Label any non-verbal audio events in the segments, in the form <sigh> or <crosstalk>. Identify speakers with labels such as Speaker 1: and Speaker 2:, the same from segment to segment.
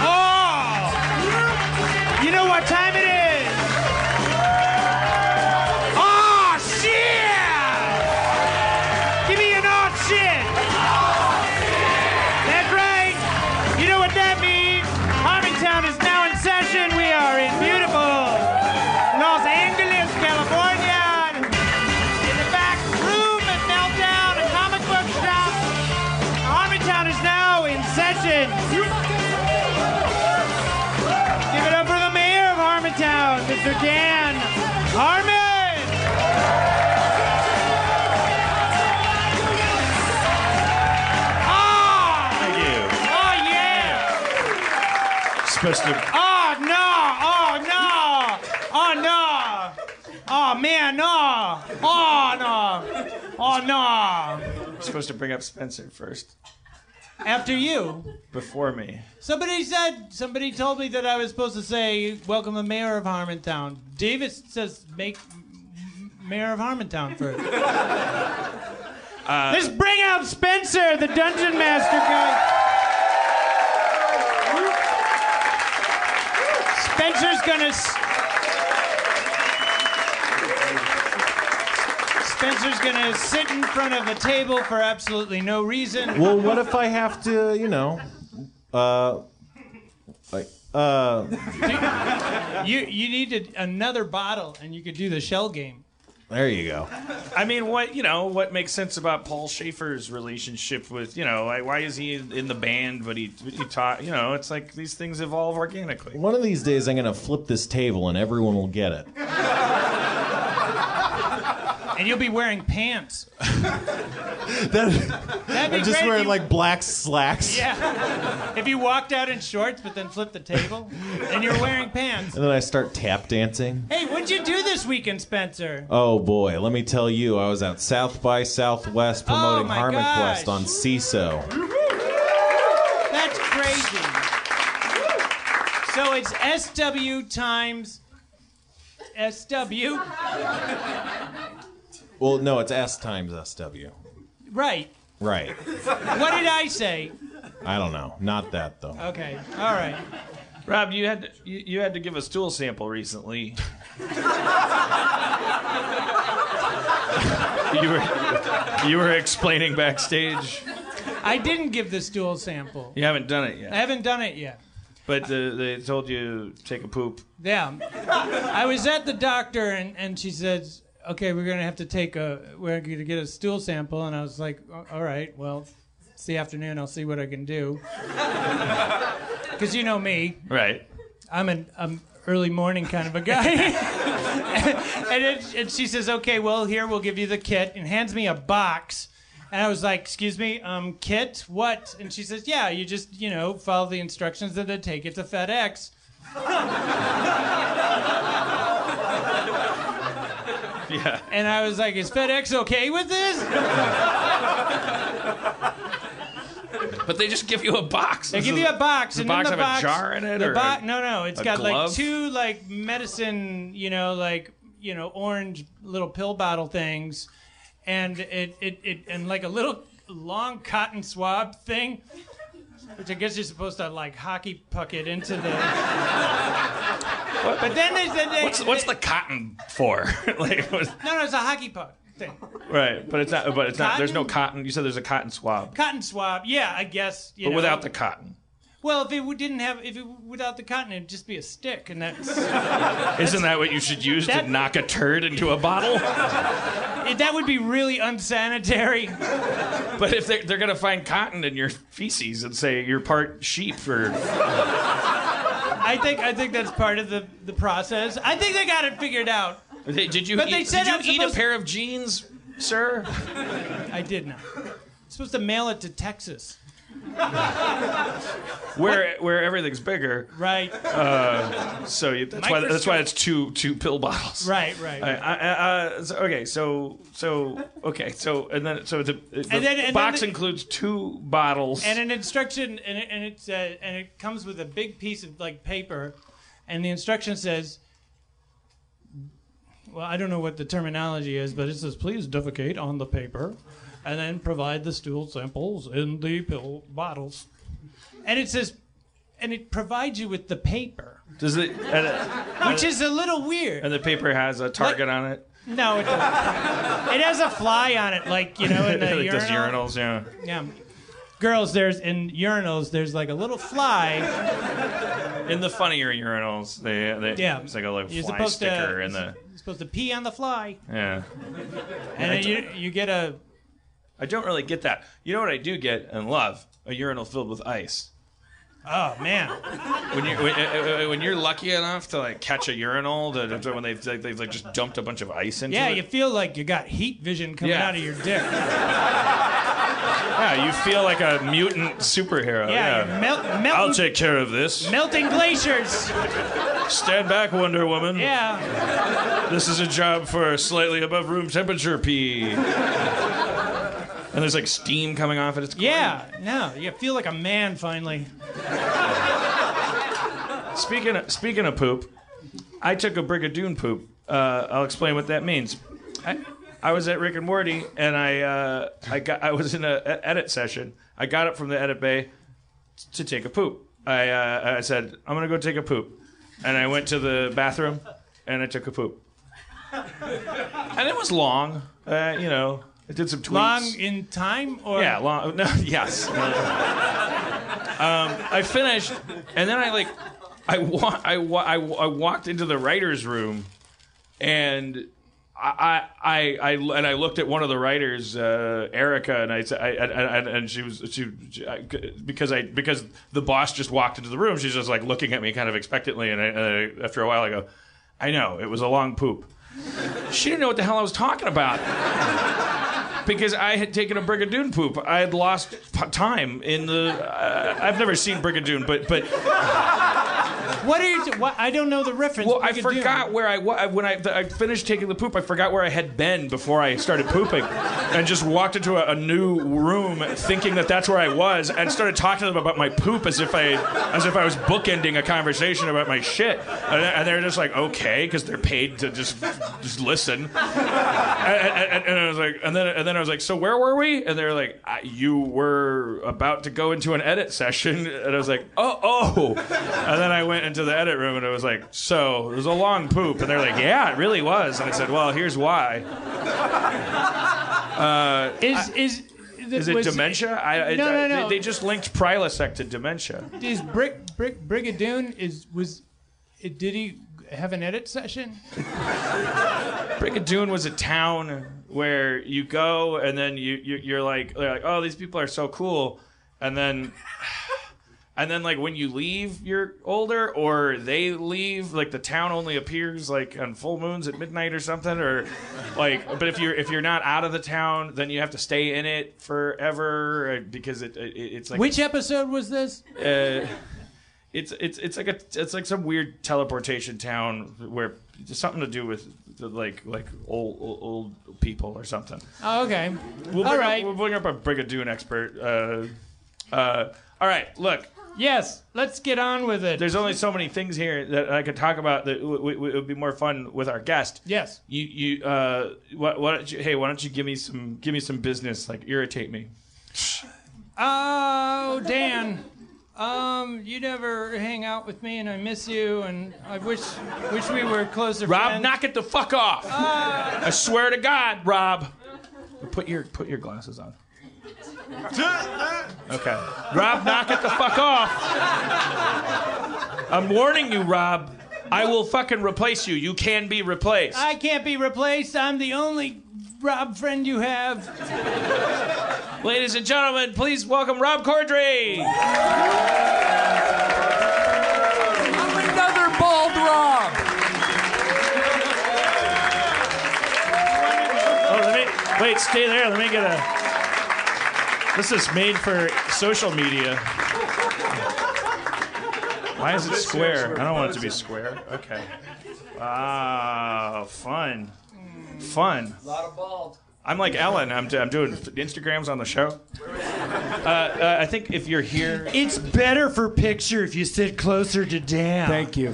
Speaker 1: oh, you know what time it is? Oh, shit! Give me an oh, shit! That's right. You know what that means? Harmontown is now in session. We are in beautiful Los Angeles, California. In the back room at Meltdown, a comic book shop. Harmontown is now in session. Give it up for the mayor of Harmontown, Mr. Dan Harmon. Ah!
Speaker 2: Thank you.
Speaker 1: Oh yeah!
Speaker 2: Supposed to.
Speaker 1: Oh no! Oh no! Oh no! Oh man, no! Oh no! Oh no!
Speaker 2: supposed to bring up Spencer first
Speaker 1: After you,
Speaker 2: before me.
Speaker 1: somebody said somebody told me that I was supposed to say welcome the mayor of Harmontown. Davis says make m- mayor of Harmontown first. Let's bring out Spencer, the dungeon master guy. Spencer's gonna. s- Spencer's gonna sit in front of a table for absolutely no reason.
Speaker 3: Well, what if I have to, you know, uh, like, uh,
Speaker 1: You you needed another bottle, and you could do the shell game.
Speaker 3: there you go.
Speaker 2: I mean, what you know, what makes sense about Paul Schaefer's relationship with you know, like, why is he in in the band, but he he taught you know, it's like these things evolve organically.
Speaker 3: One of these days, I'm gonna flip this table and everyone will get it.
Speaker 1: And you'll be wearing pants.
Speaker 3: <laughs> That,
Speaker 1: That'd be
Speaker 3: I'm just
Speaker 1: great if
Speaker 3: wearing
Speaker 1: you-
Speaker 3: like black slacks,
Speaker 1: Yeah. If you walked out in shorts but then flipped the table and you're wearing pants.
Speaker 3: and then I start tap dancing.
Speaker 1: Hey, what'd you do this weekend, Spencer?
Speaker 3: Oh boy, let me tell you, I was out South by Southwest promoting
Speaker 1: Oh my
Speaker 3: Harmon
Speaker 1: gosh.
Speaker 3: Quest on CISO.
Speaker 1: That's crazy. So it's SW times SW.
Speaker 3: Well, no, it's S times SW.
Speaker 1: Right.
Speaker 3: Right.
Speaker 1: What did I say?
Speaker 3: I don't know. Not that though.
Speaker 1: Okay. All right.
Speaker 2: Rob, you had to, you, you had to give a stool sample recently. you were you were explaining backstage.
Speaker 1: I didn't give the stool sample.
Speaker 2: You haven't done it
Speaker 1: I
Speaker 2: yet,
Speaker 1: haven't done it yet.
Speaker 2: but the, they told you take a poop.
Speaker 1: Yeah. I was at the doctor and, and she says, okay, we're going to have to take a, we're going to get a stool sample. And I was like, "A- all right, well, it's the afternoon. I'll see what I can do. Because you know me,
Speaker 2: Right.
Speaker 1: I'm an I'm early morning kind of a guy. and, it, and she says, okay, well, here, we'll give you the kit. And hands me a box. And I was like, excuse me, um, kit, what? And she says, yeah, you just, you know, follow the instructions and then take it to FedEx.
Speaker 2: Yeah.
Speaker 1: And I was like, is FedEx okay with this?
Speaker 2: But they just give you a box.
Speaker 1: They give you a box.
Speaker 2: Does
Speaker 1: and
Speaker 2: the box
Speaker 1: in the box,
Speaker 2: have a jar in it,
Speaker 1: The
Speaker 2: or
Speaker 1: bo-
Speaker 2: a-
Speaker 1: no, no. It's
Speaker 2: a
Speaker 1: got like
Speaker 2: glove?
Speaker 1: two like medicine, you know, like you know, orange little pill bottle things, and it it, it and like a little long cotton swab thing, which I guess you're supposed to like hockey puck it into
Speaker 2: <laughs>
Speaker 1: the. but then there's the.
Speaker 2: What's, what's the cotton for?
Speaker 1: <laughs>
Speaker 2: like, what-
Speaker 1: No, no, it's a hockey puck thing.
Speaker 2: right? But it's not. But it's not. There's no
Speaker 1: Cotton?
Speaker 2: cotton. You said there's a cotton swab,
Speaker 1: Cotton swab, yeah, I guess. You
Speaker 2: but
Speaker 1: know.
Speaker 2: without the cotton.
Speaker 1: well, if it w- didn't have, if it without the cotton, it'd just be a stick, and that's.
Speaker 2: Isn't that what you should use
Speaker 1: That-
Speaker 2: to knock a turd into a bottle?
Speaker 1: <laughs> It- that would be really unsanitary.
Speaker 2: but if they're, they're gonna find cotton in your feces and say you're part sheep or
Speaker 1: I think I think that's part of the, the process. I think they got it figured out.
Speaker 2: They- did you?
Speaker 1: But
Speaker 2: eat,
Speaker 1: they said
Speaker 2: did you
Speaker 1: I'm
Speaker 2: eat
Speaker 1: supposed-
Speaker 2: a pair of jeans, sir?
Speaker 1: I did not. supposed to mail it to Texas,
Speaker 2: Where where everything's bigger,
Speaker 1: right?
Speaker 2: so you, that's why that's why
Speaker 1: Microscope.
Speaker 2: it's two two pill bottles.
Speaker 1: Right, right.
Speaker 2: I, I, I- uh, so- okay, so so okay, so and then so the, the
Speaker 1: And then- and then
Speaker 2: box
Speaker 1: the-
Speaker 2: includes two bottles.
Speaker 1: And an instruction, and it, and it's uh, and it comes with a big piece of like paper, and the instruction says. Well, I don't know what the terminology is, but it says please defecate on the paper, and then provide the stool samples in the pill bottles. and it says, and it provides you with the paper,
Speaker 2: Does it? And, it-
Speaker 1: which is a little weird.
Speaker 2: and the paper has a target on it.
Speaker 1: No, it doesn't. It has a fly on it, <laughs> like you know,
Speaker 2: <laughs>
Speaker 1: in the
Speaker 2: like
Speaker 1: urinal.
Speaker 2: those urinals, yeah.
Speaker 1: Yeah. Girls, there's in urinals, there's like a little fly.
Speaker 2: In the funnier urinals, they, they
Speaker 1: Yeah.
Speaker 2: it's like a little
Speaker 1: You're
Speaker 2: fly
Speaker 1: supposed to-
Speaker 2: sticker in the
Speaker 1: You're supposed to pee on the fly,
Speaker 2: yeah.
Speaker 1: and then you you get a
Speaker 2: I don't really get that. You know what I do get and love a urinal filled with ice.
Speaker 1: oh man.
Speaker 2: When you're when, uh, uh, when you're lucky enough to like catch a urinal that that when they've like, they've like just dumped a bunch of ice into
Speaker 1: Yeah,
Speaker 2: it.
Speaker 1: you feel like you got heat vision coming
Speaker 2: Yeah.
Speaker 1: out of your dick.
Speaker 2: yeah, you feel like a mutant superhero.
Speaker 1: Yeah, you're mel- melting,
Speaker 2: I'll take care of this.
Speaker 1: melting glaciers.
Speaker 2: Stand back, Wonder Woman.
Speaker 1: Yeah,
Speaker 2: This is a job for slightly above room temperature pee. and there's like steam coming off it. It's great.
Speaker 1: yeah. No, you feel like a man finally.
Speaker 2: Speaking of, speaking of poop, I took a brigadoon poop. Uh, I'll explain what that means. I, I was at Rick and Morty, and I uh, I got I was in a, a edit session. I got up from the edit bay t- to take a poop. I uh, I said I'm gonna go take a poop, and I went to the bathroom, and I took a poop. And it was long, uh, you know. I did some tweets.
Speaker 1: Long in time or
Speaker 2: Yeah, long. No, <laughs> yes. um, I finished, and then I like, I wa- I, wa- I, wa- I walked into the writers' room, and I, I, I, I and I looked at one of the writers, uh, Erica, and I said, I, I, I, and she was she, she I, because I because the boss just walked into the room. She's just like looking at me kind of expectantly, and I, uh, after a while, I go, I know it was a long poop. She didn't know what the hell I was talking about because I had taken a brigadoon poop. I had lost p- time in the. Uh, I've never seen brigadoon, but but
Speaker 1: What are you? T- what, I don't know the reference.
Speaker 2: well, I
Speaker 1: Brigadoon.
Speaker 2: forgot where I was when I, I finished taking the poop. I forgot where I had been before I started pooping, and just walked into a, a new room thinking that that's where I was, and started talking to them about my poop as if I as if I was bookending a conversation about my shit, and, and they're just like okay because they're paid to just just listen. and, and- and I was like, and then and then I was like, so where were we? And they were like, I, you were about to go into an edit session, <laughs> and I was like, oh oh. And then I went into the edit room, and it was like, so it was a long poop, and they're like, yeah, it really was. And I said, well, here's why.
Speaker 1: Is is
Speaker 2: Is it dementia? I, I-
Speaker 1: No, no,
Speaker 2: I- they-
Speaker 1: no.
Speaker 2: They, just linked Prilosec to dementia.
Speaker 1: Is Brick Brick Brigadoon is was? It, did he have an edit session?
Speaker 2: Brigadoon was a town where you go, and then you, you you're like, they're like, oh, these people are so cool, and then And then, like, when you leave, you're older, or they leave, like, the town only appears, like, on full moons at midnight or something, or, like, but if you're if you're not out of the town, then you have to stay in it forever uh, because it, it it's like
Speaker 1: Which episode was this?
Speaker 2: uh, it's it's it's like a it's like some weird teleportation town where it's something to do with the, like like old, old old people or something.
Speaker 1: Oh, okay.
Speaker 2: We'll
Speaker 1: All
Speaker 2: bring
Speaker 1: right.
Speaker 2: up, we'll bring up a brigadoon expert. Uh, uh, all right, look.
Speaker 1: yes. Let's get on with it.
Speaker 2: There's only so many things here that I could talk about that w- w- w- it would be more fun with our guest.
Speaker 1: yes.
Speaker 2: You you uh why, why don't you hey why don't you give me some give me some business like irritate me.
Speaker 1: Oh, Dan. Um, you never hang out with me, and I miss you, and I wish wish we were closer.
Speaker 2: Rob,
Speaker 1: friends.
Speaker 2: knock it the fuck off. I swear to God, Rob. Put your put your glasses on. Okay. Rob, knock it the fuck off. I'm warning you, Rob. I will fucking replace you. You can be replaced.
Speaker 1: I can't be replaced. I'm the only Rob friend you have.
Speaker 2: Ladies and gentlemen, please welcome Rob Cordry.
Speaker 4: Another bald Rob.
Speaker 2: Oh, let me wait. Stay there. Let me get a. This is made for social media. Why is it square? I don't want it to be square. Okay. Ah, fun, fun.
Speaker 4: A lot of bald.
Speaker 2: I'm like Ellen. I'm, I'm doing Instagrams on the show. Uh, uh, I think if you're here,
Speaker 1: It's better for picture if you sit closer to Dan.
Speaker 5: Thank you.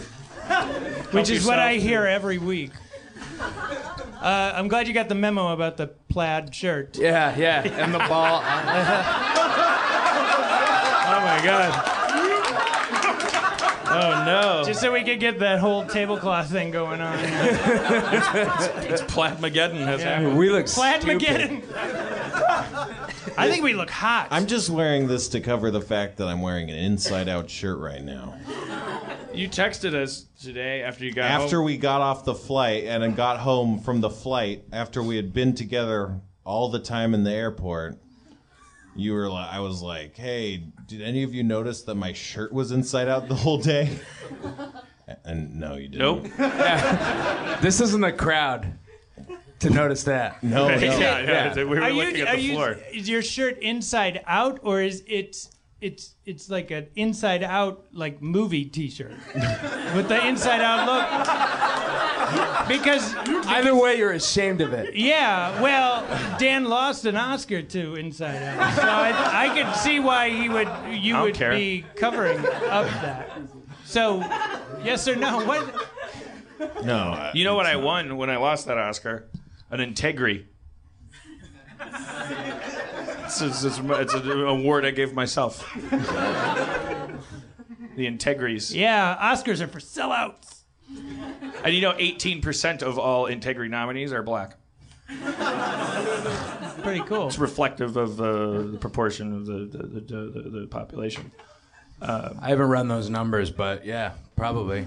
Speaker 1: which is what
Speaker 2: yourself,
Speaker 1: I hear every week. Uh, I'm glad you got the memo about the plaid shirt.
Speaker 5: Yeah, yeah. And the ball.
Speaker 2: oh my god, Oh no.
Speaker 1: Just so we could get that whole tablecloth thing going on.
Speaker 2: <laughs> it's Platmageddon has happened.
Speaker 6: <laughs> We look
Speaker 1: Plaid
Speaker 6: stupid.
Speaker 1: Mageddon. <laughs> I think we look hot.
Speaker 3: I'm just wearing this to cover the fact that I'm wearing an inside out shirt right now.
Speaker 2: You texted us today after you got
Speaker 3: After
Speaker 2: home.
Speaker 3: we got off the flight and I got home from the flight, after we had been together all the time in the airport, you were like, I was like, hey, did any of you notice that my shirt was inside out the whole day? And no, you didn't.
Speaker 2: Nope.
Speaker 6: This isn't a crowd to notice that.
Speaker 3: No,
Speaker 2: <laughs>
Speaker 3: no.
Speaker 2: yeah, yeah,
Speaker 6: Yeah.
Speaker 2: We were
Speaker 1: are you,
Speaker 2: looking at
Speaker 1: are
Speaker 2: the
Speaker 1: you,
Speaker 2: floor.
Speaker 1: Is your shirt inside out, or is it? It's it's like an inside out like movie
Speaker 2: <laughs>
Speaker 1: T-shirt with the inside out look. Because
Speaker 6: Either way, you're ashamed of it.
Speaker 1: yeah, well, Dan lost an Oscar to Inside Out, so I, I could see why he would you
Speaker 2: don't
Speaker 1: would
Speaker 2: care.
Speaker 1: be covering up that. So, yes or no? What?
Speaker 3: no I-
Speaker 2: You know what I won when I lost that Oscar? An Integri. it's, it's, it's, my- it's an award I gave myself. <laughs> the Integris.
Speaker 1: Yeah, Oscars are for sellouts.
Speaker 2: And you know, 18% of all Integri nominees are black.
Speaker 1: Pretty cool.
Speaker 2: It's reflective of uh, the proportion of the, the, the, the, the population.
Speaker 6: I haven't run those numbers, but yeah, probably.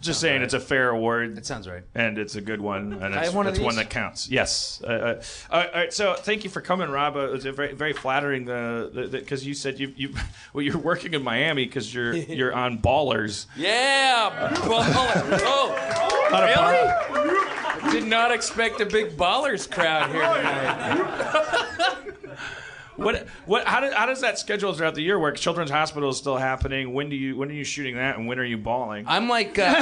Speaker 2: Just saying, it's a fair award.
Speaker 6: That sounds right.
Speaker 2: and it's a good one, and it's,
Speaker 6: have one of
Speaker 2: it's one
Speaker 6: these?
Speaker 2: that counts. Yes. Uh, uh, all, right, all right. So thank you for coming, Rob. Uh, It was a very, very flattering. uh, The because you said you <laughs> you well you're working in Miami because
Speaker 6: <laughs>
Speaker 2: you're you're on Ballers.
Speaker 6: Yeah, baller. Oh,
Speaker 2: Not a bar-
Speaker 6: really? Did not expect a big ballers crowd here tonight.
Speaker 2: What what how, do, how does that schedule throughout the year work? Children's Hospital is still happening. When do you when are you shooting that, and when are you balling?
Speaker 6: I'm like, uh,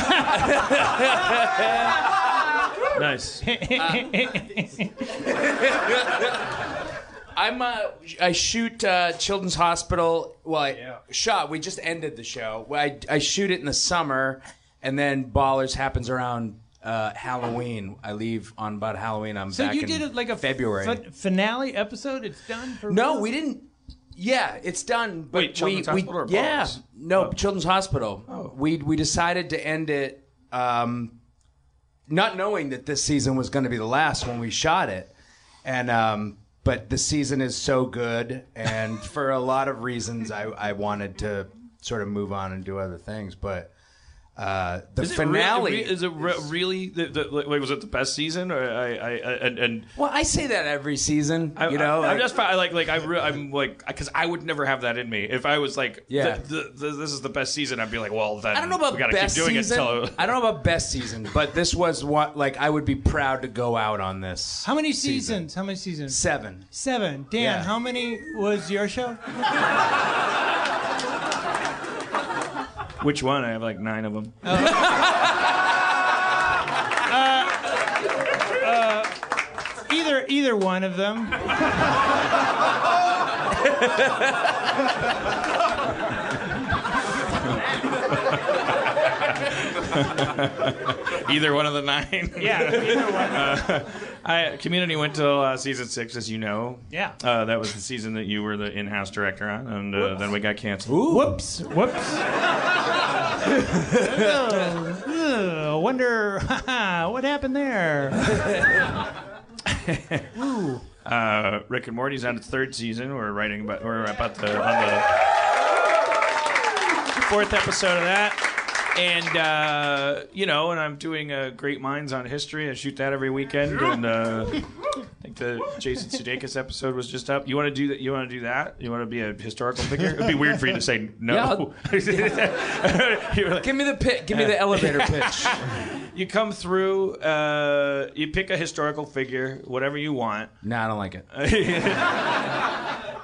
Speaker 2: nice.
Speaker 6: I'm uh, I shoot uh, Children's Hospital. Well, I shot. We just ended the show. Well, I I shoot it in the summer, and then Ballers happens around uh, Halloween. I leave on about Halloween. I'm
Speaker 1: So
Speaker 6: back
Speaker 1: you
Speaker 6: in
Speaker 1: did it like a
Speaker 6: February.
Speaker 1: fin- finale episode. It's done. For
Speaker 6: No,
Speaker 1: real?
Speaker 6: we didn't. Yeah, it's done. But
Speaker 2: Wait, Children's
Speaker 6: we,
Speaker 2: Hospital or Oh.
Speaker 6: we, Yeah,
Speaker 2: Ballers?
Speaker 6: no, Children's Hospital. We we decided to end it, um, not knowing that this season was going to be the last when we shot it, and um, but the season is so good, and for a lot of reasons, I I wanted to sort of move on and do other things, but. Uh, the
Speaker 2: Is it really-
Speaker 6: finale
Speaker 2: re- is it re- really? The, the, like, was it the best season? Or I, I, I and, and
Speaker 6: well. I say that every season,
Speaker 2: I,
Speaker 6: you know.
Speaker 2: I, am
Speaker 6: like-
Speaker 2: just fi- like like I re- I'm like because I would never have that in me if I was like
Speaker 6: Yeah.
Speaker 2: th- th- th- this is the best season I'd be like well then
Speaker 6: I don't know about
Speaker 2: we gotta
Speaker 6: best
Speaker 2: keep doing
Speaker 6: season.
Speaker 2: it till
Speaker 6: I don't know about best season, but this was what like I would be proud to go out on this.
Speaker 1: How many seasons?
Speaker 6: season.
Speaker 1: How many seasons?
Speaker 6: Seven.
Speaker 1: Seven. Dan,
Speaker 6: Yeah.
Speaker 1: how many was your show?
Speaker 2: <laughs> which one I have like nine
Speaker 6: <laughs>
Speaker 2: of them
Speaker 1: Either either one of them.
Speaker 2: either one of
Speaker 6: <laughs>
Speaker 2: the nine
Speaker 1: Yeah, either one.
Speaker 2: <laughs> I Community went till uh, season six as you know
Speaker 1: Yeah.
Speaker 2: uh, that was the season that you were the in-house director on and uh, then we got canceled
Speaker 6: <laughs>
Speaker 1: Whoops. Whoops. Ugh, ugh, wonder <laughs> what happened there.
Speaker 2: uh, Rick and Morty's on its third season we're writing about we're about the on the fourth episode of that. and uh, you know, and I'm doing uh, Great Minds on History. I shoot that every weekend, and uh, I think the Jason Sudeikis episode was just up. You want to do that? You want to do that? You want to be a historical figure? It'd be weird for you to say no. <laughs> You were like,
Speaker 6: Give me the pit. Give me the
Speaker 2: <laughs>
Speaker 6: elevator pitch.
Speaker 2: you come through, uh, you pick a historical figure, whatever you want,
Speaker 6: no, I don't like it.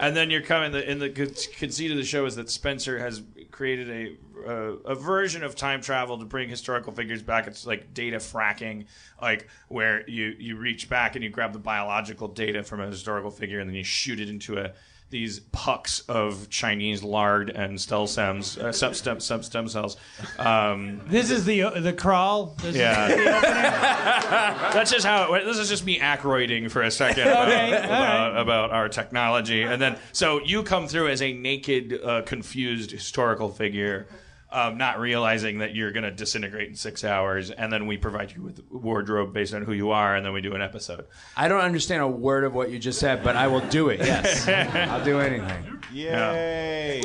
Speaker 2: and then you're coming. The, in the con- conceit of the show is that Spencer has created a uh, a version of time travel to bring historical figures back. It's like data fracking, like where you you reach back and you grab the biological data from a historical figure and then you shoot it into a these pucks of Chinese lard and stem cells, uh, sub stem sub stem cells. Um,
Speaker 1: This is the uh, the crawl. This is-
Speaker 2: yeah. <laughs> That's just how it went. This is just me ackroyding for a second
Speaker 1: <laughs>
Speaker 2: about,
Speaker 1: Okay, all
Speaker 2: about, about our technology. And then, so you come through as a naked, uh, confused historical figure um, not realizing that you're going to disintegrate in six hours, and then we provide you with wardrobe based on who you are, and then we do an episode.
Speaker 6: I don't understand a word of what you just said, but I will do it.
Speaker 2: <laughs>
Speaker 6: Yes, I'll do anything.
Speaker 3: Yay!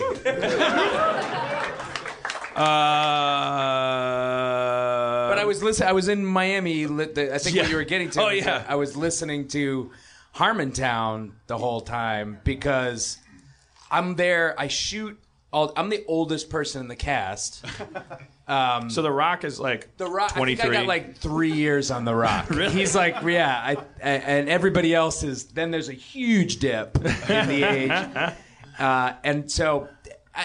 Speaker 2: Uh,
Speaker 6: But I was listening. I was in Miami. Lit the, I think
Speaker 2: Yeah.
Speaker 6: what you were getting to.
Speaker 2: Oh,
Speaker 6: was
Speaker 2: yeah.
Speaker 6: that I was listening to Harmontown the whole time because I'm there. I shoot. All, I'm the oldest person in the cast.
Speaker 2: so The Rock is like
Speaker 6: The Rock. I think I
Speaker 2: 23.
Speaker 6: got like three years on The Rock.
Speaker 2: <laughs>
Speaker 6: He's like, yeah, I, a- and everybody else is. Then there's a huge dip in the
Speaker 2: <laughs>
Speaker 6: age, uh, and so.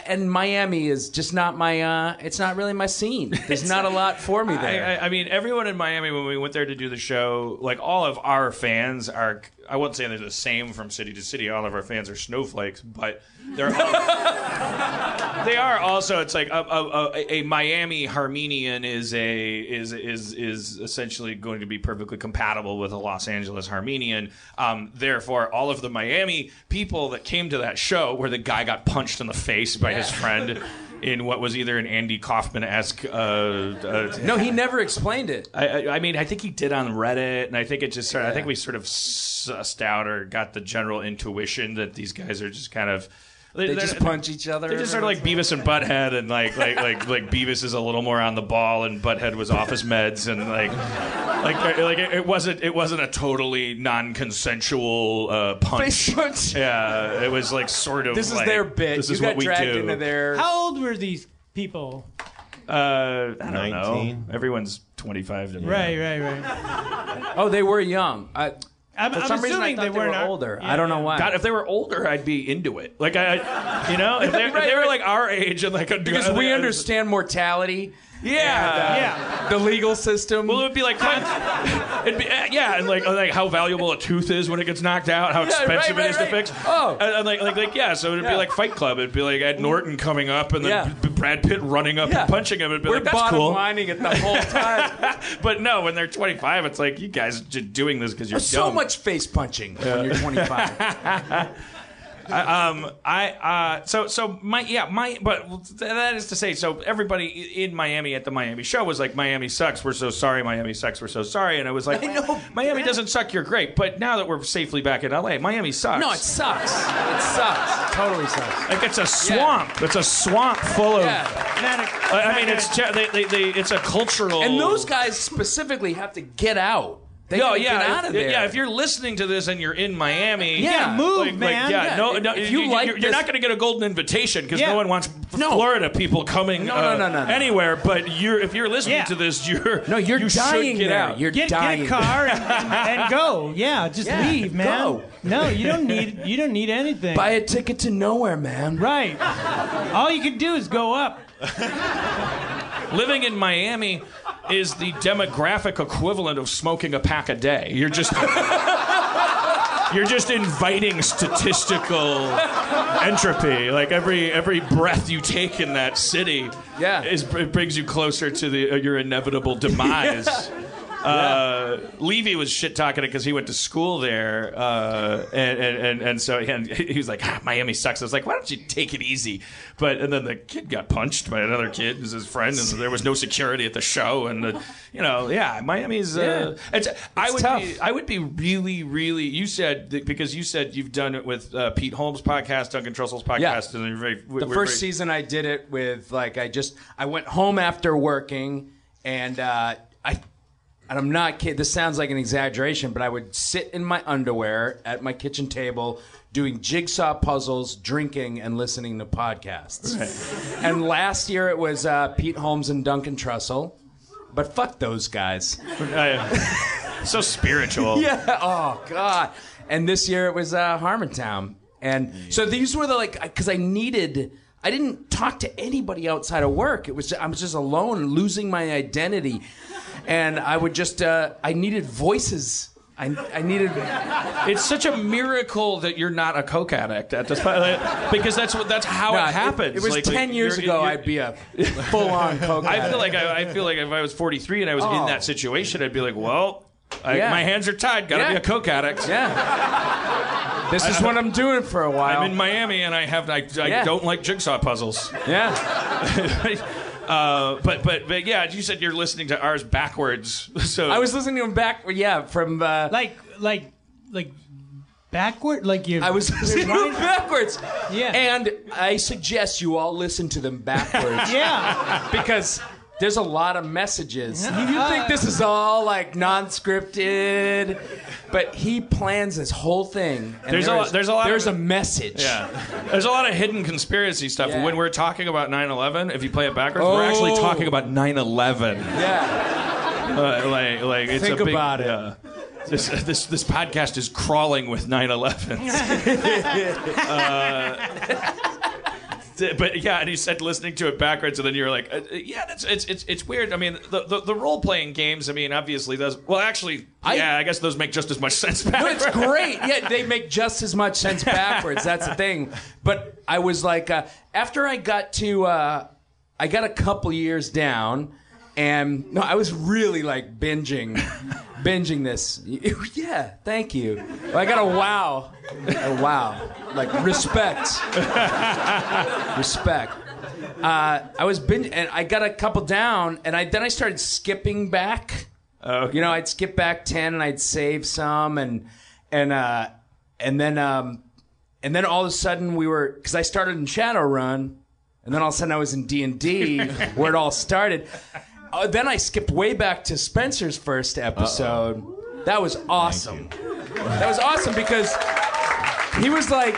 Speaker 6: And Miami is just not my. Uh, it's not really my
Speaker 2: <laughs>
Speaker 6: scene. There's not a lot for me there.
Speaker 2: I, I, I mean, everyone in Miami when we went there to do the show, like all of our fans are. I won't say they're the same from city to city. All of our fans are snowflakes, but they're <laughs> they are also. It's like a, a, a, a Miami Armenian is a is is is essentially going to be perfectly compatible with a Los Angeles Armenian. Um, therefore, all of the Miami people that came to that show, where the guy got punched in the face by his friend. In what was either an Andy Kaufman esque uh, uh,
Speaker 6: no, he never explained it.
Speaker 2: I, I- I mean, I think he did on Reddit, and I think it just sort of, I think we sort of sussed out or got the general intuition that these guys are just kind of.
Speaker 6: They just punch each other.
Speaker 2: They're just sort of like Beavis and Butthead, and like like like like Beavis is a little more on the ball, and Butthead was office meds, and like like like it, it wasn't it wasn't a totally non-consensual uh, punch.
Speaker 6: Face
Speaker 2: <laughs>
Speaker 6: punch.
Speaker 2: Yeah, it was like sort of.
Speaker 6: This is
Speaker 2: like,
Speaker 6: their bit.
Speaker 2: This
Speaker 6: you
Speaker 2: is
Speaker 6: got
Speaker 2: what we
Speaker 6: dragged
Speaker 2: do.
Speaker 6: into their.
Speaker 1: How old were these people?
Speaker 2: Uh, I don't know.
Speaker 3: 19?
Speaker 2: Everyone's twenty-five to me.
Speaker 1: Right, right, right.
Speaker 6: oh, they were young. I, for
Speaker 1: I'm, I'm
Speaker 6: some reason, I
Speaker 1: assuming
Speaker 6: thought
Speaker 1: they,
Speaker 6: they, were
Speaker 1: not
Speaker 6: older. I don't know why.
Speaker 2: God, if they were older, I'd be into it. Like I, I- you know,
Speaker 6: <laughs>
Speaker 2: if they, if they were like our age and like a
Speaker 6: because we understand mortality, uh,
Speaker 2: Yeah,
Speaker 1: Yeah.
Speaker 6: the legal system.
Speaker 2: Well, it would be like, <laughs> it'd be, uh, yeah, and like, uh, like how valuable a tooth is when it gets knocked
Speaker 6: <laughs>
Speaker 2: out, how expensive
Speaker 6: right,
Speaker 2: it is
Speaker 6: right,
Speaker 2: to fix.
Speaker 6: right. Oh.
Speaker 2: and, and like, like, like, yeah. So it'd
Speaker 6: Yeah.
Speaker 2: be like Fight Club. It'd be like Ed Norton coming up, and then
Speaker 6: Yeah.
Speaker 2: B- B- Brad Pitt running up
Speaker 6: Yeah.
Speaker 2: and punching him. It'd be
Speaker 6: we're
Speaker 2: like that's
Speaker 6: bottom
Speaker 2: cool.
Speaker 6: lining it the whole
Speaker 2: <laughs>
Speaker 6: time.
Speaker 2: but no, when they're 25, it's like you guys are just doing this because you're
Speaker 6: There's so
Speaker 2: dumb.
Speaker 6: much face punching when you're
Speaker 2: <laughs>
Speaker 6: 25.
Speaker 2: um, I uh, so so my yeah my but th- that is to say so everybody i- in Miami at the Miami show was like Miami sucks we're so sorry Miami sucks we're so sorry and I was like
Speaker 6: I know.
Speaker 2: Miami doesn't suck you're great but now that we're safely back in LA Miami sucks
Speaker 6: no, it sucks. It sucks. Totally sucks.
Speaker 2: like it's a swamp it's a swamp full of
Speaker 6: Yeah.
Speaker 2: I, I mean it's ju- they, they, they, it's a cultural
Speaker 6: And those guys specifically have to get out. They
Speaker 2: Oh. No,
Speaker 6: gotta
Speaker 2: yeah,
Speaker 6: get out of
Speaker 2: if-
Speaker 6: there.
Speaker 2: Yeah, if you're listening to this and you're in Miami,
Speaker 6: Yeah,
Speaker 1: move,
Speaker 2: like,
Speaker 1: man.
Speaker 2: Like, yeah,
Speaker 6: Yeah,
Speaker 2: no,
Speaker 6: if-
Speaker 2: no,
Speaker 6: if you like
Speaker 2: are you're
Speaker 6: this-
Speaker 2: not going to get a golden invitation because
Speaker 1: Yeah.
Speaker 2: no one wants
Speaker 6: No.
Speaker 2: Florida people coming
Speaker 6: No,
Speaker 2: uh,
Speaker 6: no, no, no, no.
Speaker 2: anywhere. But you're if you're listening
Speaker 1: Yeah.
Speaker 2: to this, you're
Speaker 6: no, you're
Speaker 2: you should
Speaker 6: dying
Speaker 2: get
Speaker 6: there.
Speaker 2: out.
Speaker 6: You're
Speaker 1: Get,
Speaker 6: dying.
Speaker 1: get a car and, and, and go. Yeah,
Speaker 6: <laughs>
Speaker 1: just
Speaker 6: Yeah,
Speaker 1: leave, man.
Speaker 6: go.
Speaker 1: No, you don't need you don't need anything.
Speaker 6: Buy a ticket to nowhere, man.
Speaker 1: right. All you can do is go up.
Speaker 2: living in Miami is the demographic equivalent of smoking a pack a day. You're just <laughs> You're just inviting statistical entropy. Like every every breath you take in that city,
Speaker 6: Yeah.
Speaker 2: is, it brings you closer to the uh, your
Speaker 6: <laughs>
Speaker 2: inevitable demise. Uh, Levy was shit talking it because he went to school there, uh, and, and, and and so and he was like, ah, "Miami sucks." I was like, "Why don't you take it easy?" But and then the kid got punched by another kid, who's his friend, and there was no security at the show, and the, you know, yeah, Miami's. Uh, it's, I would
Speaker 6: tough.
Speaker 2: be- I would be really, really. You said that- because you said you've done it with uh, Pete Holmes' podcast, Duncan Trussell's podcast,
Speaker 6: Yeah.
Speaker 2: and you're very. we-
Speaker 6: the
Speaker 2: we're
Speaker 6: first
Speaker 2: very-
Speaker 6: season I did it with like I just I went home after working and uh, I and I'm not kidding. This sounds like an exaggeration, but I would sit in my underwear at my kitchen table doing jigsaw puzzles, drinking, and listening to podcasts. And last year it was uh, Pete Holmes and Duncan Trussell. But fuck those guys.
Speaker 2: I- so spiritual.
Speaker 6: Yeah. <laughs> Oh God. And this year it was uh, Harmontown, and so these were the like because I needed. I didn't talk to anybody outside of work. It was I was just alone, losing my identity, and I would just uh, I needed voices. I, I needed
Speaker 2: It's such a miracle that you're not a coke addict at this point, like, because that's what that's how
Speaker 6: No,
Speaker 2: it happens.
Speaker 6: uh, It, was
Speaker 2: Like, like,
Speaker 6: ten years
Speaker 2: you're-
Speaker 6: ago.
Speaker 2: you're-
Speaker 6: I'd be a full
Speaker 2: <laughs>
Speaker 6: on coke.
Speaker 2: I
Speaker 6: addict.
Speaker 2: feel like I, I feel like if I was 43 and I was
Speaker 6: Oh.
Speaker 2: in that situation, I'd be like, well, I,
Speaker 6: Yeah.
Speaker 2: my hands are tied. Got to
Speaker 6: Yeah.
Speaker 2: be a coke addict.
Speaker 6: yeah. This is
Speaker 2: I-
Speaker 6: what I'm doing for a while.
Speaker 2: I'm in Miami and I have I, I
Speaker 6: Yeah.
Speaker 2: don't like jigsaw puzzles.
Speaker 6: yeah.
Speaker 2: I, <laughs> Uh, but, but but yeah, you said you're listening to ours backwards. <laughs> So
Speaker 6: I was listening to him back. Yeah, from uh,
Speaker 1: Like, like, like backward? Like you.
Speaker 6: I was listening to them
Speaker 1: rewind-
Speaker 6: backwards.
Speaker 1: Yeah.
Speaker 6: And I suggest you all listen to them backwards
Speaker 1: Yeah.
Speaker 6: because there's a lot of messages. You
Speaker 1: Uh.
Speaker 6: think this is all like non-scripted, but he plans this whole thing. And
Speaker 2: There's a
Speaker 6: there
Speaker 2: lot-
Speaker 6: is-
Speaker 2: there's a lot of-
Speaker 6: There's a message.
Speaker 2: Yeah. There's a lot of hidden conspiracy stuff.
Speaker 6: Yeah.
Speaker 2: When we're talking about 9 11, if you play it backwards, we're actually
Speaker 6: Oh.
Speaker 2: talking about 9 11.
Speaker 6: Yeah.
Speaker 2: Uh, like, like it's
Speaker 6: Think
Speaker 2: a big,
Speaker 6: about it.
Speaker 2: yeah. This, this this podcast is crawling with 9/11s. Uh, but yeah, and he said listening to it backwards, and then you're like, uh, uh, yeah, that's it's it's it's weird. I mean, the the, the role playing games. I mean, obviously those. Well, actually,
Speaker 6: I-
Speaker 2: yeah, I guess those make just as much sense.
Speaker 6: <laughs> No, it's great. Yeah, they make just as much sense backwards. That's the thing. But I was like, uh, after I got to, uh, I got a couple years down, and no, I was really like binging, binging this. <laughs> yeah, thank you. I got a wow, a wow, like respect, respect. Uh, I was binge, and I got a couple down, and I then I started skipping back. You know, I'd skip back ten and I'd save some and and uh and then um and then all of a sudden we were because I started in Shadowrun and then all of a sudden I was in D and D where it all started. Uh, then I skipped way back to Spencer's first episode. That was awesome. That was awesome because he was like,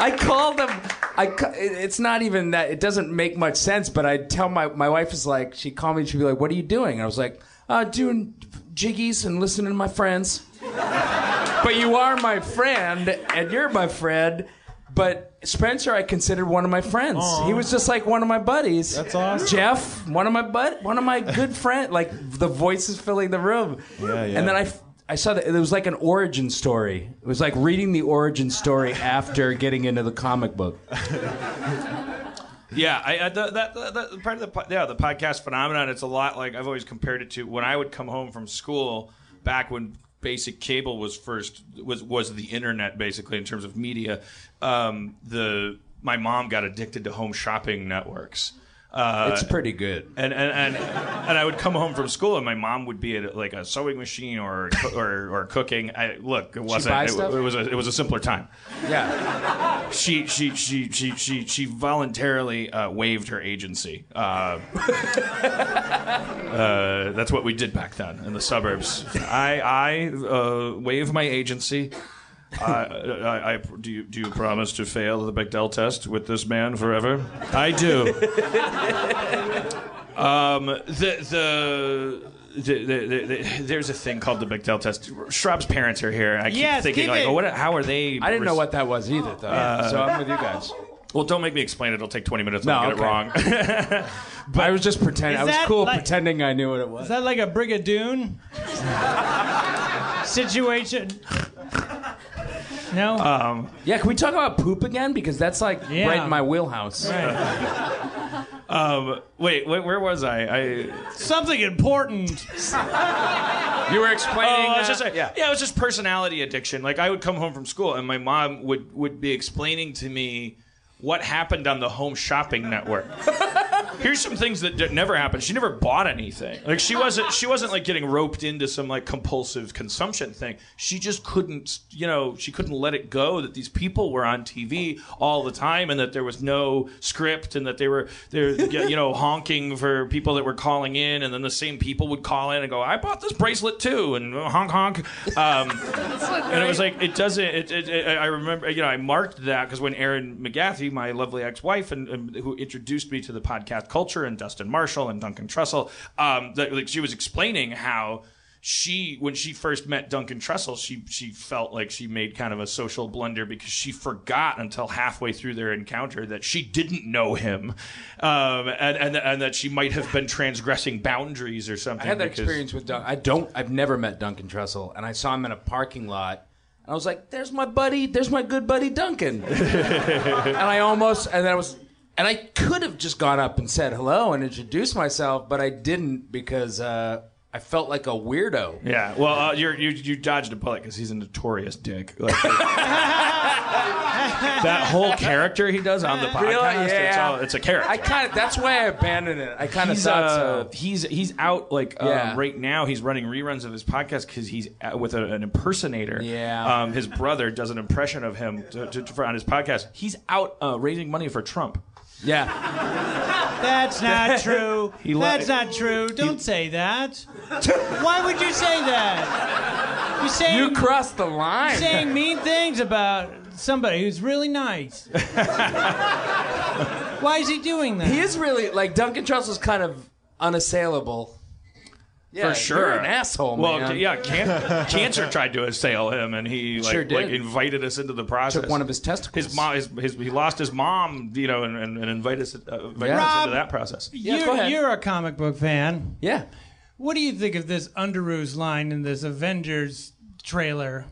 Speaker 6: I called him. I ca- it- it's not even that it doesn't make much sense, but I tell my my wife is like she called me and she'd be like, "What are you doing?" And I was like, uh, "Doing jiggies and listening to my friends." but you are my friend, and you're my friend. But Spencer, I considered one of my friends. He was just like one of my buddies.
Speaker 3: That's awesome.
Speaker 6: Jeff, one of my bud, one of my good friend. Like the voices filling the room.
Speaker 3: Yeah, yeah.
Speaker 6: And then I f- I saw that it was like an origin story. It was like reading the origin story after getting into the comic book.
Speaker 2: Yeah, I, I the, that, that, that part of the po- yeah the podcast phenomenon. It's a lot like I've always compared it to when I would come home from school back when basic cable was first was was the internet basically in terms of media. Um, the my mom got addicted to home shopping networks. Uh,
Speaker 6: It's pretty good.
Speaker 2: and and and, and I would come home from school, and my mom would be at like a sewing machine or or, or cooking. I, look, it wasn't.
Speaker 6: buy
Speaker 2: It,
Speaker 6: stuff?
Speaker 2: it was a, it was a simpler time.
Speaker 6: Yeah.
Speaker 2: She she she she she she voluntarily uh, waived her agency. Uh, <laughs> uh, that's what we did back then in the suburbs. I I uh, waive my agency. I, I, I do you do you promise to fail the Bechdel test with this man forever? I do. um, the the. The, the, the, the, there's a thing called the Bechdel test. Shrub's parents are here. and I keep
Speaker 1: Yes,
Speaker 2: thinking
Speaker 1: give
Speaker 2: like,
Speaker 1: it-
Speaker 2: oh, what? How are they?
Speaker 6: I didn't know what that was either, though. so I'm with you guys.
Speaker 2: Well, don't make me explain it. It'll take 20 minutes.
Speaker 6: No,
Speaker 2: I'll get
Speaker 6: okay. <laughs>
Speaker 2: it wrong. <laughs>
Speaker 6: But I was just pretending.
Speaker 1: Is
Speaker 6: I was
Speaker 1: that
Speaker 6: cool
Speaker 1: like-
Speaker 6: pretending I knew what it was.
Speaker 1: Is that like a Brigadoon situation? No.
Speaker 2: Uh.
Speaker 6: yeah. Can we talk about poop again? Because that's like
Speaker 1: Yeah.
Speaker 6: right in my wheelhouse.
Speaker 1: Right.
Speaker 2: um, wait, wait, where was I? I
Speaker 1: Something important.
Speaker 6: You were explaining.
Speaker 2: Oh, I was
Speaker 6: uh,
Speaker 2: just like, yeah. it was just personality addiction. Like I would come home from school and my mom would would be explaining to me what happened on the home shopping network. Here's some things that d- never happened. She never bought anything. Like she wasn't she wasn't like getting roped into some like compulsive consumption thing. She just couldn't, you know, she couldn't let it go that these people were on TV all the time and that there was no script and that they were they're you know honking for people that were calling in and then the same people would call in and go, "I bought this bracelet too." and honk honk. Um, and it was like it doesn't. It, it, it, I remember, you know, I marked that because when Erin McGathy, my lovely ex-wife, and, and who introduced me to the podcast culture, and Dustin Marshall and Duncan Trussell, um, that, like she was explaining how she, when she first met Duncan Trussell, she she felt like she made kind of a social blunder because she forgot until halfway through their encounter that she didn't know him, um, and and and that she might have been transgressing boundaries or something.
Speaker 6: I had that
Speaker 2: because-
Speaker 6: experience with Duncan. I don't. I've never met Duncan Trussell, and I saw him in a parking lot, and I was like, "There's my buddy. There's my good buddy <laughs> Duncan." and I almost, and I was, and I could have just gone up and said hello and introduced myself, but I didn't because uh, I felt like a weirdo.
Speaker 2: Yeah, well, uh, you're, you you dodged a bullet because he's a notorious dick. Like, <laughs> that whole character he does on the podcast, it's, all, it's a character.
Speaker 6: I kind of that's why I abandoned it. I kind of
Speaker 2: he's,
Speaker 6: thought
Speaker 2: uh,
Speaker 6: so.
Speaker 2: he's he's out like
Speaker 6: Yeah.
Speaker 2: um, right now. He's running reruns of his podcast because he's uh with a, an impersonator.
Speaker 6: Yeah.
Speaker 2: um, his brother does an impression of him to, to, for, on his podcast. He's out uh, raising money for Trump.
Speaker 6: Yeah,
Speaker 1: That's
Speaker 2: <laughs>
Speaker 1: not true.
Speaker 2: He li-
Speaker 1: That's not true. Don't say
Speaker 2: <laughs>
Speaker 1: that. Why would you say that? You're saying,
Speaker 6: you crossed the line.
Speaker 1: saying mean things about somebody who's really nice.
Speaker 2: <laughs>
Speaker 1: Why is he doing that?
Speaker 6: He is really like Duncan Trussell's kind of unassailable. Yeah,
Speaker 2: for sure.
Speaker 6: you're an asshole,
Speaker 2: Well,
Speaker 6: man.
Speaker 2: yeah, can- cancer tried to assail him,
Speaker 6: <laughs>
Speaker 2: and he like,
Speaker 6: Sure did.
Speaker 2: like, invited us into the process.
Speaker 6: Took one of his testicles.
Speaker 2: His mom, his, his, he lost his mom, you know, and, and, and invited us, uh, invited
Speaker 6: Yeah.
Speaker 2: us
Speaker 1: Rob-
Speaker 2: into that process.
Speaker 1: you're,
Speaker 6: go ahead.
Speaker 1: you're a comic book fan.
Speaker 6: Yeah.
Speaker 1: What do you think of this Underoos line in this Avengers trailer?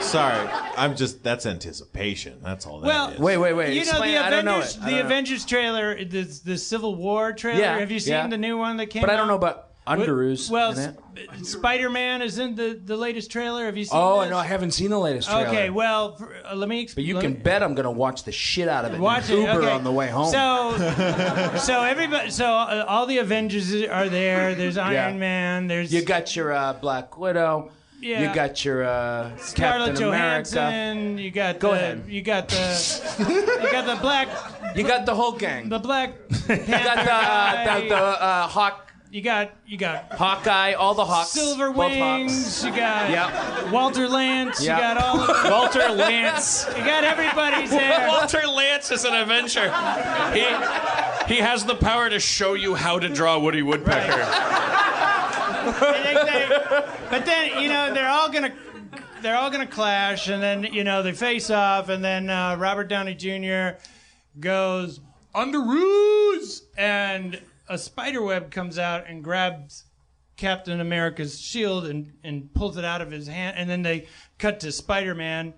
Speaker 3: Sorry, I'm just that's anticipation. That's all that
Speaker 1: Well,
Speaker 3: is.
Speaker 6: Wait, wait, wait.
Speaker 1: you
Speaker 6: Explain-
Speaker 1: know the
Speaker 6: I don't know
Speaker 1: Avengers,
Speaker 6: it. I
Speaker 1: the
Speaker 6: don't know.
Speaker 1: Avengers trailer, the, the Civil War trailer.
Speaker 6: Yeah,
Speaker 1: Have you seen
Speaker 6: yeah.
Speaker 1: the new one that came?
Speaker 6: But I don't know
Speaker 1: out?
Speaker 6: about
Speaker 1: What-
Speaker 6: Underoos.
Speaker 1: Well,
Speaker 6: in it.
Speaker 1: Spider Man is in the, the latest trailer. Have you seen?
Speaker 6: oh
Speaker 1: this?
Speaker 6: no, I haven't seen the latest trailer.
Speaker 1: Okay, well, for, uh, let me. Exp-
Speaker 6: but you
Speaker 1: let
Speaker 6: can
Speaker 1: me-
Speaker 6: bet I'm gonna watch the shit out of it. in
Speaker 1: Watch it.
Speaker 6: Uber
Speaker 1: okay.
Speaker 6: on the way home.
Speaker 1: So,
Speaker 6: <laughs>
Speaker 1: so everybody, so uh, all the Avengers are there. There's Iron
Speaker 6: Yeah.
Speaker 1: Man. There's
Speaker 6: you got your uh, Black Widow.
Speaker 1: Yeah.
Speaker 6: You got your uh,
Speaker 1: Scarlett
Speaker 6: Captain America.
Speaker 1: Johansson. You got
Speaker 6: Go
Speaker 1: the,
Speaker 6: ahead.
Speaker 1: You got the. you got the black.
Speaker 6: You got the whole gang.
Speaker 1: The black.
Speaker 6: <laughs>
Speaker 1: Panther
Speaker 6: you got the,
Speaker 1: guy.
Speaker 6: uh, the, the uh, Hawk,
Speaker 1: You got you got
Speaker 6: Hawkeye, all the Hawks.
Speaker 1: Silver
Speaker 6: both Hawks.
Speaker 1: Wings. You got
Speaker 6: Yep.
Speaker 1: Walter Lance.
Speaker 6: Yep.
Speaker 1: You got all. Of,
Speaker 2: Walter Lance.
Speaker 1: you
Speaker 6: <laughs>
Speaker 1: got everybody's there.
Speaker 2: <laughs> Walter Lance is an adventurer. He he has the power to show you how to draw Woody Woodpecker.
Speaker 1: They- they- but then you know they're all gonna they're all gonna clash, and then you know they face off, and then uh, Robert Downey Jr. goes under ruse, and a spider web comes out and grabs Captain America's shield and and pulls it out of his hand, and then they cut to Spider Man.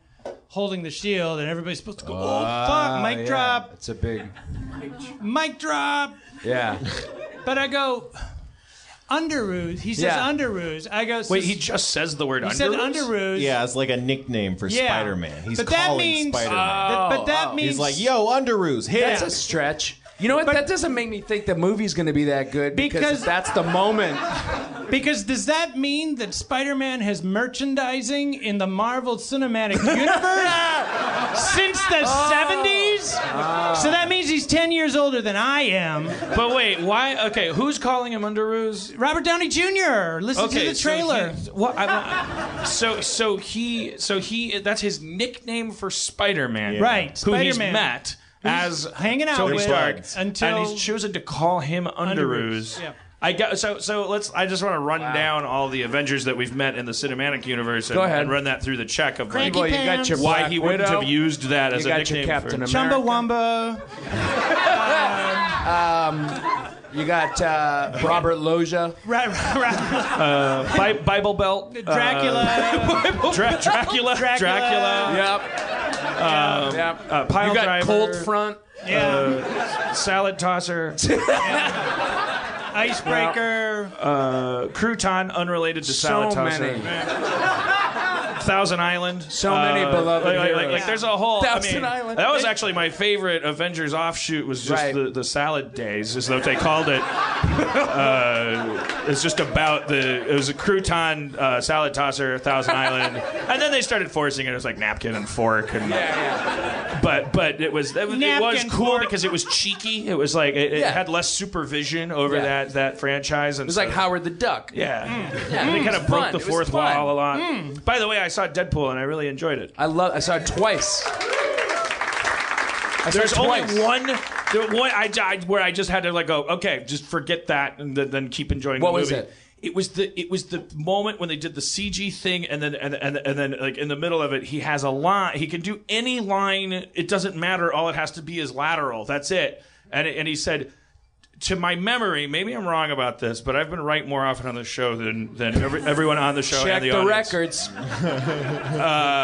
Speaker 1: Holding the shield, and everybody's supposed to go, "Oh fuck!" Mic
Speaker 6: yeah.
Speaker 1: drop,
Speaker 6: It's a big.
Speaker 1: mic drop.
Speaker 6: Yeah.
Speaker 1: But I go, Underoos. He says
Speaker 6: Yeah.
Speaker 1: Underoos. I go.
Speaker 2: Wait, he just says the word
Speaker 1: He said
Speaker 2: under.
Speaker 1: Underoos.
Speaker 3: yeah, it's like a nickname for
Speaker 1: Yeah.
Speaker 3: Spider-Man. He's
Speaker 1: But that
Speaker 3: calling
Speaker 1: means-
Speaker 3: Spider-Man.
Speaker 1: Th- but that means
Speaker 3: He's like, "Yo, Underoos, hit
Speaker 6: That's a stretch. You know what? that doesn't make me think the movie's going to be that good because,
Speaker 1: Because-
Speaker 6: that's the moment.
Speaker 1: because does that mean that Spider-Man has merchandising in the Marvel Cinematic
Speaker 3: <laughs>
Speaker 1: Universe since the
Speaker 3: Oh.
Speaker 1: 70s?
Speaker 3: Ah.
Speaker 1: So that means he's 10 years older than I am.
Speaker 2: But wait, why? Okay, who's calling him Underoos?
Speaker 1: Robert Downey Jr. Listen to
Speaker 2: Okay,
Speaker 1: the trailer.
Speaker 2: So, he, what, I- so so he so he that's his nickname for Spider-Man,
Speaker 1: Right,
Speaker 2: Who he's
Speaker 1: Spider-Man.
Speaker 2: met as
Speaker 1: hanging out
Speaker 2: Tony
Speaker 1: with
Speaker 2: Stark
Speaker 1: until-
Speaker 2: and he's chosen to call him Underoos.
Speaker 1: Underoos, yeah.
Speaker 2: I got, so so let's. I just want to run down all the Avengers that we've met in the cinematic universe and,
Speaker 6: Go ahead.
Speaker 2: and run that through the check of like,
Speaker 1: Cranky
Speaker 6: Well, you got your
Speaker 1: pants.
Speaker 2: why
Speaker 6: Black
Speaker 2: he wouldn't
Speaker 6: Widow.
Speaker 2: have used that as
Speaker 6: You
Speaker 2: a
Speaker 6: got
Speaker 2: nickname
Speaker 6: your Captain
Speaker 2: for.
Speaker 6: America.
Speaker 1: Chumbawamba.
Speaker 6: You got uh, Robert Loja.
Speaker 1: Ra- ra- ra-
Speaker 2: Bi- Bible Belt, uh,
Speaker 3: <laughs>
Speaker 1: Dracula.
Speaker 2: Dra- Dracula,
Speaker 1: Dracula.
Speaker 2: Dracula,
Speaker 6: Yep. yep.
Speaker 2: uh, Pile
Speaker 6: you got
Speaker 2: Driver,
Speaker 6: Cold Front.
Speaker 1: yeah.
Speaker 2: Salad Tosser.
Speaker 1: Icebreaker.
Speaker 2: uh, crouton unrelated to
Speaker 6: So
Speaker 2: salad tosser.
Speaker 6: many.
Speaker 2: Thousand Island. Uh,
Speaker 6: So many beloved
Speaker 2: like, like- like-
Speaker 6: heroes.
Speaker 2: like, there's a whole. I
Speaker 6: Thousand
Speaker 2: mean,
Speaker 6: Island.
Speaker 2: That was actually my favorite Avengers offshoot. Was just
Speaker 6: Right.
Speaker 2: the, the salad days, is what they called it. Uh, it's just about the. It was a crouton uh, salad tosser, Thousand Island, and then they started forcing it. It was like napkin and fork and. But but it was it, was- it was
Speaker 1: Napkin,
Speaker 2: cool
Speaker 1: fork.
Speaker 2: because it was cheeky. It was like it, it
Speaker 6: Yeah.
Speaker 2: had less supervision over
Speaker 6: Yeah.
Speaker 2: that that franchise. And
Speaker 6: It was like Howard the Duck.
Speaker 2: yeah.
Speaker 6: Yeah,
Speaker 2: Mm.
Speaker 6: Mm.
Speaker 2: They
Speaker 6: it
Speaker 2: kind
Speaker 6: was
Speaker 2: of
Speaker 6: fun.
Speaker 2: broke the
Speaker 6: It was
Speaker 2: fourth
Speaker 6: fun. Mm.
Speaker 2: wall a lot. By the way, I saw Deadpool and I really enjoyed it.
Speaker 6: I love. I saw it twice. I saw
Speaker 2: There's
Speaker 6: it
Speaker 2: only
Speaker 6: twice.
Speaker 2: one, there, one I, I, where I just had to like go, okay, just forget that and then, then keep enjoying
Speaker 6: What
Speaker 2: the
Speaker 6: was
Speaker 2: movie.
Speaker 6: it?
Speaker 2: was the it was the moment when they did the CG thing and then and, and and then like in the middle of it he has a line he can do any line it doesn't matter all it has to be is lateral that's it and it, and he said to my memory maybe I'm wrong about this but I've been right more often on the show than than every, everyone on the show
Speaker 6: Check
Speaker 2: and the,
Speaker 6: the,
Speaker 2: audience.
Speaker 6: records.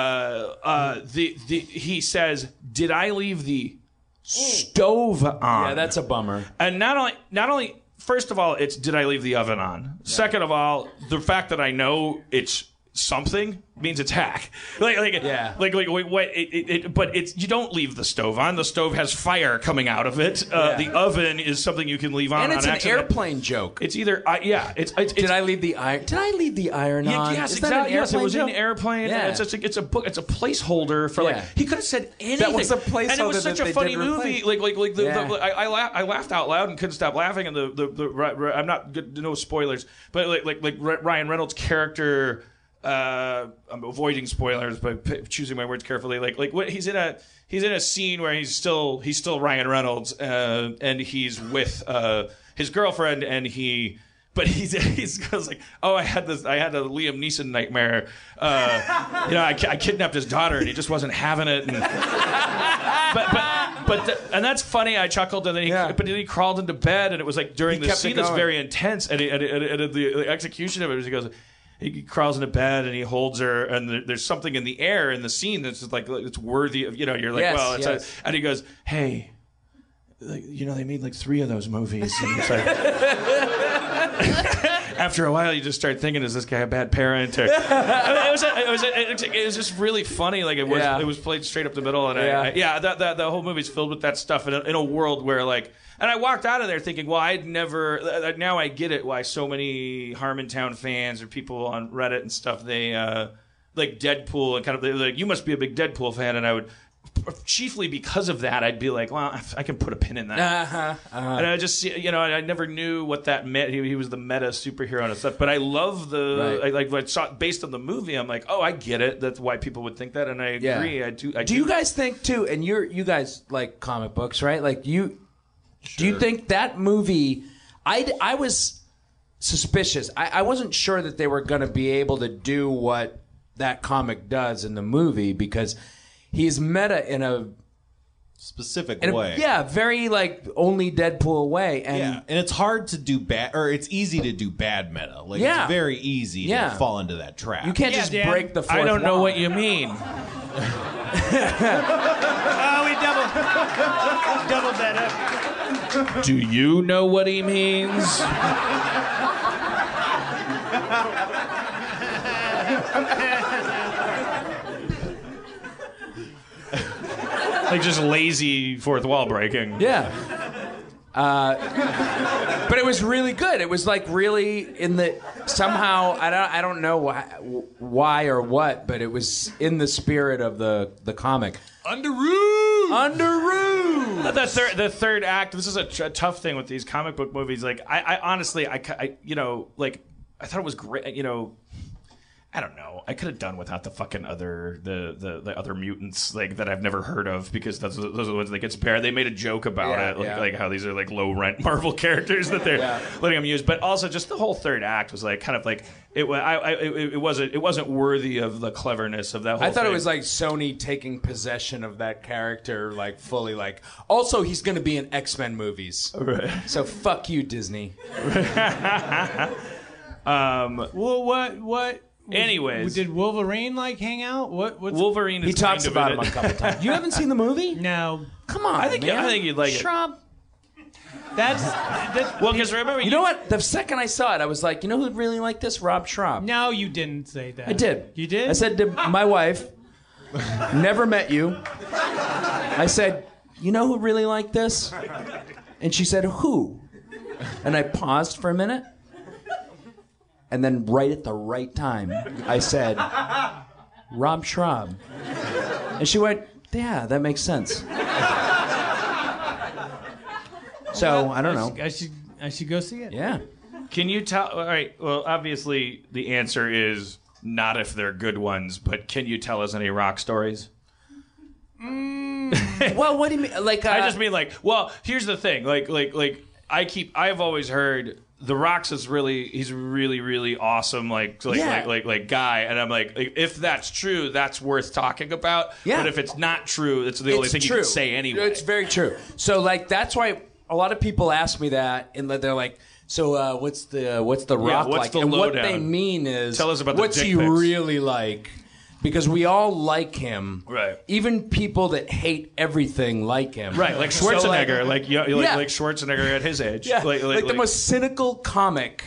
Speaker 2: uh, the, the he says, "Did I leave the stove on?"
Speaker 6: Yeah, that's a bummer.
Speaker 2: and not only not only first of all, it's did I leave the oven on? Second of all, the fact that I know it's something means it's hack. <laughs> Like like
Speaker 6: Yeah.
Speaker 2: like like wait, what it, it, it, but it's you don't leave the stove on. The stove has fire coming out of it. Uh,
Speaker 6: Yeah.
Speaker 2: The oven is something you can leave on.
Speaker 6: and it's
Speaker 2: on
Speaker 6: an
Speaker 2: accident.
Speaker 6: airplane joke.
Speaker 2: It's either I yeah. It's, it's,
Speaker 6: did
Speaker 2: it's
Speaker 6: I leave the iron? Did I leave the iron
Speaker 2: yeah,
Speaker 6: on?
Speaker 2: Yes,
Speaker 6: Is that an
Speaker 2: exactly. Yes, it
Speaker 6: airplane
Speaker 2: was
Speaker 6: joke?
Speaker 2: an airplane.
Speaker 6: Yeah.
Speaker 2: And it's, it's, a, it's a book. It's a placeholder for
Speaker 6: Yeah.
Speaker 2: like he could have said anything.
Speaker 6: was a
Speaker 2: And it
Speaker 6: placeholder
Speaker 2: was such
Speaker 6: that they
Speaker 2: a funny
Speaker 6: did
Speaker 2: movie.
Speaker 6: replace.
Speaker 2: Like like like the,
Speaker 6: Yeah.
Speaker 2: the, I I, la- I laughed out loud and couldn't stop laughing. And the the, the ri- ri- I'm not good. No spoilers, but like like like Ri- Ryan Reynolds' character. Uh, I'm avoiding spoilers, but p- choosing my words carefully. Like like what he's in a. He's in a scene where he's still he's still Ryan Reynolds, uh, and he's with uh, his girlfriend, and he <laughs> but he's he's goes like, oh, I had this, I had a Liam Neeson nightmare. Uh, you know, I, ki- I kidnapped his daughter, and he just wasn't having it. And, but but but th- and that's funny. I chuckled, and then he
Speaker 6: Yeah.
Speaker 2: but then he crawled into bed, and it was like during
Speaker 6: He
Speaker 2: the
Speaker 6: kept it
Speaker 2: scene that's
Speaker 6: going.
Speaker 2: very intense, and, he, and, and, and the, the execution of it, was he goes. He crawls into bed and he holds her, and there- there's something in the air in the scene that's just like it's worthy of you know. You're like,
Speaker 6: Yes,
Speaker 2: well, it's a-
Speaker 6: yes.
Speaker 2: and he goes, "Hey, like, you know, they made like three of those movies." And it's like, <laughs> after a while, you just start thinking, "Is this guy a bad parent?" Or, I mean, it, was it, was it was just really funny. Like it was
Speaker 6: Yeah.
Speaker 2: it was played straight up the middle, and
Speaker 6: Yeah.
Speaker 2: I, I, yeah, that, that the whole movie's filled with that stuff in a, in a world where like. And I walked out of there thinking, well, I'd never. uh, Now I get it why so many Harmontown fans or people on Reddit and stuff they uh, like Deadpool and kind of they're like you must be a big Deadpool fan, and I would chiefly because of that I'd be like, well, I can put a pin in that.
Speaker 6: Uh-huh. uh-huh.
Speaker 2: And I just, you know, I I never knew what that meant. He, he was the meta superhero and stuff. But I love the,
Speaker 6: Right.
Speaker 2: I, like, when I saw, based on the movie, I'm like, oh, I get it. That's why people would think that. And I
Speaker 6: Yeah.
Speaker 2: agree. I do. I
Speaker 6: Do you guys think too? And you're you guys like comic books, right? Like you, do you think that movie? I I was suspicious. I, I wasn't sure that they were going to be able to do what that comic does in the movie because he's meta in a,
Speaker 3: Specific
Speaker 6: in a-
Speaker 3: way.
Speaker 6: yeah very like only Deadpool way and.
Speaker 3: Yeah, and it's hard to do bad, or it's easy to do bad meta. Like
Speaker 6: Yeah.
Speaker 3: it's very easy
Speaker 6: Yeah.
Speaker 3: to fall into that trap.
Speaker 6: You can't
Speaker 1: Yeah,
Speaker 6: just
Speaker 1: Dan,
Speaker 6: break the fourth
Speaker 2: I don't know
Speaker 6: wall.
Speaker 2: what you
Speaker 6: <laughs>
Speaker 2: mean.
Speaker 1: Oh, we
Speaker 2: <laughs>
Speaker 1: doubled, doubled that up.
Speaker 2: Do you know what he means? like just lazy fourth wall breaking.
Speaker 6: Yeah. Uh, but it was really good. It was like really in the somehow I don't I don't know why why or what, but it was in the spirit of the the comic.
Speaker 2: Underoos!
Speaker 6: Underoos.
Speaker 2: the third the third act this is a, tr- a tough thing with these comic book movies like i, I honestly I, c- I- you know like i thought it was great you know i don't know i could have done without the fucking other the, the the other mutants like that i've never heard of because that's those are the ones that get spared they made a joke about
Speaker 6: Yeah,
Speaker 2: it like,
Speaker 6: yeah.
Speaker 2: like how these are like low rent <laughs> marvel characters that they're letting them use but also just the whole third act was like kind of like it was I, I it, it wasn't it wasn't worthy of the cleverness of that whole
Speaker 6: I thought it
Speaker 2: thing.
Speaker 6: was like Sony taking possession of that character, like fully. Like, also he's going to be in X Men movies, so fuck you, Disney.
Speaker 1: Well, what, what?
Speaker 2: Anyways.
Speaker 1: Did Wolverine, like, hang out? What, what's.
Speaker 2: Wolverine. Is
Speaker 6: He talks
Speaker 2: kind of
Speaker 6: about
Speaker 2: in
Speaker 6: him a
Speaker 2: it.
Speaker 6: couple times. You haven't seen the movie?
Speaker 1: no.
Speaker 6: Come on,
Speaker 2: I think
Speaker 6: man.
Speaker 2: I think you'd like it.
Speaker 6: Shrub.
Speaker 1: That's. that's
Speaker 2: <laughs> Well, because remember,
Speaker 6: You know what? The second I saw it, I was like, you know who'd really like this? Rob Schraub.
Speaker 1: no, you didn't say that.
Speaker 6: I did.
Speaker 1: You did?
Speaker 6: I said to my wife, never met you. I said, you know who really liked this? And she said, who? And I paused for a minute. And then, right at the right time, I said, Rob Schraub. And she went, yeah, that makes sense. So, I don't know.
Speaker 1: I should, I should go see it.
Speaker 6: Yeah.
Speaker 2: Can you tell? All right. Well, obviously, the answer is not if they're good ones, but can you tell us any rock stories?
Speaker 6: Well, what do you mean? Like, uh,
Speaker 2: I just mean like, well, here's the thing. Like, like, like, I keep. I've always heard the Rocks is really. He's really, really awesome. Like, like,
Speaker 6: Yeah.
Speaker 2: like, like, like guy. And I'm like, like, if that's true, that's worth talking about.
Speaker 6: Yeah.
Speaker 2: But if it's not true, it's the only thing you can say anyway.
Speaker 6: It's very true. So like that's why a lot of people ask me that, and they're like, "So uh, what's the what's the rock
Speaker 2: what's
Speaker 6: like?"
Speaker 2: the
Speaker 6: and what
Speaker 2: lowdown?
Speaker 6: they mean is,
Speaker 2: Tell us about the
Speaker 6: what's
Speaker 2: dick
Speaker 6: he
Speaker 2: pics.
Speaker 6: really like? because we all like him.
Speaker 2: Right.
Speaker 6: Even people that hate everything like him.
Speaker 2: Right, like
Speaker 6: So,
Speaker 2: Schwarzenegger, like yo- like,
Speaker 6: Yeah.
Speaker 2: like Schwarzenegger at his age,
Speaker 6: yeah,
Speaker 2: like, like-
Speaker 6: the most cynical comic.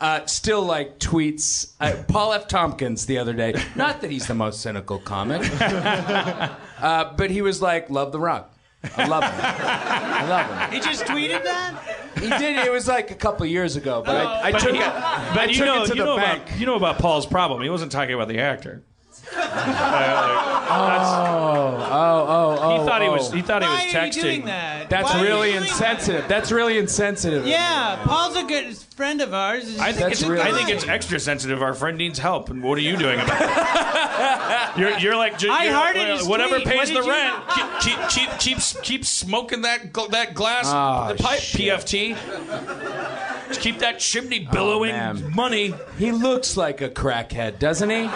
Speaker 6: Uh, still like tweets uh, Paul F. Tompkins the other day. Not that he's the most cynical
Speaker 2: <laughs>
Speaker 6: comic, uh, but he was like, "Love the Rock, I love him, I love him."
Speaker 1: He just tweeted that?
Speaker 6: He did. It was like a couple years ago, but I, I
Speaker 2: But,
Speaker 6: took
Speaker 2: he-
Speaker 6: it.
Speaker 2: but
Speaker 6: I
Speaker 2: you
Speaker 6: took
Speaker 2: know,
Speaker 6: it to
Speaker 2: you
Speaker 6: the
Speaker 2: know
Speaker 6: bank.
Speaker 2: about you know about Paul's problem. He wasn't talking about the actor. <laughs>
Speaker 6: oh, oh,
Speaker 2: He thought he was. He thought he was
Speaker 1: Why are
Speaker 2: texting.
Speaker 1: you doing that?
Speaker 6: That's
Speaker 1: Why are you
Speaker 6: really
Speaker 1: doing that?
Speaker 6: insensitive. That's really insensitive.
Speaker 1: Yeah, Paul's a good friend of ours.
Speaker 2: I think
Speaker 6: That's
Speaker 2: it's.
Speaker 6: really-
Speaker 2: I think it's extra sensitive. Our friend needs help, and what are you doing
Speaker 6: <laughs>
Speaker 2: about it? you're, you're like. ju-
Speaker 1: I
Speaker 2: you're-
Speaker 1: hearted his
Speaker 2: Whatever
Speaker 1: tweet. What
Speaker 2: pays
Speaker 1: did
Speaker 2: the
Speaker 1: you-
Speaker 2: rent. Keep, keep keep keep s- keep smoking that gl- that glass
Speaker 6: Ah,
Speaker 2: the pipe
Speaker 6: shit.
Speaker 2: PFT. Just keep that chimney billowing
Speaker 6: Oh, man.
Speaker 2: money.
Speaker 6: He looks like a crackhead, doesn't he?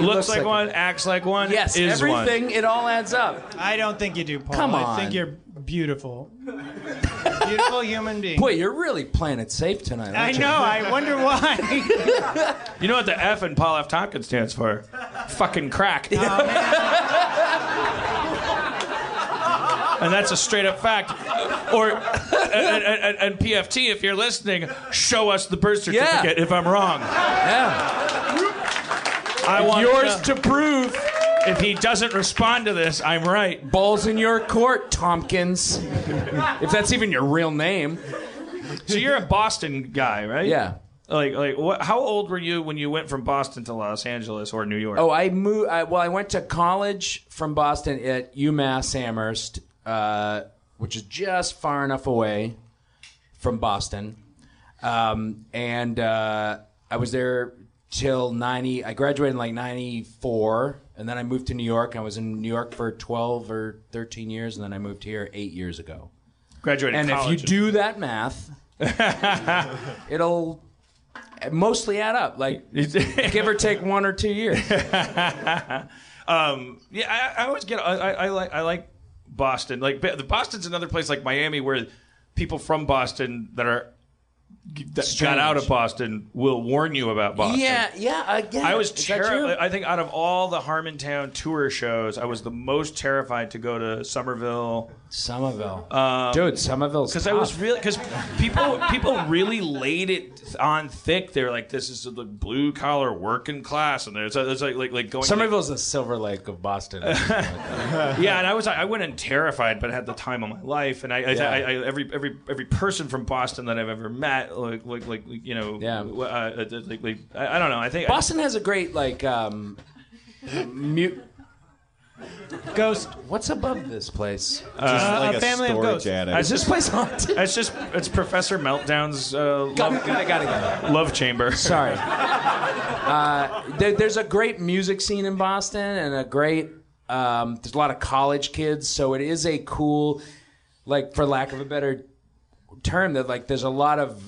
Speaker 2: looks,
Speaker 6: looks
Speaker 2: like,
Speaker 6: like
Speaker 2: one, acts like one.
Speaker 6: Yes,
Speaker 2: is one.
Speaker 6: everything. It all adds up.
Speaker 1: I don't think you do, Paul.
Speaker 6: Come
Speaker 1: I
Speaker 6: on.
Speaker 1: think you're beautiful. beautiful human being.
Speaker 6: Boy, you're really playing it safe tonight.
Speaker 1: I
Speaker 6: aren't you?
Speaker 1: know. I
Speaker 6: <laughs>
Speaker 1: wonder why.
Speaker 2: You know what the F in Paul F. Tompkins stands for? Fucking
Speaker 6: Oh,
Speaker 2: crack. and that's a straight up fact. Or and, and- and- and PFT, if you're listening, show us the birth
Speaker 6: Yeah.
Speaker 2: certificate if I'm wrong.
Speaker 6: Yeah.
Speaker 2: I want
Speaker 6: Yours
Speaker 2: to know.
Speaker 6: to prove.
Speaker 2: If he doesn't respond to this, I'm right.
Speaker 6: Balls in your court, Tompkins. if that's even your real name.
Speaker 2: So you're a Boston guy, right?
Speaker 6: Yeah.
Speaker 2: Like, like, what, how old were you when you went from Boston to Los Angeles or New York?
Speaker 6: Oh, I moved. I, well, I went to college from Boston at UMass Amherst, uh, which is just far enough away from Boston, um, and uh, I was there till ninety. I graduated in like ninety four, and then I moved to New York. I was in New York for twelve or thirteen years, and then I moved here eight years ago.
Speaker 2: graduated
Speaker 6: And if you
Speaker 2: college.
Speaker 6: do that
Speaker 2: <laughs>
Speaker 6: math, it'll mostly add up, like give or take one or two
Speaker 2: <laughs>
Speaker 6: years.
Speaker 2: Um, yeah, I, I always get. I, I, I like. I like Boston. Like the Boston's another place like Miami where people from Boston that are that got
Speaker 6: Strange.
Speaker 2: out of Boston will warn you about Boston.
Speaker 6: Yeah, yeah, I get
Speaker 2: I
Speaker 6: it.
Speaker 2: was
Speaker 6: Is that
Speaker 2: terrified.
Speaker 6: true?
Speaker 2: I think out of all the Harmontown tour shows, I was the most terrified to go to Somerville
Speaker 6: Somerville, dude, Somerville's
Speaker 2: because Um, I was really because people people really laid it on thick. They're like, this is the blue collar working class, and there's it's like like like going.
Speaker 6: Somerville's the Silver Lake of Boston.
Speaker 2: <laughs> Yeah, and I was I went in terrified, but had the time of my life. And I, I, I, I every every every person from Boston that I've ever met, like like like you know,
Speaker 6: Yeah.
Speaker 2: w- uh, uh, like, like I, I don't know. I think
Speaker 6: Boston has a great like um, mute.
Speaker 1: Ghost.
Speaker 6: What's above this place?
Speaker 3: Just like
Speaker 1: a
Speaker 3: Uh, a,
Speaker 1: family of
Speaker 3: storage
Speaker 1: ghosts.
Speaker 3: attic.
Speaker 2: I-
Speaker 6: Is this place haunted?
Speaker 2: it's just it's Professor Meltdown's uh,
Speaker 6: Got
Speaker 2: love,
Speaker 6: it, got it, got it, got it. <laughs>
Speaker 2: love chamber.
Speaker 6: Sorry. Uh, there, there's a great music scene in Boston, and a great um, there's a lot of college kids, so it is a cool, like for lack of a better term, that like there's a lot of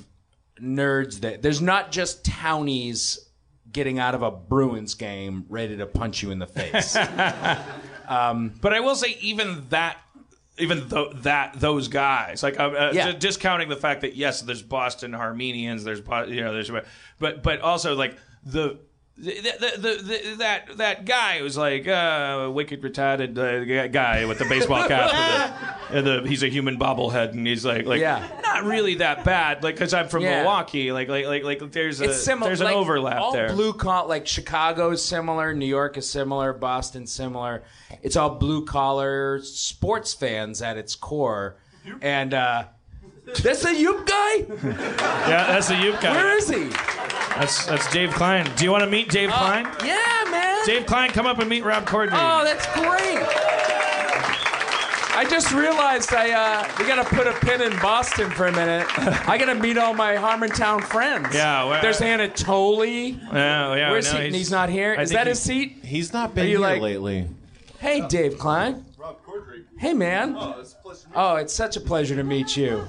Speaker 6: nerds that there's not just townies getting out of a Bruins game ready to punch you in the face.
Speaker 2: But I will say, even that, even tho- that those guys, like I'm, uh,
Speaker 6: Yeah.
Speaker 2: ju- discounting the fact that yes, there's Boston Armenians, there's Bo- you know, there's but but also like the. The, the, the, the, that that guy who's like uh, wicked retarded uh, guy with the baseball cap,
Speaker 6: <laughs>
Speaker 2: and the, and the he's a human bobblehead, and he's like like
Speaker 6: Yeah.
Speaker 2: not really that bad, like because I'm from
Speaker 6: Yeah.
Speaker 2: Milwaukee, like like like like there's a
Speaker 6: it's similar.
Speaker 2: there's an
Speaker 6: like,
Speaker 2: overlap
Speaker 6: all
Speaker 2: there.
Speaker 6: Blue collar, like Chicago is similar, New York is similar, Boston similar. It's all blue collar sports fans at its core. And uh, that's the Yoop guy.
Speaker 2: yeah, that's the Yuke guy.
Speaker 6: Where is he?
Speaker 2: That's that's Dave Klein. Do you want to meet Dave
Speaker 6: Uh,
Speaker 2: Klein?
Speaker 6: Yeah, man.
Speaker 2: Dave Klein, come up and meet Rob Corddry.
Speaker 6: Oh, that's great. I just realized I uh, we gotta put a pin in Boston for a minute. I gotta meet all my Harmontown friends.
Speaker 2: Yeah, well-
Speaker 6: there's Anatoly.
Speaker 2: Oh, Yeah, yeah,
Speaker 6: Where's
Speaker 2: no,
Speaker 6: he? He's, not here.
Speaker 2: I
Speaker 6: Is
Speaker 2: think
Speaker 6: that
Speaker 2: he-
Speaker 6: his seat?
Speaker 3: He's not been
Speaker 6: you
Speaker 3: here
Speaker 6: like-
Speaker 3: lately.
Speaker 6: Hey, Dave Klein.
Speaker 7: Rob Corddry.
Speaker 6: Hey, man.
Speaker 7: Oh, it's a pleasure. to meet
Speaker 6: Oh, it's such a pleasure to meet you.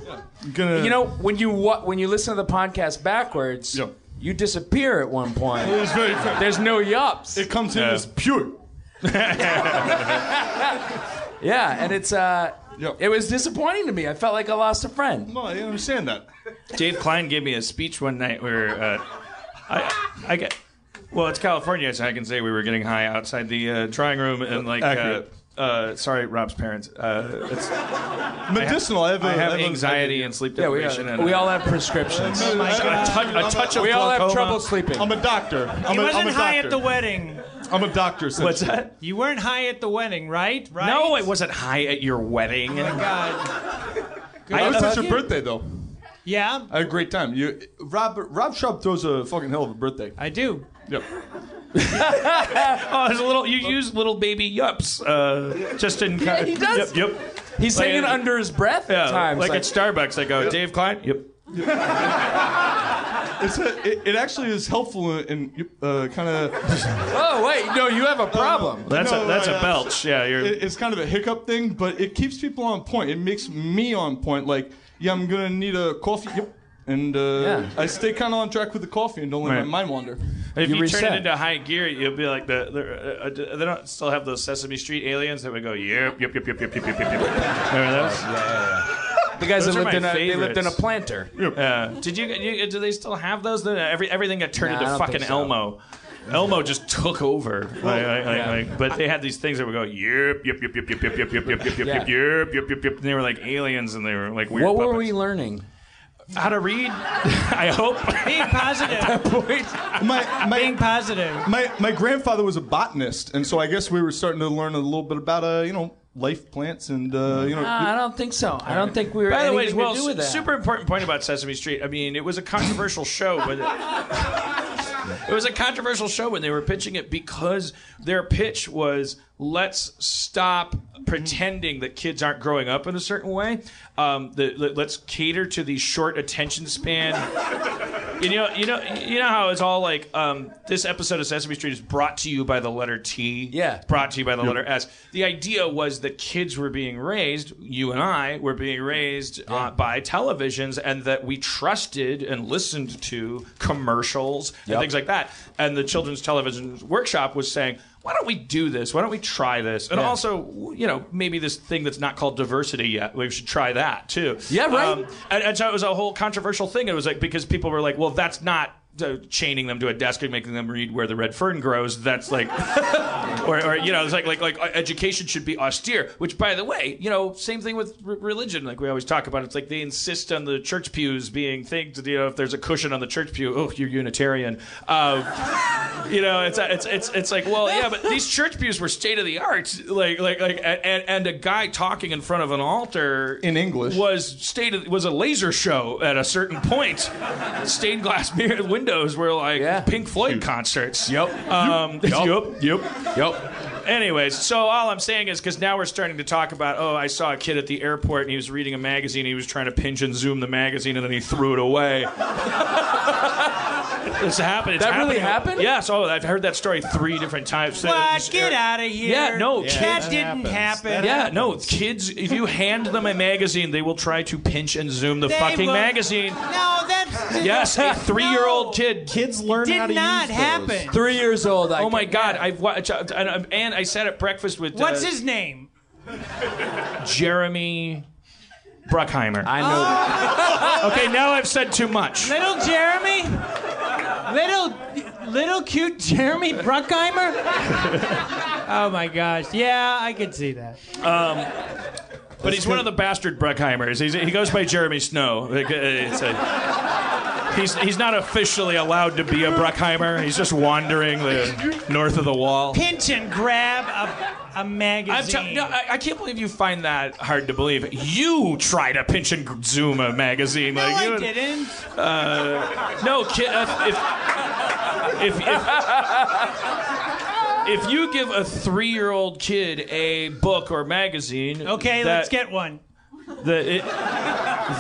Speaker 2: Gonna-
Speaker 6: You know, when you wa- when you listen to the podcast backwards,
Speaker 7: Yep.
Speaker 6: you disappear at one
Speaker 7: you.
Speaker 6: point.
Speaker 7: It's very fair.
Speaker 6: There's no yups.
Speaker 7: It comes in
Speaker 2: Yeah.
Speaker 7: as pure.
Speaker 6: yeah, and it's uh,
Speaker 7: Yep.
Speaker 6: it was disappointing to me. I felt like I lost a friend.
Speaker 7: No, I understand that.
Speaker 2: Dave Klein gave me a speech one night where uh, I, I get. Well, it's California, so I can say we were getting high outside the uh, trying room and like. Uh,
Speaker 7: Accurate.
Speaker 2: uh, sorry, Rob's parents. Uh, it's,
Speaker 7: Medicinal. I have, a- I
Speaker 2: I have
Speaker 7: have a-
Speaker 2: anxiety and sleep
Speaker 6: Yeah, we,
Speaker 2: deprivation. and,
Speaker 6: we
Speaker 2: uh,
Speaker 6: all have
Speaker 7: <laughs>
Speaker 6: prescriptions.
Speaker 7: I- I-
Speaker 2: a touch, a touch of
Speaker 6: We all have
Speaker 2: glaucoma.
Speaker 6: trouble sleeping.
Speaker 7: I'm a doctor. I'm
Speaker 1: You
Speaker 7: a,
Speaker 1: wasn't
Speaker 7: I'm a
Speaker 1: high
Speaker 7: doctor.
Speaker 1: at the wedding.
Speaker 7: I'm a doctor. Essentially.
Speaker 2: What's that?
Speaker 1: You weren't high at the wedding, right? Right?
Speaker 2: No, I wasn't high at your wedding.
Speaker 1: God.
Speaker 7: I was at your
Speaker 2: you.
Speaker 7: birthday though.
Speaker 1: Yeah,
Speaker 7: I had a great time. You, Rob, Rob Schaub throws a fucking hell of a birthday.
Speaker 1: I do.
Speaker 7: Yep.
Speaker 2: Oh, there's a little. You use little baby yups, uh, just in. Yeah,
Speaker 6: he does.
Speaker 2: Yep. yep.
Speaker 6: He's
Speaker 2: Like,
Speaker 6: saying it under his breath
Speaker 2: Yeah,
Speaker 6: at times.
Speaker 2: like, at Starbucks, I go, Dave Klein. Yep.
Speaker 7: It's a, it, it actually is helpful in, in uh, kind of.
Speaker 6: oh wait, no, you have a problem.
Speaker 2: That's
Speaker 7: No,
Speaker 2: a that's
Speaker 7: I,
Speaker 2: a
Speaker 7: uh,
Speaker 2: belch. Yeah, you're.
Speaker 7: It, it's kind of a hiccup thing, but it keeps people on point. It makes me on point. Like, yeah, I'm gonna need a coffee. Yep. And uh,
Speaker 6: Yeah.
Speaker 7: I stay kind of on track with the coffee and don't let
Speaker 2: Right.
Speaker 7: my mind wander.
Speaker 2: if
Speaker 6: you
Speaker 2: you, turn
Speaker 6: reset.
Speaker 2: it into high gear, you'll be like the. the uh, uh, they don't still have those Sesame Street aliens that would go, yep, yep, yep, yep, yep, yep, yep, yep. Remember those?
Speaker 6: Uh, The guys
Speaker 2: Those
Speaker 6: that
Speaker 2: are
Speaker 6: lived
Speaker 2: my
Speaker 6: in a they lived in a
Speaker 2: favorites.
Speaker 6: planter.
Speaker 2: Yeah. Did you, you? Do they still have those? Then every everything got turned
Speaker 6: Nah, I
Speaker 2: into
Speaker 6: don't
Speaker 2: fucking
Speaker 6: think so.
Speaker 2: Elmo. Elmo just took over. Like, like, like, like, but they had these things that would go, yep, yep, yep, yep, yep, yep, yep, yep, yep, yep, yep,
Speaker 6: Yeah.
Speaker 2: yep, yep, yep, yep, yep. And they were like aliens, and they were like weird.
Speaker 6: What were we
Speaker 2: puppets.
Speaker 6: learning?
Speaker 2: How to read? <laughs> I hope.
Speaker 1: Being positive.
Speaker 7: My my
Speaker 1: Being positive.
Speaker 7: my my grandfather was a botanist, and so I guess we were starting to learn a little bit about uh, you know life plants and uh, you know.
Speaker 6: I don't think so. I don't think we were
Speaker 2: By the way,
Speaker 6: anything
Speaker 2: well,
Speaker 6: to do with that.
Speaker 2: super important point about Sesame Street. I mean, it was a controversial show, but
Speaker 6: <laughs>
Speaker 2: it, it was a controversial show when they were pitching it because their pitch was let's stop pretending that kids aren't growing up in a certain way. Um, the, let- let's cater to the short attention span. you know, you know, you know how it's all like um, this episode of Sesame Street is brought to you by the letter T.
Speaker 6: Yeah.
Speaker 2: brought to you by the letter S. The idea was that kids were being raised, you and I were being raised uh, by televisions, and that we trusted and listened to commercials and
Speaker 6: Yep.
Speaker 2: things like that. And the Children's Television Workshop was saying, why don't we do this? Why don't we try this? And
Speaker 6: Yeah.
Speaker 2: also, you know, maybe this thing that's not called diversity yet, we should try that too. Um,
Speaker 6: Yeah, right.
Speaker 2: and, and so it was a whole controversial thing. It was like because people were like, well, that's not. uh, chaining them to a desk and making them read where the red fern grows that's like or, or you know, it's like like like uh, education should be austere. Which, by the way, you know, same thing with r- religion. Like we always talk about, it's like they insist on the church pews being things. You know, if there's a cushion on the church pew, oh, you're Unitarian. Uh, you know, it's it's it's it's like, well, yeah, but these church pews were state of the art. Like like like, a- and and a guy talking in front of an altar
Speaker 7: In English.
Speaker 2: was state of, was a laser show at a certain point. Stained glass <laughs> mirror windows were like
Speaker 6: Yeah.
Speaker 2: Pink Floyd concerts.
Speaker 6: Yep.
Speaker 2: Um,
Speaker 7: Oh.
Speaker 2: yup. Yup.
Speaker 6: Yep.
Speaker 2: Anyways, so all I'm saying is because now we're starting to talk about, oh, I saw a kid at the airport and he was reading a magazine. he was trying to pinch and zoom the magazine and then he threw it away. <laughs> it's happened. It's
Speaker 6: That really
Speaker 2: happening.
Speaker 6: happened?
Speaker 2: Yes. Oh, I've heard that story three different times.
Speaker 1: What? Get out of here.
Speaker 2: Yeah, no,
Speaker 1: That
Speaker 2: kids-
Speaker 1: didn't happen.
Speaker 2: Yeah, no, kids, if you hand them a magazine, they will try to pinch and zoom the
Speaker 1: They
Speaker 2: fucking
Speaker 1: will-
Speaker 2: magazine.
Speaker 1: No, that's. <laughs>
Speaker 2: Yes, a three year old kid
Speaker 3: Kids learn
Speaker 1: Did
Speaker 3: how to
Speaker 1: not
Speaker 3: use those.
Speaker 1: happen.
Speaker 6: Three years old. I
Speaker 2: Oh my
Speaker 6: can-
Speaker 2: God! I've watched, and, and I sat at breakfast with uh,
Speaker 1: What's his name?
Speaker 2: Jeremy Bruckheimer.
Speaker 6: I know.
Speaker 2: Okay, now I've said too much.
Speaker 1: Little Jeremy? Little, little cute Jeremy Bruckheimer? Oh my gosh. Yeah, I could see that.
Speaker 2: But he's one of the bastard Bruckheimers. He's, he goes by Jeremy Snow. Like, uh, it's a- he's, he's not officially allowed to be a Bruckheimer. He's just wandering the north of the wall.
Speaker 1: Pinch and grab a, a
Speaker 2: I'm
Speaker 1: magazine.
Speaker 2: tell- no, I, I can't believe you find that hard to believe. You try to pinch and g- zoom a magazine.
Speaker 1: No,
Speaker 2: like,
Speaker 1: I
Speaker 2: you-
Speaker 1: didn't.
Speaker 2: No, kid. Uh, if, if, if, if you give a three-year-old kid a book or magazine,
Speaker 1: Okay,
Speaker 2: that-
Speaker 1: let's get one.
Speaker 2: The, it,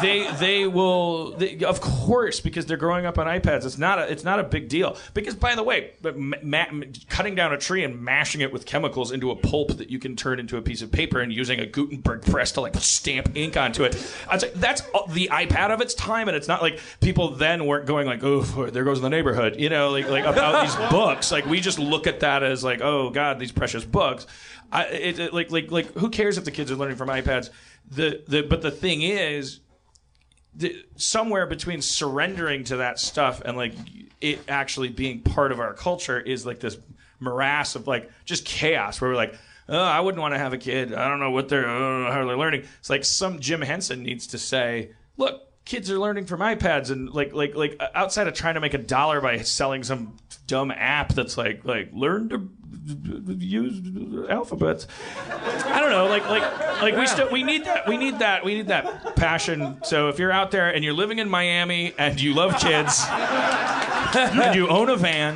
Speaker 2: they they will they, of course because they're growing up on iPads. It's not a it's not a big deal because by the way, but ma- ma- cutting down a tree and mashing it with chemicals into a pulp that you can turn into a piece of paper and using a Gutenberg press to like stamp ink onto it. I'd say that's all- the iPad of its time, and it's not like people then weren't going like oh there goes the neighborhood you know like like about these books like we just look at that as like oh god these precious books. I, it, it- like like like who cares if the kids are learning from iPads? The the but the thing is, the, somewhere between surrendering to that stuff and like it actually being part of our culture is like this morass of like just chaos where we're like, oh, I wouldn't want to have a kid. I don't know what they're, I don't know how they're learning. It's like some Jim Henson needs to say, look, kids are learning from iPads and like like like uh, outside of trying to make a dollar by selling some dumb app that's like like learn to uh, use alphabets. I don't know, like like like we still we need that we need that we need that passion. So if you're out there and you're living in Miami and you
Speaker 6: <laughs>
Speaker 2: love kids and you own a van,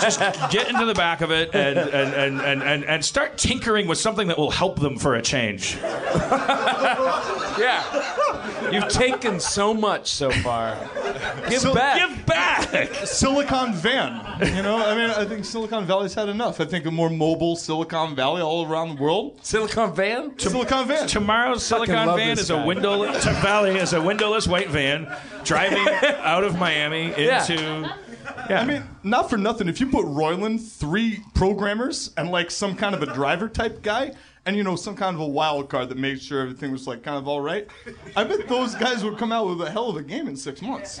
Speaker 2: just get into the back of it and and, and, and, and and start tinkering with something that will help them for a change.
Speaker 6: Yeah. You've taken so much so
Speaker 2: <laughs>
Speaker 6: far. Give back.
Speaker 2: Give back.
Speaker 7: Silicon Van. You know, I mean, I think Silicon Valley's had enough. I think a more mobile Silicon Valley all around the world.
Speaker 6: Silicon Van?
Speaker 7: Silicon Van.
Speaker 2: Tomorrow's Silicon
Speaker 6: love
Speaker 2: Van
Speaker 6: this
Speaker 2: is
Speaker 6: guy.
Speaker 2: a windowless Valley is a windowless white van
Speaker 6: <laughs>
Speaker 2: driving out of Miami
Speaker 6: Yeah.
Speaker 2: into.
Speaker 7: I mean, not for nothing. If you put Royland, three programmers, and like some kind of a driver type guy, and you know some kind of a wild card that made sure everything was like kind of all right, I bet those guys would come out with a hell of a game in six months.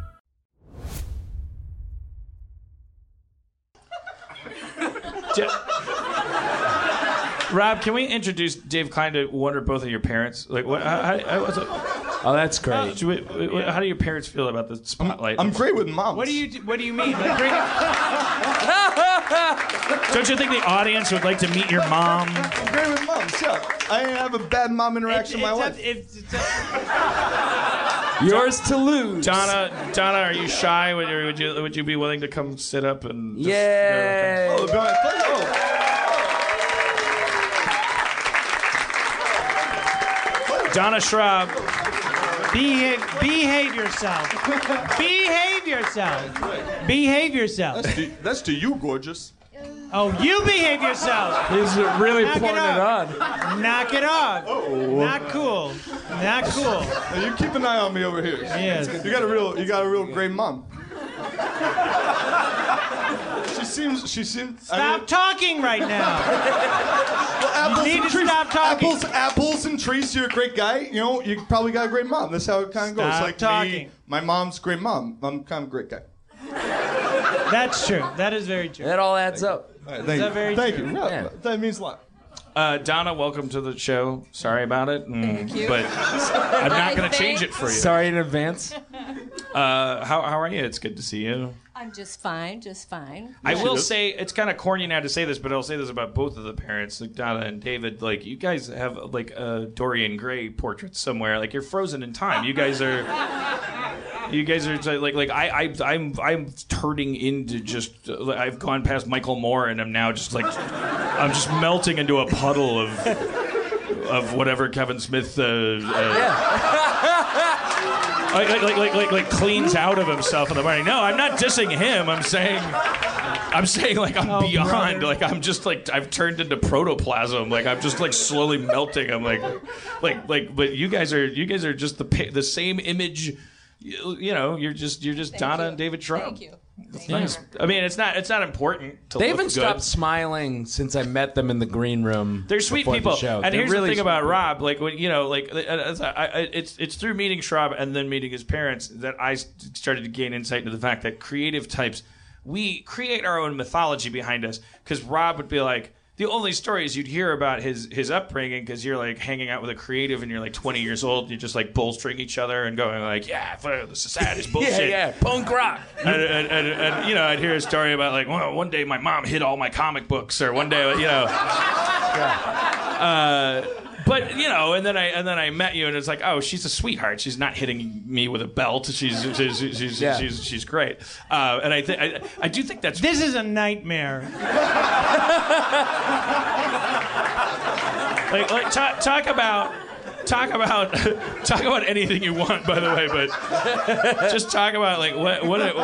Speaker 2: Rob, can we introduce Dave Klein to one or both of your parents? Like, what? How, how, how, was it-
Speaker 6: Oh, that's
Speaker 2: how,
Speaker 6: great.
Speaker 2: do we- how do your parents feel about the spotlight?
Speaker 7: I'm great with moms.
Speaker 1: What do you What do you mean? Like, bring-
Speaker 2: Don't you think the audience would like to meet your mom?
Speaker 7: I'm great with moms. Yeah, I ain't have a bad mom interaction in my
Speaker 1: it's up-
Speaker 7: life.
Speaker 1: it's- it's up-
Speaker 6: Uh, Yours to lose.
Speaker 2: Donna, Donna, are you shy? Would you would you, would you be willing to come sit up and? Just,
Speaker 6: Yay.
Speaker 7: Oh, it'd be my pleasure. Oh,
Speaker 2: Donna Schraub.
Speaker 1: Behave, behave yourself. behave yourself. Behave yourself.
Speaker 7: that's, to, that's to you, gorgeous.
Speaker 1: Oh, you behave yourself.
Speaker 6: He's really
Speaker 1: Knock it
Speaker 6: pouring it
Speaker 1: off.
Speaker 6: on.
Speaker 1: Knock it off.
Speaker 2: Oh.
Speaker 1: Not cool. Not cool.
Speaker 7: Now, you keep an eye on me over here.
Speaker 1: Yes.
Speaker 7: You got a real, you got a real great mom. <laughs> she seems, she seems. I
Speaker 1: Stop
Speaker 7: mean-
Speaker 1: talking right now.
Speaker 7: apples
Speaker 1: need
Speaker 7: and
Speaker 1: to
Speaker 7: trees.
Speaker 1: stop talking.
Speaker 7: Apples, apples and trees. You're a great guy. You know, you probably got a great mom. That's how it kind of goes.
Speaker 1: Stop
Speaker 7: Like me,
Speaker 1: talking.
Speaker 7: my mom's great mom. I'm kind of a great guy.
Speaker 1: That's true. That is very true.
Speaker 6: That all adds up.
Speaker 7: All right, thank
Speaker 1: that
Speaker 7: you.
Speaker 1: very
Speaker 7: thank
Speaker 1: true?
Speaker 7: you. Yeah,
Speaker 6: Yeah.
Speaker 7: That means a lot.
Speaker 2: Uh, Donna, welcome to the show. Sorry about it, mm,
Speaker 8: you.
Speaker 2: but I'm not going to change it for you.
Speaker 6: Sorry in advance.
Speaker 2: Uh, how, how are you? It's good to see you.
Speaker 8: I'm just fine, just fine.
Speaker 2: I will say it's kind of corny now to say this, but I'll say this about both of the parents, like Donna and David. Like you guys have like a Dorian Gray portrait somewhere. Like you're frozen in time. You guys are, you guys are like like, like I, I I'm I'm turning into just uh, I've gone past Michael Moore and I'm now just like I'm just melting into a puddle of of whatever Kevin Smith. Uh, uh, like, like, like, like, like, like cleans out of himself in the morning. No, I'm not dissing him. I'm saying, I'm saying like
Speaker 8: Oh,
Speaker 2: I'm beyond. Like I'm just like I've turned into protoplasm. Like I'm just like slowly melting. I'm like, like, like. But you guys are you guys are just the pa- the same image. You, you know, you're just you're just Donna
Speaker 8: you.
Speaker 2: and David Trump.
Speaker 8: Thank you. Thank
Speaker 2: Nice.
Speaker 8: you.
Speaker 2: I mean, it's not it's not important to
Speaker 6: They
Speaker 2: look
Speaker 6: haven't
Speaker 2: good.
Speaker 6: stopped smiling since I met them in the green room.
Speaker 2: They're sweet
Speaker 6: before the
Speaker 2: people.
Speaker 6: show.
Speaker 2: And
Speaker 6: They're
Speaker 2: here's
Speaker 6: really
Speaker 2: the
Speaker 6: sweet
Speaker 2: thing about
Speaker 6: people.
Speaker 2: Rob, like when you know, like uh, as I, I, it's it's through meeting Schraub and then meeting his parents that I s- started to gain insight into the fact that creative types we create our own mythology behind us because Rob would be like. The only stories you'd hear about his his upbringing, because you're like hanging out with a creative and you're like 20 years old, and you're just like bolstering each other and going like, yeah, fuck, the society's
Speaker 6: <laughs>
Speaker 2: bullshit.
Speaker 6: Yeah, yeah. Punk rock.
Speaker 2: and, and, and, and you know, I'd hear a story about like, well, one day my mom hid all my comic books, or one day, you know. Uh, but you know, and then I and then I met you, and it's like, oh, she's a sweetheart. She's not hitting me with a belt. She's she's she's she's
Speaker 6: Yeah.
Speaker 2: she's, she's great. Uh, and I, th- I I do think that's
Speaker 1: This is a nightmare.
Speaker 2: like, like talk, talk about talk about <laughs> talk about anything you want, by the way, but just talk about like what what it,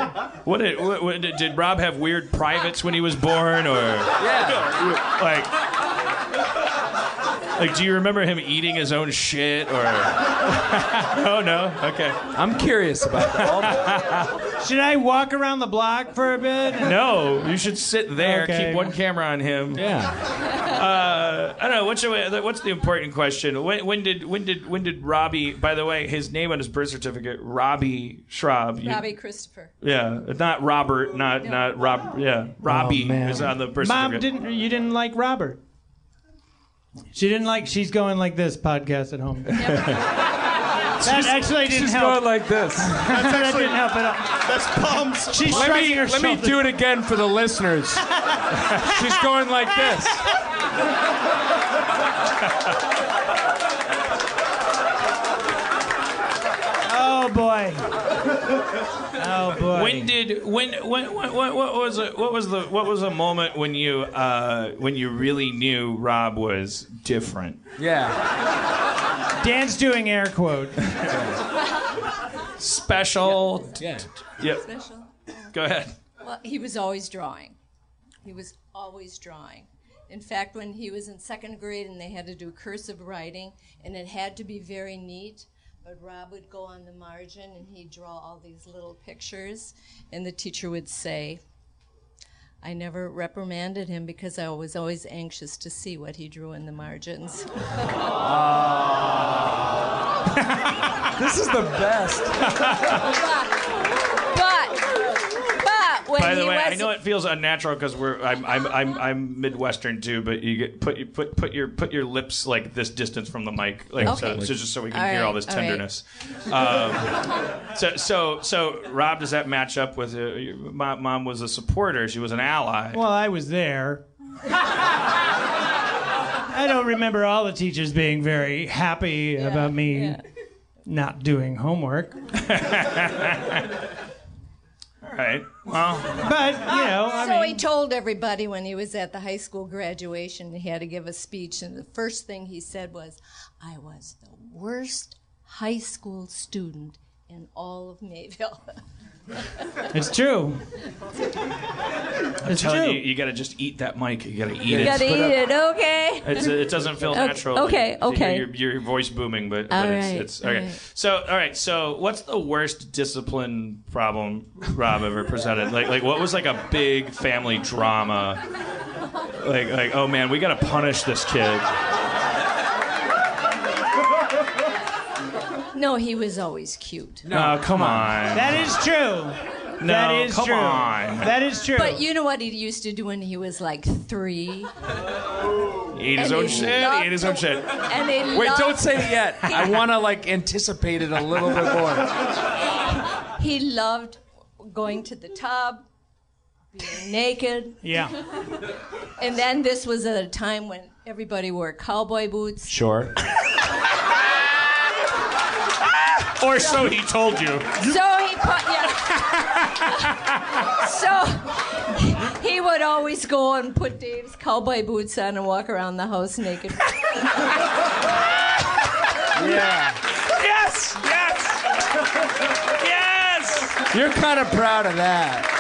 Speaker 2: what, it, what, what did, did Rob have weird privates when he was born or yeah like like do you remember him eating his own shit or oh no okay I'm curious about that
Speaker 1: Should I walk around the block for a bit?
Speaker 2: no you should sit there
Speaker 1: Okay.
Speaker 2: keep one camera on him yeah uh, I don't know. What's the, what's the important question? When, when did when did when did Robbie? By the way, his name on his birth certificate, Robbie Schraub. you-
Speaker 8: Robbie Christopher.
Speaker 2: Yeah, not Robert. Not not Rob. Yeah, Robbie
Speaker 1: man.
Speaker 2: is on the birth
Speaker 1: Mom
Speaker 2: certificate.
Speaker 1: Um, didn't. You didn't like Robert. She didn't like. She's going like this podcast at home. <laughs> that actually didn't
Speaker 9: she's
Speaker 1: help.
Speaker 9: going like this.
Speaker 1: That's actually, that didn't help at all.
Speaker 7: That's palms.
Speaker 1: She's
Speaker 9: let
Speaker 1: shrugging
Speaker 9: me,
Speaker 1: her
Speaker 9: let me
Speaker 1: shoulders.
Speaker 9: do it again for the
Speaker 2: <laughs>
Speaker 9: listeners. she's going like this.
Speaker 1: Oh boy. Oh boy.
Speaker 2: When did when when what, what, what was it? What was the what was a moment when you uh, when you really knew Rob was different?
Speaker 6: Yeah.
Speaker 1: Dan's doing air quote.
Speaker 2: Special.
Speaker 9: Yeah.
Speaker 2: Yep.
Speaker 8: Special.
Speaker 2: Go ahead.
Speaker 8: Well, he was always drawing. He was always drawing. In fact, when he was in second grade and they had to do cursive writing, and it had to be very neat, but Rob would go on the margin and he'd draw all these little pictures, and the teacher would say, I never reprimanded him because I was always anxious to see what he drew in the margins. <laughs>
Speaker 9: This is the best.
Speaker 8: But, but when
Speaker 2: By the
Speaker 8: he
Speaker 2: way,
Speaker 8: was
Speaker 2: I know it feels unnatural because we're I'm, I'm I'm I'm Midwestern too, but you get put you put put your put your lips like this distance from the mic, like so,
Speaker 8: Okay.
Speaker 2: so just so we can
Speaker 8: All
Speaker 2: hear
Speaker 8: right,
Speaker 2: all this
Speaker 8: all right.
Speaker 2: tenderness. Um, so so so Rob, does that match up with uh, your mom? Mom was a supporter; she was an ally.
Speaker 1: Well, I was there. <laughs> I don't remember all the teachers being very happy about me
Speaker 8: yeah.
Speaker 1: not doing homework.
Speaker 2: All right. Well,
Speaker 1: But, you know, I
Speaker 8: so
Speaker 1: mean,
Speaker 8: he told everybody when he was at the high school graduation, he had to give a speech, and the first thing he said was, "I was the worst high school student in all of Mayville." <laughs>
Speaker 1: it's true.
Speaker 2: I'm
Speaker 1: It's
Speaker 2: telling
Speaker 1: true.
Speaker 2: you, you gotta just eat that mic. You gotta eat
Speaker 8: you
Speaker 2: it.
Speaker 8: gotta eat it, okay?
Speaker 2: It's, it doesn't feel
Speaker 8: Okay,
Speaker 2: natural.
Speaker 8: okay,
Speaker 2: to- to
Speaker 8: okay.
Speaker 2: hear Your, your voice booming, but,
Speaker 8: All
Speaker 2: but it's,
Speaker 8: right,
Speaker 2: it's
Speaker 8: all
Speaker 2: okay.
Speaker 8: right.
Speaker 2: So, all right. So, what's the worst discipline problem Rob ever presented? Like, like what was like a big family drama? Like, like, oh man, we gotta punish this kid.
Speaker 8: No, he was always cute.
Speaker 2: No, come on.
Speaker 1: That is true.
Speaker 2: no,
Speaker 1: that is
Speaker 2: come
Speaker 1: true.
Speaker 2: on.
Speaker 1: That is true.
Speaker 8: But you know what he used to do when he was like three?
Speaker 2: eat his
Speaker 8: and
Speaker 2: own
Speaker 8: he
Speaker 2: shit.
Speaker 8: loved
Speaker 2: Eat his own shit.
Speaker 8: And they
Speaker 6: Wait,
Speaker 8: loved-
Speaker 6: don't say it yet. <laughs>
Speaker 8: <laughs>
Speaker 6: I want to like anticipate it a little bit more.
Speaker 8: He loved going to the tub, being naked.
Speaker 1: yeah.
Speaker 8: And then this was at a time when everybody wore cowboy boots.
Speaker 6: Sure.
Speaker 2: Or so he told you.
Speaker 8: So he put,
Speaker 1: <laughs>
Speaker 8: yeah. so he would always go and put Dave's cowboy boots on and walk around the house naked.
Speaker 6: Yeah.
Speaker 2: Yes. Yes. Yes.
Speaker 6: You're kind of proud of that.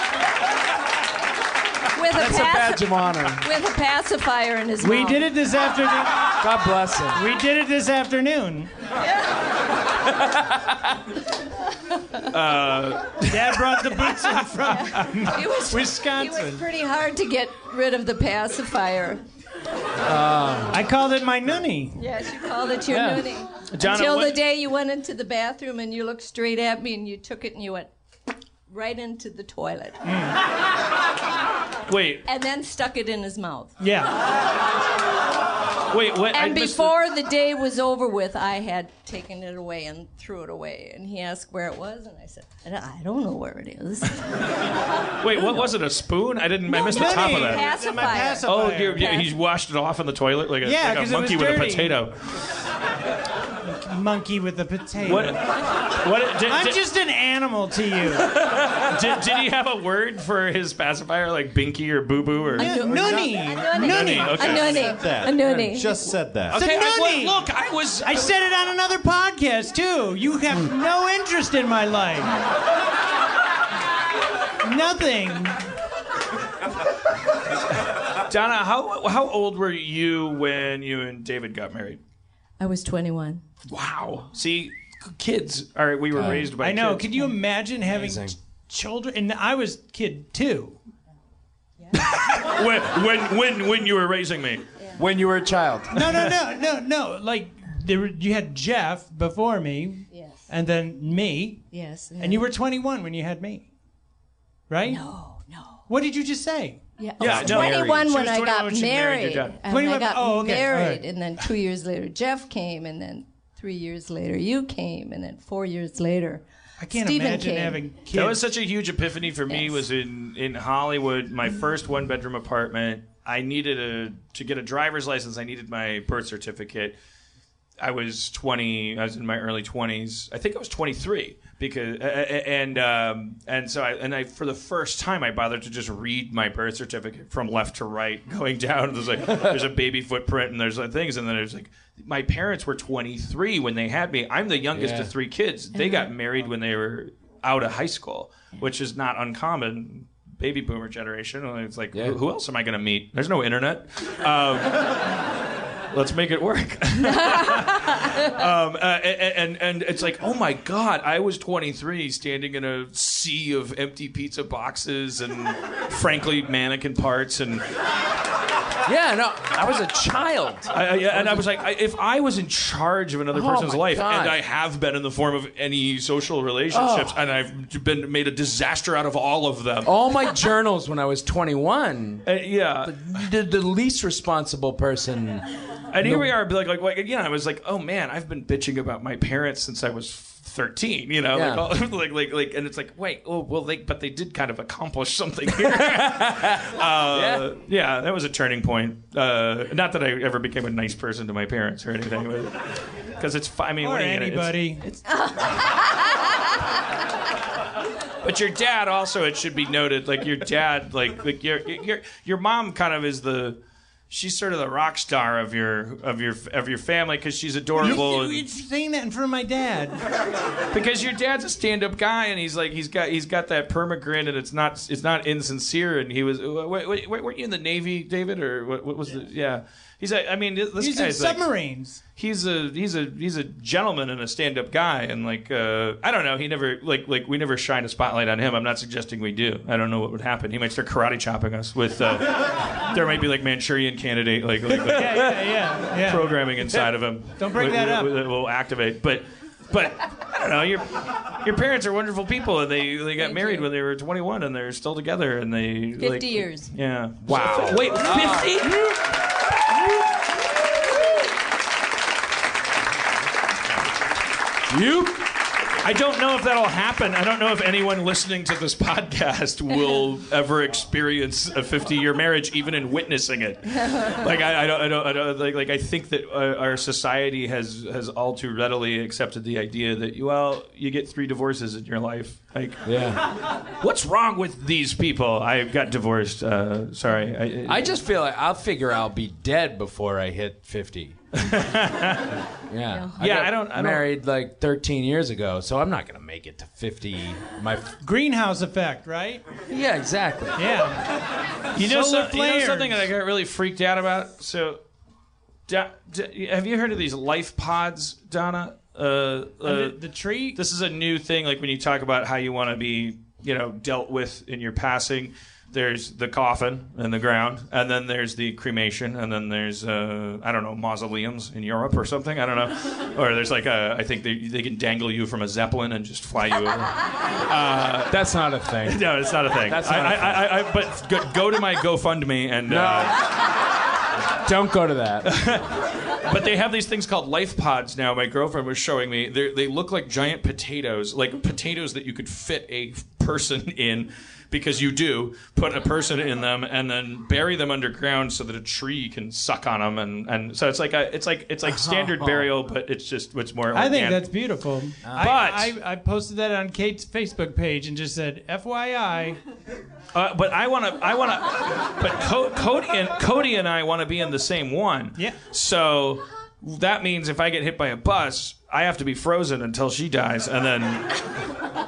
Speaker 8: With
Speaker 6: That's a badge of honor.
Speaker 8: with a pacifier in his
Speaker 1: We
Speaker 8: mouth.
Speaker 1: did it this afternoon.
Speaker 6: God bless him.
Speaker 1: We did it
Speaker 9: <laughs>
Speaker 1: this afternoon.
Speaker 9: Uh,
Speaker 1: Dad brought the boots in from
Speaker 8: It was,
Speaker 1: Wisconsin.
Speaker 8: It was pretty hard to get rid of the pacifier.
Speaker 1: I called it my noonie.
Speaker 8: Yes, you called it your
Speaker 1: Yeah.
Speaker 8: noonie.
Speaker 2: Donna,
Speaker 8: Until the
Speaker 2: what-
Speaker 8: day you went into the bathroom and you looked straight at me and you took it and you went right into the toilet
Speaker 2: Wait.
Speaker 8: and then stuck it in his mouth.
Speaker 1: Yeah.
Speaker 2: Wait. What? I
Speaker 8: And
Speaker 2: missed the-
Speaker 8: before the day was over with, I had taken it away and threw it away. And he asked where it was, and I said, I don't, I don't know where it is.
Speaker 2: Wait. What was it? A spoon? I didn't. I missed the
Speaker 1: Noonie.
Speaker 2: top of that.
Speaker 8: Pacifier.
Speaker 1: My pacifier.
Speaker 2: Oh, you you- he washed it off in the toilet like a,
Speaker 1: Yeah,
Speaker 2: like
Speaker 1: 'cause
Speaker 2: a
Speaker 1: it was
Speaker 2: monkey with a
Speaker 1: dirty.
Speaker 2: potato.
Speaker 1: monkey with a potato.
Speaker 2: What- what- did-
Speaker 1: I'm
Speaker 2: did-
Speaker 1: just an animal to you.
Speaker 8: <laughs>
Speaker 2: did, did he have a word for his pacifier, like binky or boo boo or?
Speaker 1: A nunny. A
Speaker 2: nunny,
Speaker 1: nunny.
Speaker 2: okay.
Speaker 1: A nunny. Just said that. A nunny.
Speaker 3: Just said that.
Speaker 1: It's a
Speaker 2: Okay, I-
Speaker 1: nunny.
Speaker 2: look, I was.
Speaker 1: I said it on another podcast too. You have
Speaker 8: Hmm.
Speaker 1: no interest in my life. Nothing.
Speaker 2: Donna, how how old were you when you and David got married?
Speaker 8: I was 21.
Speaker 2: Wow. Uh, See, kids. All right, we were raised by.
Speaker 1: I know.
Speaker 2: Kids.
Speaker 1: Could you imagine having ch- children? And I was kid too.
Speaker 2: when, when when when you were raising me?
Speaker 6: When you were a child.
Speaker 1: No, no, <laughs> no, no, no. Like there, were, you had Jeff before me,
Speaker 8: Yes.
Speaker 1: and then me,
Speaker 8: Yes.
Speaker 1: and you were 21 when you had me, right?
Speaker 8: Oh, No,
Speaker 1: no. What did you just say?
Speaker 8: Yeah, I was 21 when I got married. And I got married, and then two years later, Jeff came, and then three years later, you came, and then four years later, I
Speaker 1: can't
Speaker 8: Stephen
Speaker 1: imagine
Speaker 8: came.
Speaker 1: having kids.
Speaker 2: That was such a huge epiphany for me. Was in in Hollywood, my first one bedroom apartment. I needed a to get a driver's license. I needed my birth certificate. I was twenty. I was in my early twenties. I think I was twenty three because a- a- and um, and so I and I for the first time I bothered to just read my birth certificate from left to right, <laughs> going down. There's like there's a baby footprint and there's like things and then there's like my parents were twenty three when they had me. I'm the youngest
Speaker 5: Yeah.
Speaker 2: of three kids. They got married when they were out of high school, which is not uncommon. Baby boomer generation. It's like, who who else am I going to meet? There's no internet. Um, <laughs> let's make it work. um, uh, and, and and it's like, oh my god, I was 23, standing in a sea of empty pizza
Speaker 6: <laughs>
Speaker 2: boxes and, frankly, mannequin parts and.
Speaker 6: Yeah, no, I was a child.
Speaker 2: I, I, and I was like, I, if I was in charge of another
Speaker 6: Oh
Speaker 2: person's
Speaker 6: my
Speaker 2: life,
Speaker 6: God. Oh.
Speaker 2: and I have been in the form of any social relationships, and I've been made a disaster out of all of them. Uh,
Speaker 6: All my journals when I was 21.
Speaker 2: yeah.
Speaker 6: The, the least responsible person.
Speaker 2: And here we are, be like, like, like, again, I was like, oh man, I've been bitching about my parents since I was 13, you know,
Speaker 6: Yeah.
Speaker 2: like, all, <laughs> like, like, like, and it's like, wait, oh, well, they, but they did kind of accomplish something here. <laughs> uh, yeah. that was a turning point. Uh, not that I ever became a nice person to my parents or anything, because it's, fi- I mean,
Speaker 1: Or
Speaker 2: what are you gonna- it's-
Speaker 1: anybody.
Speaker 2: But your dad also, it should be noted, like your dad, like like your your your mom kind of is the. She's sort of the rock star of your of your of your family because she's adorable.
Speaker 1: You-
Speaker 2: and-
Speaker 1: You're saying that in front of my dad.
Speaker 2: because your dad's a stand-up guy and he's like he's got he's got that perma grin and it's not it's not insincere and he was wait, wait, weren't you in the navy David or what, what was the yeah he's a, I mean this
Speaker 1: He's in
Speaker 2: guy's like-
Speaker 1: submarines.
Speaker 2: he's a he's a he's a gentleman and a stand-up guy and like uh, I don't know he never like like we never shine a spotlight on him I'm not suggesting we do I don't know what would happen he might start karate chopping us with
Speaker 1: <laughs>
Speaker 2: uh, there might be like Manchurian candidate like, like, like
Speaker 1: yeah, yeah, yeah, yeah.
Speaker 2: programming inside of him.
Speaker 1: <laughs> Don't break
Speaker 2: Wi-
Speaker 1: that
Speaker 2: wi-
Speaker 1: up.
Speaker 2: wi- Will activate, but but I don't know. Your your parents are wonderful people, and they they got married when they were 21, and they're still together, and they
Speaker 8: 50
Speaker 2: like,
Speaker 8: years.
Speaker 2: Yeah.
Speaker 8: Wow.
Speaker 2: Wait,
Speaker 8: Wow.
Speaker 2: 50? You. I don't know if that'll happen. I don't know if anyone listening to this podcast will ever experience a 50-year marriage, even in witnessing it like I, I don't, I don't, I don't like, like I think that uh, our society has has all too readily accepted the idea that well, you get three divorces in your life. Like, yeah, what's wrong with these people? I got divorced. Uh, sorry, I,
Speaker 6: I just feel like I'll figure I'll be dead before I hit <laughs> 50. yeah.
Speaker 2: Yeah,
Speaker 6: got
Speaker 2: I don't- I don't-
Speaker 6: married like 13 years ago, so I'm not going to make it to 50. My f-
Speaker 1: Greenhouse effect, right?
Speaker 6: Yeah, exactly.
Speaker 1: Yeah.
Speaker 2: you know,
Speaker 1: Solar
Speaker 2: some- you know
Speaker 1: flares.
Speaker 2: something that I got really freaked out about. So, da, da- have you heard of these life pods, Donna? Uh, uh,
Speaker 1: the tree.
Speaker 2: This is a new thing. Like when you talk about how you want to be, you know, dealt with in your passing. There's the coffin and the ground, and then there's the cremation, and then there's uh, I don't know mausoleums in Europe or something. I don't
Speaker 1: <laughs>
Speaker 2: know, or there's like a, I think they they can dangle you from a zeppelin and just fly you over.
Speaker 1: <laughs>
Speaker 2: Uh,
Speaker 6: That's not a thing.
Speaker 2: No, it's not a thing.
Speaker 6: That's
Speaker 2: I,
Speaker 6: not a
Speaker 2: I, I, I, but go, go to my GoFundMe and uh,
Speaker 6: Don't go to that.
Speaker 2: but they have these things called life pods now. My girlfriend was showing me. They're, they look like giant potatoes, like potatoes that you could fit a person <laughs> in, because you do put a person in them and then bury them underground so that a tree can suck on them, and, and so it's like a, it's like
Speaker 1: <laughs>
Speaker 2: it's like standard burial, but it's just it's more.
Speaker 1: I think
Speaker 2: organic.
Speaker 1: that's beautiful. I, I, I posted that on Kate's Facebook page and just said, FYI.
Speaker 2: Uh, but I want to. I want to. But Co- Cody and Cody and I want to be in the same one. Yeah. So that means if I get hit by a bus, I have to be frozen until she dies, and then.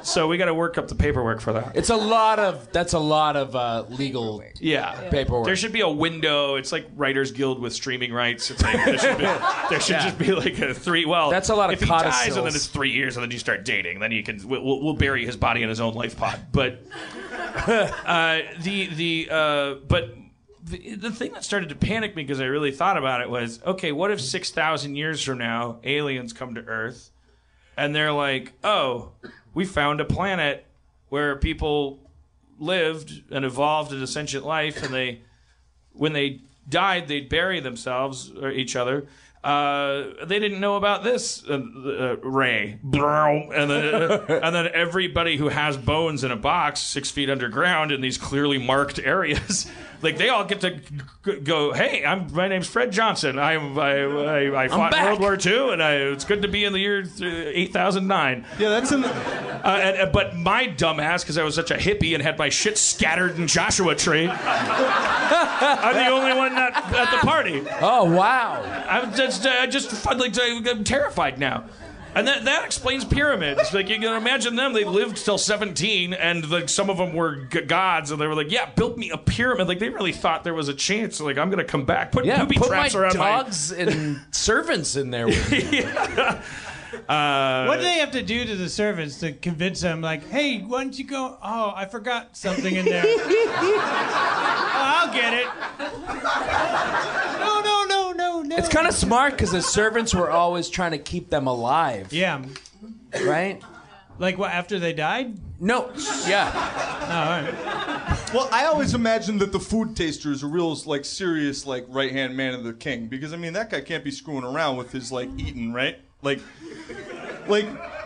Speaker 2: So we got to work up the paperwork for that.
Speaker 5: It's a lot of that's a lot of uh, legal
Speaker 2: Yeah.
Speaker 5: paperwork.
Speaker 2: There should be a window. It's like Writers Guild with streaming rights. It's like there should, be, there should
Speaker 5: <laughs> Yeah.
Speaker 2: just be like a three. Well,
Speaker 5: That's a lot of
Speaker 2: If he dies, and
Speaker 5: codicils.
Speaker 2: then it's three years, and then you start dating, then you can we'll, we'll- we'll bury his body in his own life pod.
Speaker 5: <laughs>
Speaker 2: But uh, the the uh, but. The, the thing that started to panic me because I really thought about it was okay, what if 6,000 years from now aliens come to Earth and they're like, oh, we found a planet where people lived and evolved into sentient life, and they, when they died, they'd bury themselves or each other. Uh, they didn't know about this uh, uh, Ray, Brow. and then uh, and then everybody who has bones in a box six feet underground in these clearly marked areas, <laughs> like they all get to g- g- go. Hey, I'm my name's Fred Johnson. I'm I, I, I fought in
Speaker 5: back."
Speaker 2: World War II, and I, it's good to be in the year uh, eight thousand nine.
Speaker 7: Yeah, that's in.
Speaker 2: Uh, and, and- but my dumbass, because I was such a hippie and had my shit scattered in Joshua Tree, I'm the only one not at the party.
Speaker 5: Oh wow!
Speaker 2: I'm just, I just like uh, I'm terrified now. And that, that explains pyramids. Like you can imagine them, they lived till 17, and like some of them were g- gods, and they were like, "Yeah, build me a pyramid." Like they really thought there was a chance. Like I'm gonna come back. Put
Speaker 5: yeah,
Speaker 2: booby
Speaker 5: put
Speaker 2: traps
Speaker 5: my
Speaker 2: around
Speaker 5: dogs and servants in there. With me.
Speaker 2: my. Uh,
Speaker 1: what do they have to do to the servants to convince them, like, hey, why don't you go? Oh, I forgot something in
Speaker 2: <laughs>
Speaker 1: there. "Oh, I'll get it. No, no, no, no, no.
Speaker 5: It's kind of smart because the servants were always trying to keep them alive.
Speaker 1: Yeah.
Speaker 5: Right?
Speaker 1: Like what? After they died?
Speaker 5: No. Yeah.
Speaker 7: Well, I always imagine that the food taster is a real, like, serious, like, right hand man of the king because I mean that guy can't be screwing around with his like eating, right? Like, like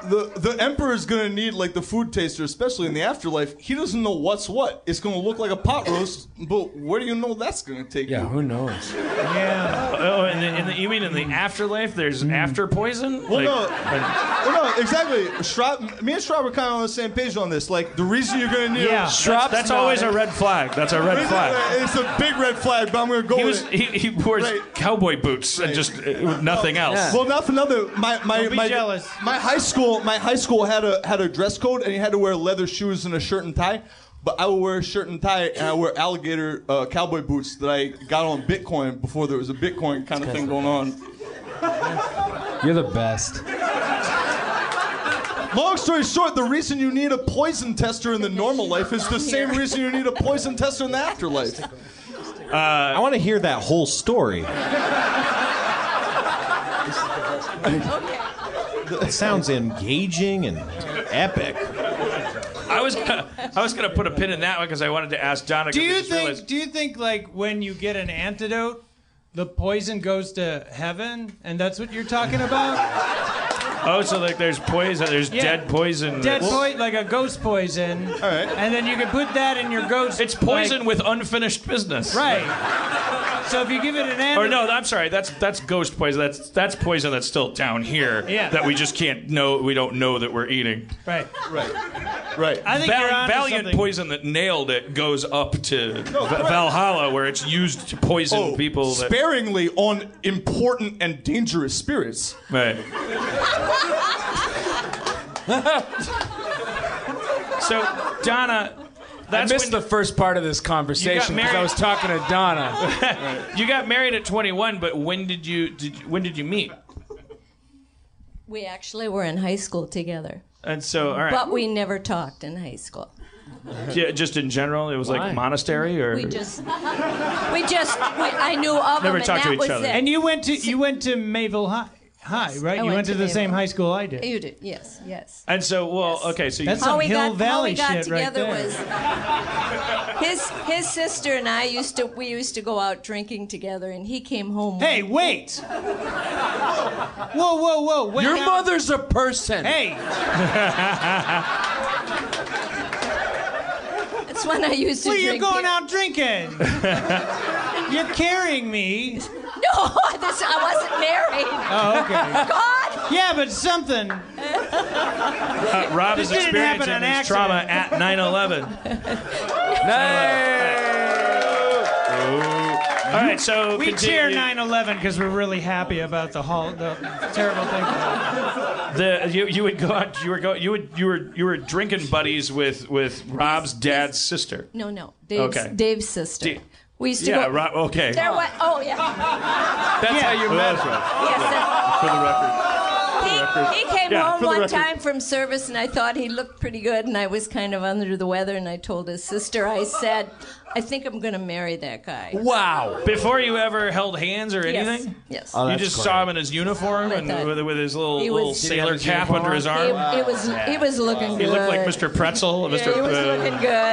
Speaker 7: the the emperor's gonna need like the food taster, especially in the afterlife. He doesn't know what's what. It's gonna look like a pot roast, but where do you know that's gonna take you? Yeah,
Speaker 5: who knows?
Speaker 1: Yeah.
Speaker 2: Oh, and the, in the, you mean in the afterlife? There's
Speaker 5: Mm.
Speaker 2: after poison.
Speaker 7: Well, no. Well, no, exactly. Shrob, me and Schraub are kind of on the same page on this. Like, the reason you're gonna need
Speaker 2: Yeah, that's, that's always a red flag. That's a red
Speaker 7: Reason-
Speaker 2: flag.
Speaker 7: It's a big red flag, but I'm gonna go
Speaker 2: He
Speaker 7: with
Speaker 2: was
Speaker 7: it.
Speaker 2: he, he wears cowboy boots and just uh, with nothing else.
Speaker 7: Well, not for nothing. My my
Speaker 1: Don't be
Speaker 7: my,
Speaker 1: jealous.
Speaker 7: my high school my high school had a had a dress code and you had to wear leather shoes and a shirt and tie. But I would wear a shirt and tie and I wear alligator uh, cowboy boots that I got on Bitcoin before there was a Bitcoin kind of thing going on.
Speaker 6: You're the best.
Speaker 7: Long story short, the reason you need a poison tester in the normal life is the same reason you need a poison tester in the afterlife.
Speaker 3: I want to hear that whole story. It sounds engaging and epic.
Speaker 2: I was gonna, I was gonna put a pin in that one because I wanted to ask Donna. 'cause
Speaker 1: Do
Speaker 2: I
Speaker 1: you
Speaker 2: just
Speaker 1: think?
Speaker 2: realized-
Speaker 1: Do you think like when you get an antidote, the poison goes to heaven, and that's what you're talking
Speaker 2: <laughs>
Speaker 1: about?
Speaker 2: Oh, so like there's poison. There's
Speaker 1: Yeah.
Speaker 2: dead poison.
Speaker 1: Dead
Speaker 2: that's-
Speaker 1: poison, like a ghost poison. All right. And then you can put that in your ghost.
Speaker 2: It's poison with unfinished business.
Speaker 1: Right. So if you give it an
Speaker 2: Or
Speaker 1: antidote,
Speaker 2: no, I'm sorry. That's that's ghost poison. That's that's poison that's still down here.
Speaker 1: Yeah.
Speaker 2: That we just can't know. We don't know that we're eating.
Speaker 1: right?
Speaker 7: Right.
Speaker 1: I think
Speaker 2: Val-
Speaker 1: you're onto
Speaker 2: Valiant
Speaker 1: something.
Speaker 2: poison that nailed it goes up to Va- Valhalla, where it's used to poison
Speaker 7: Oh,
Speaker 2: people. That,
Speaker 7: sparingly on important and dangerous spirits.
Speaker 2: right. so, Donna, that's
Speaker 5: I missed
Speaker 2: when
Speaker 5: the first part of this conversation because
Speaker 2: married-
Speaker 5: I was talking to Donna.
Speaker 2: you got married at 21. But when did you did you- when did you meet?
Speaker 8: We actually were in high school together,
Speaker 2: And so, all right,
Speaker 8: but we never talked in high school.
Speaker 2: Yeah, just in general, it was
Speaker 5: Why?
Speaker 2: like monastery or.
Speaker 8: We just, we just, we, I knew of
Speaker 2: Never
Speaker 8: him, and
Speaker 2: talked to
Speaker 8: that
Speaker 2: each
Speaker 8: was
Speaker 2: other.
Speaker 8: it.
Speaker 1: And you went to you went to Mayville High, high right?
Speaker 8: I
Speaker 1: you
Speaker 8: went
Speaker 1: went to,
Speaker 8: to
Speaker 1: the same
Speaker 8: Mayville.
Speaker 1: high school I did.
Speaker 8: you did, yes, yes.
Speaker 2: and so, well, okay, so you,
Speaker 1: That's
Speaker 8: how
Speaker 1: some
Speaker 8: we
Speaker 1: Hill
Speaker 8: got, how
Speaker 1: Valley
Speaker 8: we got
Speaker 1: shit right
Speaker 8: together
Speaker 1: there.
Speaker 8: was his his sister and I used to we used to go out drinking together, and he came home.
Speaker 1: Hey, wait! Whoa, whoa, whoa! Wait
Speaker 5: Your
Speaker 1: now.
Speaker 5: mother's a person.
Speaker 1: Hey!
Speaker 8: That's when I used to
Speaker 1: Well,
Speaker 8: drink
Speaker 1: you're going
Speaker 8: beer.
Speaker 1: out drinking.
Speaker 8: <laughs>
Speaker 1: you're carrying me.
Speaker 8: No, <laughs> this, I wasn't married.
Speaker 1: Oh, okay.
Speaker 8: God.
Speaker 1: Yeah, but something.
Speaker 2: Uh, Rob
Speaker 1: This
Speaker 2: is
Speaker 1: didn't happen
Speaker 2: experiencing
Speaker 1: on
Speaker 2: his
Speaker 1: accident.
Speaker 2: trauma at 9 11.
Speaker 1: <laughs>
Speaker 2: All right, so
Speaker 1: we cheer 9/11 because we're really happy about the whole the terrible thing.
Speaker 2: The, you, you would go out. You were go, You would. You were. You were drinking buddies with with Rob's dad's sister.
Speaker 8: No, no. Dave's,
Speaker 2: Okay.
Speaker 8: Dave's sister.
Speaker 2: Da-
Speaker 8: we used to
Speaker 2: yeah,
Speaker 8: go.
Speaker 2: Rob. Okay.
Speaker 8: There was. Oh yeah.
Speaker 2: That's how you met.
Speaker 8: <laughs>
Speaker 2: For the record.
Speaker 8: He, he came
Speaker 2: Yeah,
Speaker 8: home
Speaker 2: for the
Speaker 8: one
Speaker 2: record.
Speaker 8: time from service, and I thought he looked pretty good, and I was kind of under the weather, and I told his sister, I said, I think I'm going to marry that guy.
Speaker 2: Wow. Before you ever held hands or
Speaker 8: Yes,
Speaker 2: anything?
Speaker 8: yes.
Speaker 2: Oh, you just saw him in his uniform
Speaker 8: I
Speaker 2: and
Speaker 8: thought-
Speaker 2: with, with his little,
Speaker 8: He
Speaker 2: little
Speaker 8: was- Did he have
Speaker 2: sailor
Speaker 8: his
Speaker 2: cap
Speaker 8: uniform
Speaker 2: under his
Speaker 8: on?
Speaker 2: arm.
Speaker 8: He- he was-
Speaker 2: Yeah.
Speaker 8: he was looking
Speaker 2: He looked like
Speaker 8: good.
Speaker 2: Mr. Pretzel.
Speaker 8: Yeah,
Speaker 2: Mr.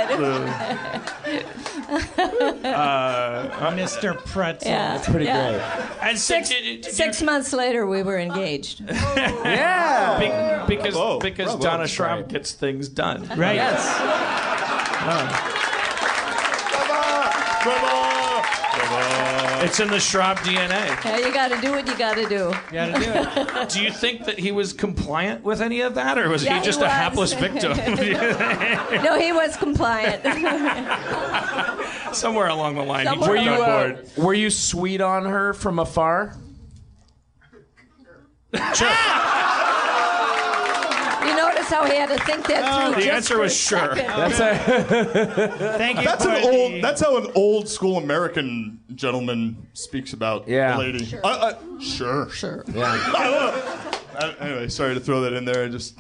Speaker 8: he was looking good. <laughs>
Speaker 2: Uh, Mr. Pretzel.
Speaker 8: Yeah, That's pretty yeah. great.
Speaker 2: And six,
Speaker 8: Six months later, we were engaged.
Speaker 2: yeah. because
Speaker 8: Bravo,
Speaker 2: because
Speaker 8: bravo.
Speaker 2: Donna Schramm gets things done.
Speaker 1: Right.
Speaker 2: It's in the Schramm DNA.
Speaker 8: Yeah, you got to do what you got to do.
Speaker 2: Gotta do it. do you think that he was compliant with any of that, or was
Speaker 8: Yeah,
Speaker 2: he
Speaker 8: he
Speaker 2: just a
Speaker 8: was.
Speaker 2: hapless <laughs> victim?
Speaker 8: No, he was compliant. <laughs>
Speaker 2: Somewhere along the line,
Speaker 8: Somewhere
Speaker 2: he
Speaker 5: Were
Speaker 2: jumped
Speaker 5: you,
Speaker 2: on
Speaker 5: uh,
Speaker 2: board.
Speaker 5: were you sweet on her from afar?
Speaker 8: you notice how he had to think
Speaker 2: Oh,
Speaker 8: that through. just for a second.
Speaker 1: Thank you
Speaker 7: That's
Speaker 1: for
Speaker 7: an
Speaker 1: the-
Speaker 7: old. That's how an old school American gentleman speaks about
Speaker 5: Yeah.
Speaker 7: a lady.
Speaker 5: Sure.
Speaker 7: I- I- sure. Sure. <laughs> I- Uh, anyway, sorry to throw that in there. I just.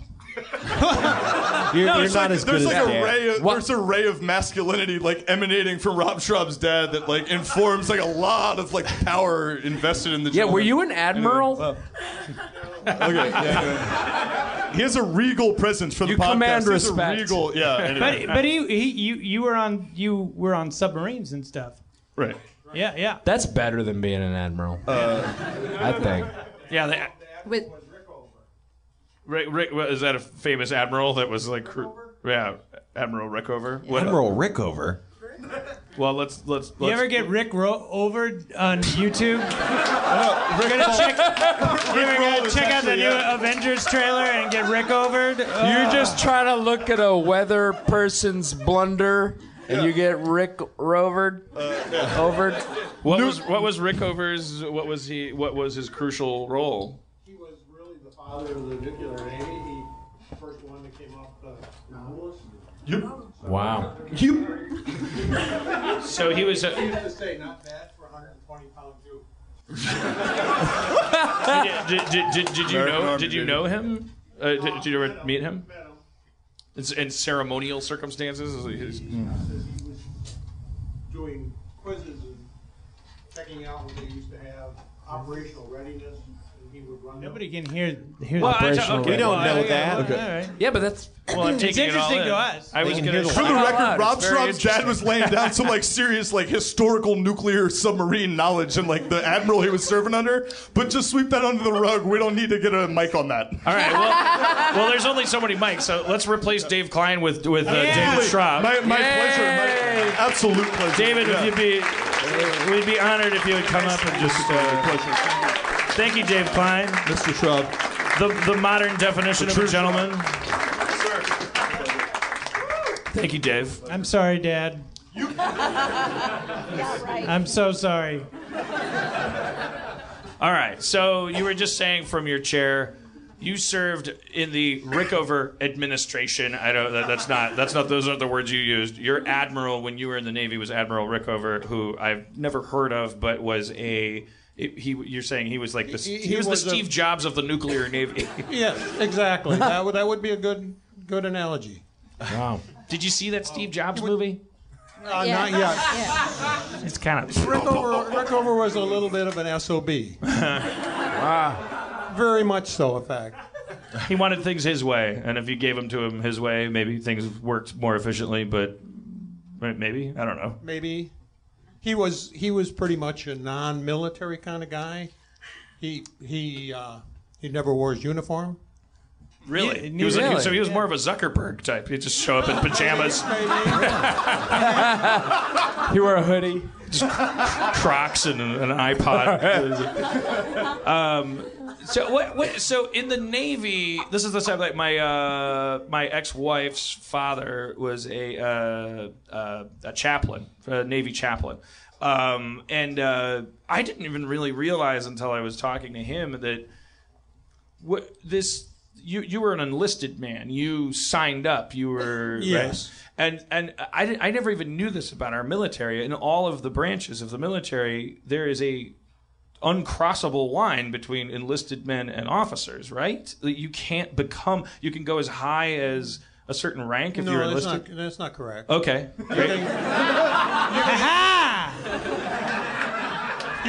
Speaker 3: You're,
Speaker 7: No,
Speaker 3: you're
Speaker 7: it's
Speaker 3: not
Speaker 7: like-
Speaker 3: as
Speaker 7: there's
Speaker 3: good as
Speaker 7: like a
Speaker 3: Dan.
Speaker 7: ray of, there's a ray of masculinity like emanating from Rob Schraub's dad that like informs like a lot of like power invested in the.
Speaker 5: Yeah, were
Speaker 7: gentleman.
Speaker 5: you an admiral?
Speaker 7: Anyway, well, okay. yeah, anyway. He has a regal presence for the podcast.
Speaker 5: command
Speaker 7: He has a
Speaker 5: respect.
Speaker 7: regal, yeah. anyway.
Speaker 1: But but he, he you you were on you were on submarines and stuff.
Speaker 7: Right.
Speaker 1: Yeah, yeah.
Speaker 5: That's better than being an admiral. I think.
Speaker 2: Yeah, they,
Speaker 8: With
Speaker 2: Rick, Rick what, is that a famous admiral that was like, cru- yeah, Admiral Rickover. What-
Speaker 3: Admiral Rickover.
Speaker 2: Well, let's let's. let's
Speaker 1: You ever get Rick Ro- over on YouTube?
Speaker 2: Oh,
Speaker 1: We're gonna check. We're gonna
Speaker 7: is
Speaker 1: check out the
Speaker 7: actually,
Speaker 1: new
Speaker 2: uh,
Speaker 7: yeah.
Speaker 1: Avengers trailer and get Rick overed.
Speaker 5: You're just trying to look at a weather person's blunder, and you get Rick Rovered. Overed.
Speaker 2: what was what was Rickover's? What was he? What was his crucial role?
Speaker 10: He was really the father of the nuclear navy. He first one that came uh, off the Nautilus.
Speaker 5: Wow.
Speaker 2: So he was.
Speaker 10: He
Speaker 2: A,
Speaker 10: used to say, not bad for a 120 pound Jew.
Speaker 2: did, did, did, did you
Speaker 7: American
Speaker 2: know?
Speaker 7: Army,
Speaker 2: Did you
Speaker 7: baby.
Speaker 2: know him? Uh, did, did you ever meet him? It's in ceremonial circumstances. is he- is-
Speaker 10: Says he was doing quizzes and checking out what they used to have, operational readiness, and he would run them.
Speaker 1: Nobody can hear. hear
Speaker 2: Well,
Speaker 1: the
Speaker 2: I-
Speaker 1: operational
Speaker 2: okay,
Speaker 3: We don't
Speaker 1: well,
Speaker 3: know
Speaker 1: I-
Speaker 3: that.
Speaker 1: all right.
Speaker 5: Yeah, but that's.
Speaker 2: Well, I'm
Speaker 1: It's
Speaker 2: taking it all
Speaker 1: interesting to
Speaker 2: in.
Speaker 1: us.
Speaker 2: I was
Speaker 3: can
Speaker 2: gonna.
Speaker 3: hear the
Speaker 7: For the
Speaker 2: shout
Speaker 7: record,
Speaker 2: out.
Speaker 7: Rob
Speaker 2: It's very
Speaker 7: Schraub's dad was laying down some like serious like historical nuclear submarine knowledge and like the admiral he was serving under. But just sweep that under the rug. We don't need to get a mic on that.
Speaker 2: All right. Well, well, there's only so many mics, so let's replace Dave Klein with with uh, David Schraub.
Speaker 7: My, my pleasure. My absolute pleasure.
Speaker 2: David,
Speaker 7: Yeah.
Speaker 2: if you'd be, we'd be honored if you would come up and just. Uh, thank you, Dave Klein,
Speaker 7: Mr. Schraub.
Speaker 2: the the modern definition of a gentleman. Thank you, Dave.
Speaker 1: I'm sorry, Dad. I'm so sorry.
Speaker 2: All right. So you were just saying from your chair, you served in the Rickover administration. I don't. That, that's not. That's not. Those aren't the words you used. Your admiral when you were in the Navy was Admiral Rickover, who I've never heard of, but was a. He, you're saying he was like the he,
Speaker 10: He- he
Speaker 2: was,
Speaker 10: was
Speaker 2: the
Speaker 10: a-
Speaker 2: Steve Jobs of the nuclear navy. <laughs>
Speaker 10: Yes, exactly. that would that would be a good good analogy.
Speaker 2: Did you see that Steve Jobs movie?
Speaker 10: Uh, Not yet.
Speaker 2: It's kind of
Speaker 10: Rickover, Rickover was a little bit of an SOB. Very much so, in fact.
Speaker 2: he wanted things his way, and if you gave them to him his way, maybe things worked more efficiently. But right, maybe I don't know.
Speaker 10: Maybe he was he was pretty much a non-military kind of guy. He he uh, he never wore his uniform.
Speaker 2: Really?
Speaker 1: He-
Speaker 2: He was a-
Speaker 1: really?
Speaker 2: so he was more of a Zuckerberg type. He'd just show up
Speaker 10: <laughs>
Speaker 2: in pajamas,
Speaker 5: He wore a hoodie,
Speaker 2: Crocs, and an an iPod. um, so what, what? So in the Navy, this is the type like my uh, my ex wife's father was a uh, uh, a chaplain, a Navy chaplain. Um, and uh, I didn't even really realize until I was talking to him that what this you you were an enlisted man. You signed up. You were
Speaker 11: Yes.
Speaker 2: right? And and I didn't- I never even knew this about our military. In all of the branches of the military, there is a uncrossable line between enlisted men and officers. Right? That You can't become. You can go as high as a certain rank if
Speaker 10: no,
Speaker 2: you're
Speaker 10: that's
Speaker 2: enlisted.
Speaker 10: not, that's not correct.
Speaker 2: Okay.
Speaker 10: You <laughs> can, you,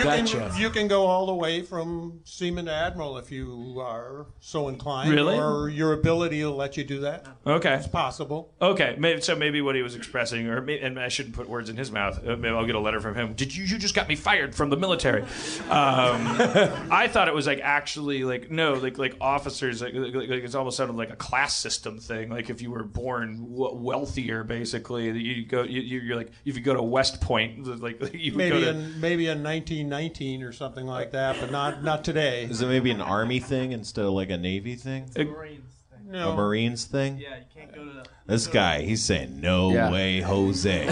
Speaker 10: can,
Speaker 2: Gotcha.
Speaker 10: you can go all the way from seaman to admiral if you are so inclined.
Speaker 2: Really?
Speaker 10: Or your ability will let you do that.
Speaker 2: Okay.
Speaker 10: It's possible.
Speaker 2: Okay, maybe, so maybe what he was expressing, or may and I shouldn't put words in his mouth. Uh, Maybe I'll get a letter from him. Did you? You just got me fired from the military. Um, I thought it was like actually like no, like like officers. Like, like, like it's almost sounded like a class system thing. Like if you were born w- wealthier, basically, that you go. You, you- you're like if you go to West Point, like <laughs> you would go
Speaker 10: Maybe
Speaker 2: to.
Speaker 10: in maybe in 1919 or something like that, but not not today.
Speaker 3: Is it maybe an army thing instead of like a navy thing?
Speaker 2: It's a
Speaker 10: Marines thing.
Speaker 3: A
Speaker 10: No.
Speaker 3: Marines thing?
Speaker 10: Yeah, you can't go to the.
Speaker 3: This guy, he's saying, "No
Speaker 5: Yeah.
Speaker 3: way,
Speaker 12: <laughs>
Speaker 3: Jose."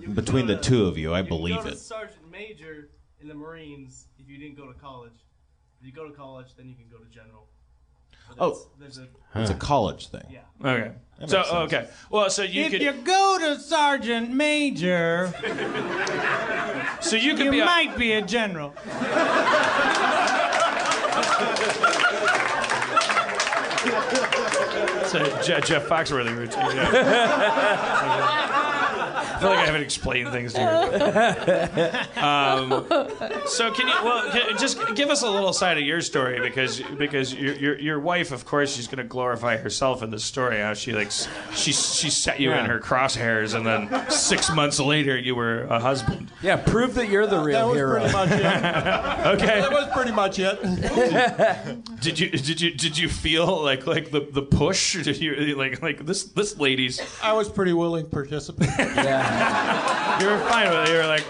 Speaker 3: <laughs> Between the two of you, I
Speaker 12: You
Speaker 3: believe
Speaker 12: go to
Speaker 3: it.
Speaker 12: sergeant major in the Marines if you didn't go to college. If you go to college, then you can go to general. But
Speaker 3: Oh.
Speaker 12: that's- there's a-
Speaker 3: It's a college thing.
Speaker 12: Yeah.
Speaker 2: Okay.
Speaker 3: That
Speaker 2: So
Speaker 3: makes sense.
Speaker 2: okay. Well, so you
Speaker 1: if
Speaker 2: could.
Speaker 1: you go to sergeant major,
Speaker 2: so you could
Speaker 1: you
Speaker 2: be a-
Speaker 1: might be a general.
Speaker 2: It's a Je- Jeff Foxworthy routine. yeah. <laughs> I feel like I haven't explained things to you. Um, so can you? Well, can, just give us a little side of your story because because your your, your wife, of course, she's going to glorify herself in this story. How she like s- she she set you in
Speaker 5: Yeah.
Speaker 2: her crosshairs, and then six months later, you were a husband.
Speaker 5: Yeah, prove that you're the real hero.
Speaker 2: Okay.
Speaker 10: That was pretty much it.
Speaker 2: <laughs> Did you did you did you feel like like the, the push? Did you like like this this lady's
Speaker 10: I was pretty willing participant.
Speaker 2: You were fine with it. You were like,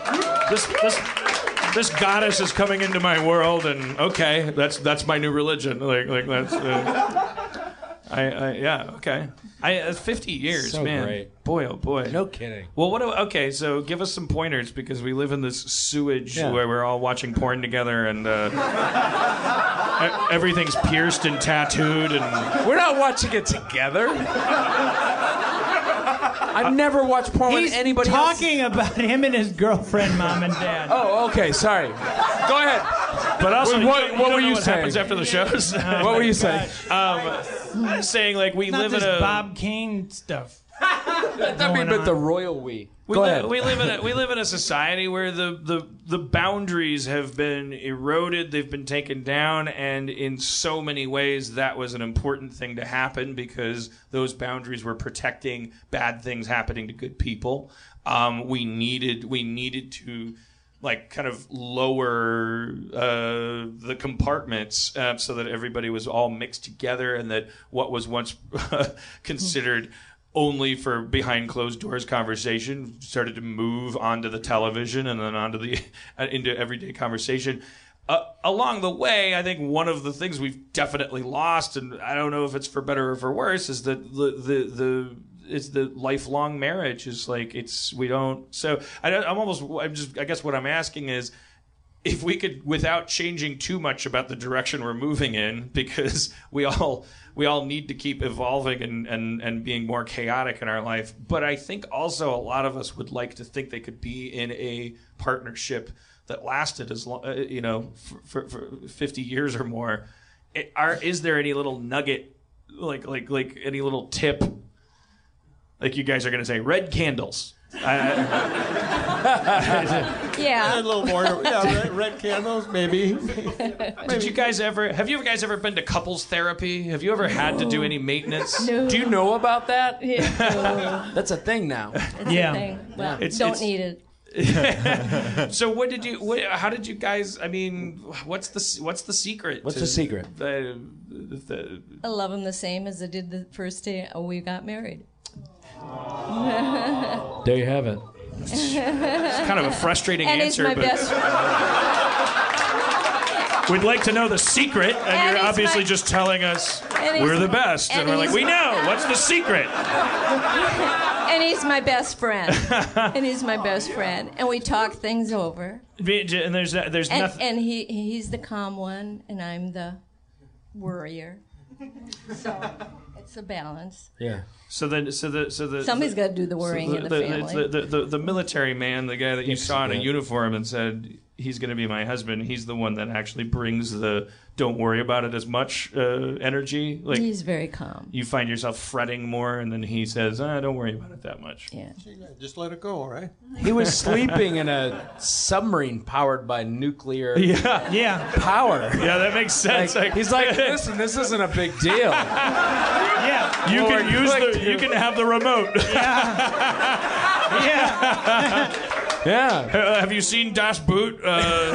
Speaker 2: this, this, this goddess is coming into my world, and okay, that's that's my new religion. Like, like that's. Uh, I, I yeah okay. I uh, fifty years,
Speaker 5: So
Speaker 2: man.
Speaker 5: great.
Speaker 2: Boy, oh boy.
Speaker 5: No kidding.
Speaker 2: Well, what? do- Okay, so give us some pointers because we live in this sewage
Speaker 5: Yeah.
Speaker 2: where we're all watching porn together and uh, e- everything's pierced and tattooed and.
Speaker 5: We're not watching it together. <laughs> I've never watched porn
Speaker 1: He's
Speaker 5: with anybody else.
Speaker 1: talking about him and his girlfriend, mom and dad.
Speaker 5: Oh, okay. Sorry. Go ahead.
Speaker 2: But also,
Speaker 5: Wait,
Speaker 2: you
Speaker 5: what-
Speaker 2: don't- you
Speaker 5: what
Speaker 2: don't
Speaker 5: were
Speaker 2: know
Speaker 5: you
Speaker 2: what
Speaker 5: saying?
Speaker 2: happens after the shows? <laughs>
Speaker 5: What were you saying?
Speaker 2: Um, I'm saying like we
Speaker 1: Not
Speaker 2: live
Speaker 1: this
Speaker 2: in a
Speaker 1: Bob Kane stuff.
Speaker 5: That'd be
Speaker 1: going
Speaker 5: but
Speaker 1: on.
Speaker 5: the royal we.
Speaker 2: We,
Speaker 5: Go
Speaker 2: li-
Speaker 5: ahead.
Speaker 2: we live in a we live in a society where the, the the boundaries have been eroded, they've been taken down, and in so many ways that was an important thing to happen because those boundaries were protecting bad things happening to good people. Um, we needed we needed to like kind of lower uh, the compartments uh, so that everybody was all mixed together and that what was once <laughs> considered only for behind closed doors conversation started to move onto the television and then onto the <laughs> uh, into everyday conversation uh, along the way, I think one of the things we've definitely lost, and I don't know if it's for better or for worse, is that the the the it's the lifelong marriage is like it's we don't. So I don't, I'm almost I'm just I guess what I'm asking is if we could without changing too much about the direction we're moving in <laughs> because we all we all need to keep evolving and and and being more chaotic in our life but i think also a lot of us would like to think they could be in a partnership that lasted as long you know for, for, for 50 years or more it, are is there any little nugget like like like any little tip like you guys are going to say red candles I-
Speaker 8: Yeah.
Speaker 10: a little more. Yeah, red, red candles, maybe.
Speaker 8: <laughs>
Speaker 2: Did you guys ever have you guys ever been to couples therapy? Have you ever had to do any maintenance?
Speaker 8: <laughs> No.
Speaker 2: <laughs>
Speaker 5: Do you know about that?
Speaker 8: Yeah.
Speaker 5: That's a thing now.
Speaker 8: It's a thing. Well,
Speaker 2: It's-
Speaker 8: don't
Speaker 2: it's-
Speaker 8: need it.
Speaker 2: so what did you? What, how did you guys? I mean, what's the what's the secret?
Speaker 6: What's
Speaker 2: to
Speaker 6: the secret?
Speaker 2: The, the,
Speaker 8: I love him the same as I did the first day oh, we got married.
Speaker 5: There you have it.
Speaker 8: it's <laughs>
Speaker 2: kind of a frustrating
Speaker 8: and
Speaker 2: answer,
Speaker 8: he's my
Speaker 2: but-
Speaker 8: best
Speaker 2: We'd like to know the secret, and,
Speaker 8: And
Speaker 2: you're
Speaker 8: he's
Speaker 2: obviously
Speaker 8: my-
Speaker 2: just telling us
Speaker 8: And he's
Speaker 2: we're the
Speaker 8: my-
Speaker 2: best, and,
Speaker 8: and
Speaker 2: we're like,
Speaker 8: he's
Speaker 2: we
Speaker 8: my-
Speaker 2: know.
Speaker 8: <laughs>
Speaker 2: What's the secret?
Speaker 8: and he's my best
Speaker 2: <laughs>
Speaker 8: friend. and he's my best friend, and we talk things over.
Speaker 2: And there's there's
Speaker 8: and
Speaker 2: nothing.
Speaker 8: and he he's the calm one, and I'm the worrier. So it's a balance.
Speaker 2: Yeah. So then, so the so the
Speaker 8: Somebody's gotta do the worrying in the family.
Speaker 2: The, the, the, the military man, the guy that you saw in a uniform and said he's going to be my husband. He's the one that actually brings the "don't worry about it" as much uh, energy. Like
Speaker 8: he's very calm.
Speaker 2: you find yourself fretting more, and then he says, ah, "Don't worry about it
Speaker 8: <laughs>
Speaker 2: that much."
Speaker 8: Yeah.
Speaker 10: Just let it go, all right?
Speaker 6: He was sleeping in a submarine powered by nuclear
Speaker 2: Yeah.
Speaker 1: yeah.
Speaker 6: power.
Speaker 2: Yeah, that makes sense.
Speaker 6: Like, he's
Speaker 2: <laughs>
Speaker 6: like, listen, this isn't a big deal.
Speaker 1: yeah.
Speaker 2: <laughs> You
Speaker 6: Lord,
Speaker 2: can use
Speaker 6: click
Speaker 2: the. You
Speaker 6: to-
Speaker 2: can have the remote. <laughs>
Speaker 5: Yeah.
Speaker 2: Have you seen Das Boot? Uh,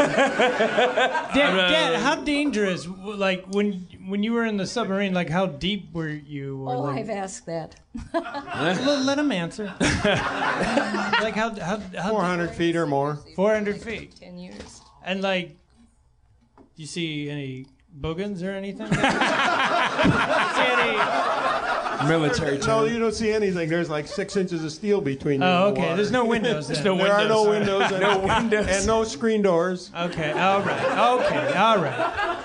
Speaker 1: Dad,
Speaker 2: uh,
Speaker 1: Dad, how dangerous? w- Like when when you were in the submarine, like how deep were you? Or
Speaker 8: Oh,
Speaker 1: like,
Speaker 8: I've asked that.
Speaker 1: Let, let him answer. like how how, how four
Speaker 10: hundred feet or more?
Speaker 1: Four hundred feet.
Speaker 8: Ten years.
Speaker 1: And like, you see any boogans or anything?
Speaker 5: Military
Speaker 10: No, you don't see anything. There's like six inches of steel between you.
Speaker 1: Oh,
Speaker 10: and the
Speaker 1: okay.
Speaker 10: water.
Speaker 1: There's no windows
Speaker 10: there
Speaker 1: then. There's no
Speaker 10: are no windows.
Speaker 1: windows.
Speaker 10: And
Speaker 1: No windows.
Speaker 10: And no screen doors.
Speaker 1: okay. All right. Okay. All right.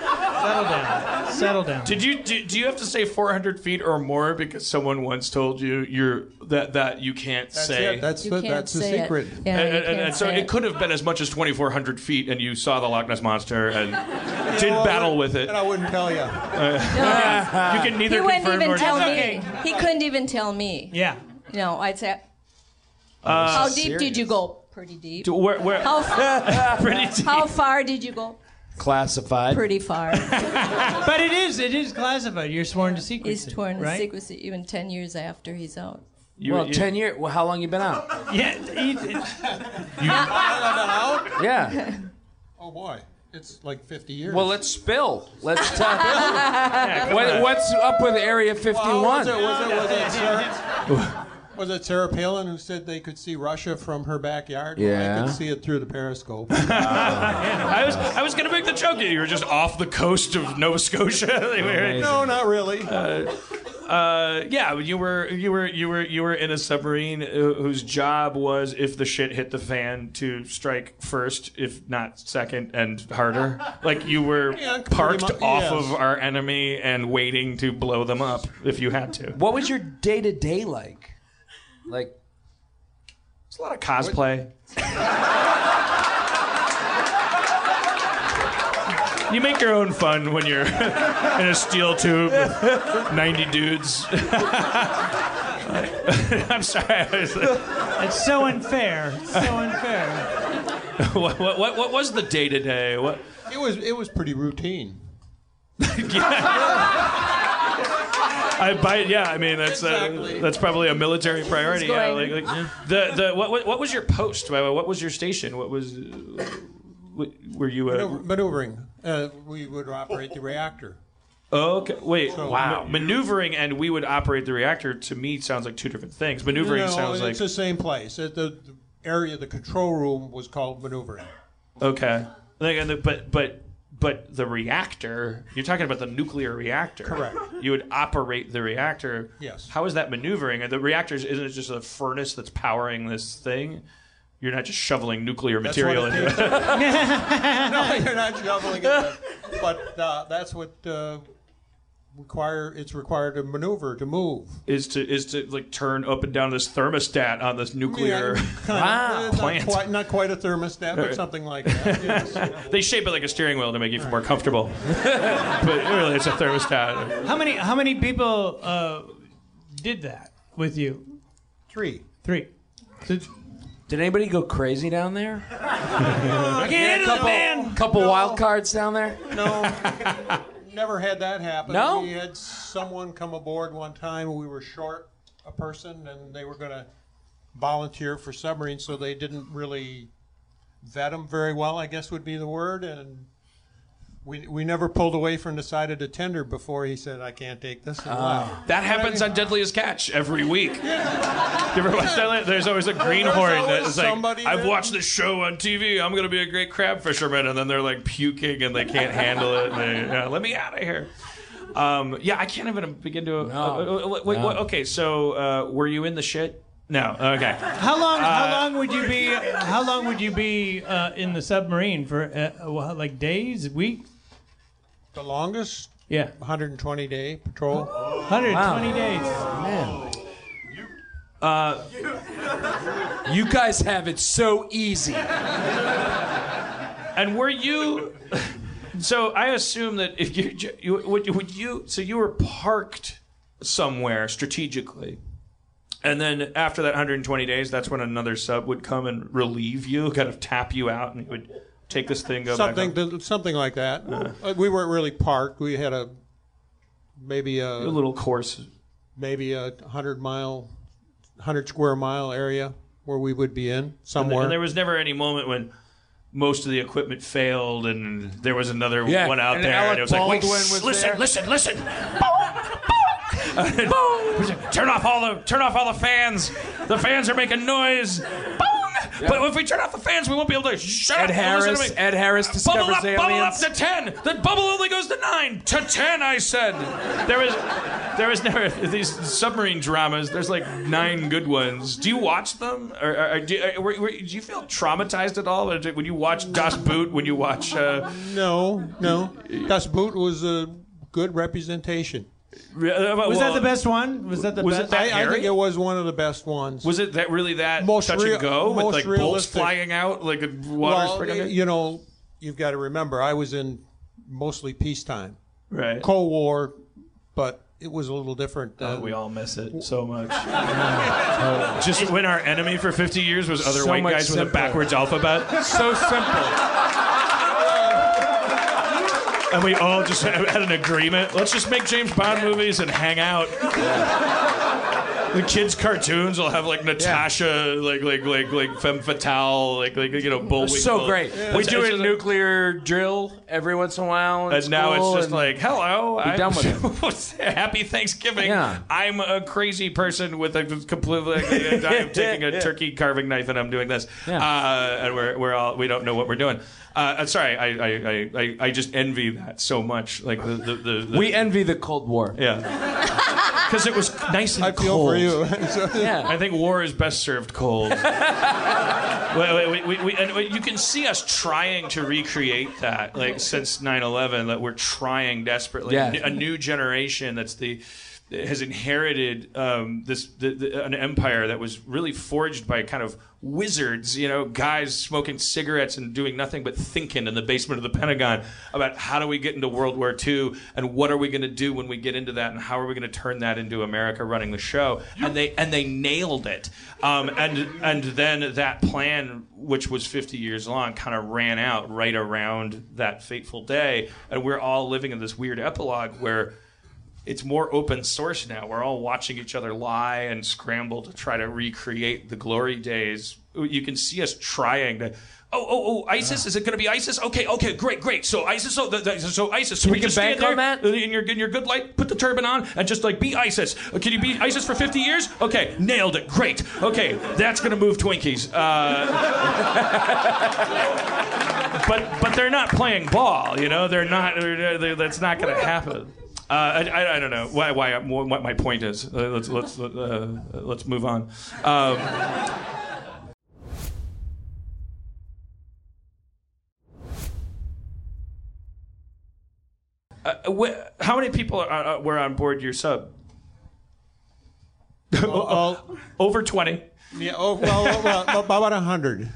Speaker 1: Settle down. Settle down.
Speaker 2: Did you do, do you have to say 400 feet or more because someone once told you you're that that you can't say?
Speaker 10: it. That's You the- can't that's the say it. secret.
Speaker 2: And,
Speaker 10: Yeah, you
Speaker 2: and-
Speaker 10: can't
Speaker 2: and so
Speaker 10: say
Speaker 2: it
Speaker 10: it.
Speaker 2: could have been as much as 2,400 feet, and you saw the Loch Ness monster and did battle with it.
Speaker 10: And I wouldn't tell you.
Speaker 2: Uh, you can neither
Speaker 8: he wouldn't
Speaker 2: confirm
Speaker 8: even
Speaker 2: nor
Speaker 8: tell
Speaker 2: deny.
Speaker 8: me. He couldn't even tell me.
Speaker 1: Yeah.
Speaker 8: No, I'd say.
Speaker 2: Uh,
Speaker 8: how deep did you go? Pretty deep.
Speaker 2: To where- where- <laughs>
Speaker 8: How, f-
Speaker 2: Pretty deep.
Speaker 8: how far did you go?
Speaker 6: Classified.
Speaker 8: Pretty far.
Speaker 1: But it is it is classified. You're sworn to secrecy.
Speaker 8: He's torn
Speaker 1: right?
Speaker 8: the secrecy even ten years after he's out.
Speaker 6: well, ten years. Well, how long you been out?
Speaker 1: Yeah.
Speaker 6: Yeah.
Speaker 10: Oh boy, it's like 50 years.
Speaker 6: Well, let's spill. Let's
Speaker 2: <laughs>
Speaker 6: talk.
Speaker 10: Yeah, come
Speaker 6: what,
Speaker 10: on.
Speaker 6: what's up with Area 51?
Speaker 10: Well, was, it, was, it, was, it
Speaker 2: <laughs>
Speaker 10: Sarah, was it Sarah Palin who said they could see Russia from her backyard? Well,
Speaker 2: Yeah.
Speaker 10: I could see it through the periscope.
Speaker 2: I was I was gonna make the joke that you were just off the coast of Nova Scotia. <laughs> They were-
Speaker 10: no, not really.
Speaker 2: Uh, uh, yeah, you were you were you were you were in a submarine uh, whose job was, if the shit hit the fan, to strike first, if not second, and
Speaker 10: <laughs>
Speaker 2: harder. Like you were
Speaker 10: Yeah, pretty
Speaker 2: parked
Speaker 10: much,
Speaker 2: off
Speaker 10: yes.
Speaker 2: of our enemy and waiting to blow them up if you had to.
Speaker 6: What was your day to day like? Like,
Speaker 2: it's a lot
Speaker 10: <laughs>
Speaker 2: of cosplay. You make your own fun when you're <laughs> in a steel tube with 90 dudes. <laughs> I'm sorry. I was
Speaker 1: It's so unfair. It's so unfair.
Speaker 2: <laughs> what, what, what, what was the day to day? What?
Speaker 10: It was it was pretty routine.
Speaker 2: I by, yeah, I mean that's uh, that's probably a military priority. Yeah, like,
Speaker 10: going-
Speaker 2: like the the what, what what was your post? by the way? What was your station? What was uh, what, were you a?
Speaker 10: Maneuver- maneuvering. Uh, we would operate the reactor.
Speaker 2: Oh, okay. Wait.
Speaker 10: So-
Speaker 2: wow. maneuvering and we would operate the reactor. To me, sounds like two different things. Maneuvering
Speaker 10: No,
Speaker 2: sounds
Speaker 10: it's
Speaker 2: like
Speaker 10: the same place. It- the, the area, the control room was called maneuvering. <laughs>
Speaker 2: okay. Like, and the, but but but the reactor. You're talking about the nuclear reactor.
Speaker 10: Correct.
Speaker 2: You would operate the reactor.
Speaker 10: Yes.
Speaker 2: How is that maneuvering? And the reactors isn't it just a furnace that's powering this thing? You're not just shoveling nuclear
Speaker 10: That's
Speaker 2: material
Speaker 10: what
Speaker 2: into
Speaker 10: it
Speaker 2: it. <laughs>
Speaker 10: is. no, you're not shoveling it. But uh, that's what uh, require. It's required to maneuver, to move.
Speaker 2: is to is to like turn up and down this thermostat on this nuclear
Speaker 10: Yeah, kind of- it's
Speaker 2: <laughs> plant.
Speaker 10: Not quite, not quite a thermostat, but
Speaker 2: Right.
Speaker 10: something like that.
Speaker 2: <laughs> they shape it like a steering wheel to make you feel more comfortable, <laughs> but really it's a thermostat.
Speaker 1: How many how many people uh, did that with you?
Speaker 10: Three.
Speaker 1: Three. Did,
Speaker 6: anybody go crazy down there?
Speaker 2: <laughs>
Speaker 1: Get
Speaker 6: Get a
Speaker 1: into the
Speaker 6: couple,
Speaker 1: van.
Speaker 6: couple wild cards down there?
Speaker 10: No, <laughs> never had that happen.
Speaker 6: No?
Speaker 10: We had someone come aboard one time. We were short a person, and they were going to volunteer for submarines, so they didn't really vet them very well, I guess would be the word. And we, we never pulled away from the side of the tender before he said, I can't take this. and left."
Speaker 2: Ah. That happens on Deadliest Catch every week.
Speaker 10: <laughs>
Speaker 2: You ever watch that? There's always a greenhorn that
Speaker 10: always
Speaker 2: is like,
Speaker 10: somebody
Speaker 2: I've
Speaker 10: there."
Speaker 2: watched this show on TV. I'm going to be a great crab fisherman. And then they're like puking and they can't handle it. And they, yeah, let me out of here. Um, yeah, I can't even begin to. uh, wait, wait,
Speaker 1: No.
Speaker 2: wait, okay, so uh, were you in the shit? No. Okay.
Speaker 1: How long?
Speaker 2: Uh,
Speaker 1: how long would you be? How long would you be uh, in the submarine for? Uh, wha- like days, weeks?
Speaker 10: The longest?
Speaker 1: Yeah.
Speaker 10: 120 day patrol.
Speaker 1: 120 days.
Speaker 10: Man.
Speaker 5: Uh, you guys have it so easy.
Speaker 2: And were you? So I assume that if you, ju- you would, would you, so you were parked somewhere strategically, and then after that 120 days, that's when another sub would come and relieve you, kind of tap you out, and you would take this thing, go
Speaker 10: something,
Speaker 2: back. up.
Speaker 10: th- something like that. Uh, we weren't really parked. We had a maybe a,
Speaker 2: A little course,
Speaker 10: maybe a hundred mile, hundred square mile area where we would be in
Speaker 2: And
Speaker 10: somewhere.
Speaker 2: there- And there was never any moment when. Most of the equipment failed, and there was another
Speaker 10: Yeah,
Speaker 2: one out
Speaker 10: and
Speaker 2: there,
Speaker 10: Alec
Speaker 2: and it was like, wait,
Speaker 5: Baldwin was
Speaker 2: listen,
Speaker 5: there.
Speaker 2: listen, listen, <laughs> turn off all the turn off all the fans. The fans are making noise. Boom! But if we turn off the fans, we won't be able to shut
Speaker 5: Ed
Speaker 2: up. and listen to
Speaker 5: Harris-
Speaker 2: me.
Speaker 5: Ed Harris
Speaker 2: bubble
Speaker 5: discovers
Speaker 2: up, bubble up
Speaker 5: aliens.
Speaker 2: to ten. The bubble only goes to nine to ten. I said there was there was never <laughs> these submarine dramas. There's like nine good ones. Do you watch them, or, or, or do, or, were- were- do you feel traumatized at all when you watch Das Boot? When you watch uh,
Speaker 10: no, no. Das Boot was a good representation.
Speaker 2: Was that uh, well- the best
Speaker 1: one? Was that
Speaker 2: the Was it best? that
Speaker 10: I, I think
Speaker 2: hairy?
Speaker 10: it was one of the best ones.
Speaker 2: was it that really that
Speaker 10: Most
Speaker 2: touch
Speaker 10: real-
Speaker 2: and go with
Speaker 10: most
Speaker 2: like bolts
Speaker 10: realistic.
Speaker 2: flying out like a water
Speaker 10: well,
Speaker 2: spring?
Speaker 10: you know, you've got to remember, I was in mostly peacetime,
Speaker 2: Right.
Speaker 10: Cold War, but it was a little different.
Speaker 2: Oh,
Speaker 10: than-
Speaker 2: we all miss it so much. Just when our enemy for 50 years was other
Speaker 5: So
Speaker 2: white
Speaker 5: much
Speaker 2: guys with a
Speaker 5: simpler.
Speaker 2: backwards alphabet,
Speaker 5: So simple.
Speaker 2: and we all just had had an agreement. Let's just make James Bond movies and hang out. The kids' cartoons will have like Natasha, like like like like femme fatale, like like you know Bullwinkle.
Speaker 5: So great. We
Speaker 2: It's-
Speaker 5: do
Speaker 2: it's
Speaker 5: a
Speaker 2: just-
Speaker 5: nuclear drill every once in a while. in
Speaker 2: and now it's
Speaker 5: school
Speaker 2: just
Speaker 5: and
Speaker 2: like, hello,
Speaker 5: be
Speaker 2: I'm
Speaker 5: done with
Speaker 2: <laughs>
Speaker 5: it.
Speaker 2: Happy Thanksgiving.
Speaker 5: Yeah.
Speaker 2: I'm a crazy person with a completely.
Speaker 5: <laughs>
Speaker 2: I'm taking a turkey carving knife and I'm doing this, uh, and we're we're all we don't know what we're doing. Uh, I'm sorry, I I, I- I I just envy that so much. Like the the, the, the
Speaker 5: We envy the Cold War.
Speaker 2: yeah. <laughs> Because it was nice and
Speaker 5: I feel
Speaker 2: cold.
Speaker 5: for you.
Speaker 10: Yeah.
Speaker 2: I think war is best served cold. Wait, wait, we, we, we, and wait, you can see us trying to recreate that, like since 9/11, that we're trying desperately.
Speaker 5: Yeah.
Speaker 2: A new generation that's the that has inherited um, this the, the, an empire that was really forged by kind of wizards, you know, guys smoking cigarettes and doing nothing but thinking in the basement of the Pentagon about how do we get into World War II and what are we going to do when we get into that and how are we going to turn that into America running the show and they and they nailed it um, and and then that plan which was 50 years long kind of ran out right around that fateful day and we're all living in this weird epilogue where it's more open source now. We're all watching each other lie and scramble to try to recreate the glory days. You can see us trying to. Oh, oh, oh!
Speaker 5: Ah.
Speaker 2: ISIS is it going to be ISIS? Okay, okay, great, great. So ISIS, so, the, the- so ISIS. So
Speaker 5: Can
Speaker 2: we
Speaker 5: we get
Speaker 2: just stand
Speaker 5: bank on
Speaker 2: there Uh, in your in your good light. Put the turban on and just like be ISIS. Uh, Can you be ISIS for fifty years? Okay, nailed it. Great. Okay, that's going to move Twinkies. Uh, <laughs> but but they're not playing ball. You know, they're not. They're, they're, that's not going to happen. Uh, I, I, I don't know why, why what my point is. Uh, let's let's uh, let's move on. Um, Uh, wh- how many people are, uh, were on board your sub? Over 20.
Speaker 10: <laughs> Yeah, oh, well, well, well, about a hundred.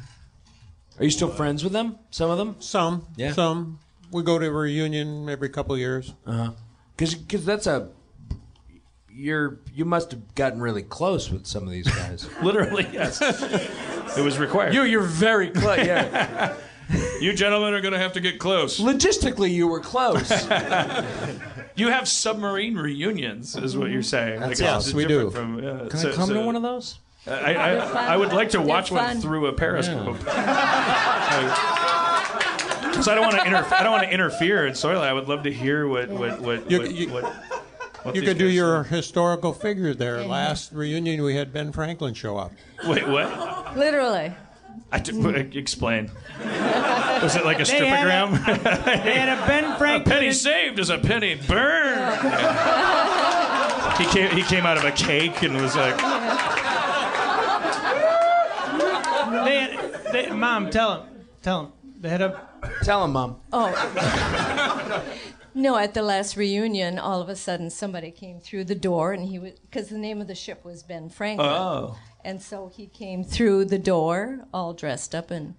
Speaker 5: Are you still friends with them? Some of them?
Speaker 10: Some.
Speaker 5: Yeah.
Speaker 10: Some. We go to a reunion every couple of years.
Speaker 5: Uh-huh. Because that's a. You're you must have gotten really close with some of these guys.
Speaker 2: <laughs> Literally, yes. It was required.
Speaker 5: You you're very close. Yeah.
Speaker 2: You gentlemen are going to have to get close.
Speaker 5: Logistically, you
Speaker 2: <laughs>
Speaker 5: were close.
Speaker 2: You have submarine reunions, is what you're saying.
Speaker 5: That's
Speaker 2: it's
Speaker 5: awesome.
Speaker 2: just
Speaker 5: We
Speaker 2: different
Speaker 5: do.
Speaker 2: From, yeah.
Speaker 5: Can I come to one of those?
Speaker 2: I, I,
Speaker 8: They're fun.
Speaker 2: I would like to
Speaker 8: They're
Speaker 2: watch one
Speaker 8: fun.
Speaker 2: through a periscope. <laughs> Because I don't want to interfere. I don't want to interfere. And so I would love to hear what what what
Speaker 10: You-
Speaker 2: what,
Speaker 10: you-
Speaker 2: what, what
Speaker 10: you
Speaker 2: these
Speaker 10: could do
Speaker 2: guys-
Speaker 10: your historical figure there.
Speaker 8: Yeah.
Speaker 10: Last reunion, we had Ben Franklin show up.
Speaker 2: Wait, what?
Speaker 8: Literally.
Speaker 2: I d-
Speaker 8: <laughs>
Speaker 2: explain. Was it like a
Speaker 8: They had
Speaker 2: stripogram?
Speaker 1: They had a Ben
Speaker 2: A
Speaker 1: Franklin.
Speaker 2: penny saved is a penny burned. He came. He came out of a cake and was like.
Speaker 1: They had, they, Mom, tell him. Tell him. They had a.
Speaker 6: Tell him, Mom.
Speaker 8: Oh. <laughs> no, at the last reunion, all of a sudden somebody came through the door, and he was because the name of the ship was Ben Franklin.
Speaker 11: Oh.
Speaker 8: And so he came through the door, all dressed up and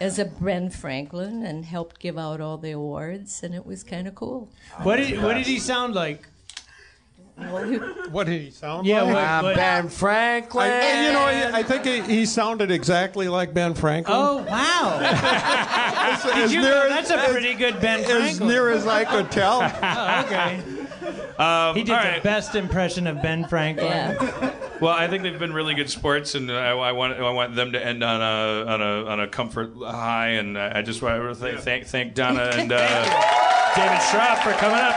Speaker 8: as a Ben Franklin, and helped give out all the awards, and it was kind of cool.
Speaker 1: What did What did he sound like?
Speaker 10: What did he sound
Speaker 1: Yeah,
Speaker 10: like?
Speaker 1: what- I'm what- Ben
Speaker 10: Franklin. I, you know, I, I think he, he sounded exactly like Ben Franklin. <laughs>
Speaker 1: Oh wow!
Speaker 10: As-
Speaker 1: Did
Speaker 10: as
Speaker 1: you
Speaker 10: near
Speaker 1: know
Speaker 10: as-
Speaker 1: that's a pretty good Ben Oh, Franklin.
Speaker 10: As near as I could tell.
Speaker 1: Oh, <laughs> okay.
Speaker 2: Um,
Speaker 1: He did
Speaker 2: all
Speaker 1: the
Speaker 2: right.
Speaker 1: best impression of Ben Franklin.
Speaker 2: Well, I think they've been really good sports, and I, I want I want them to end on a on a on a comfort high. And I just want to th- thank thank Donna and uh, David Schroff for coming up.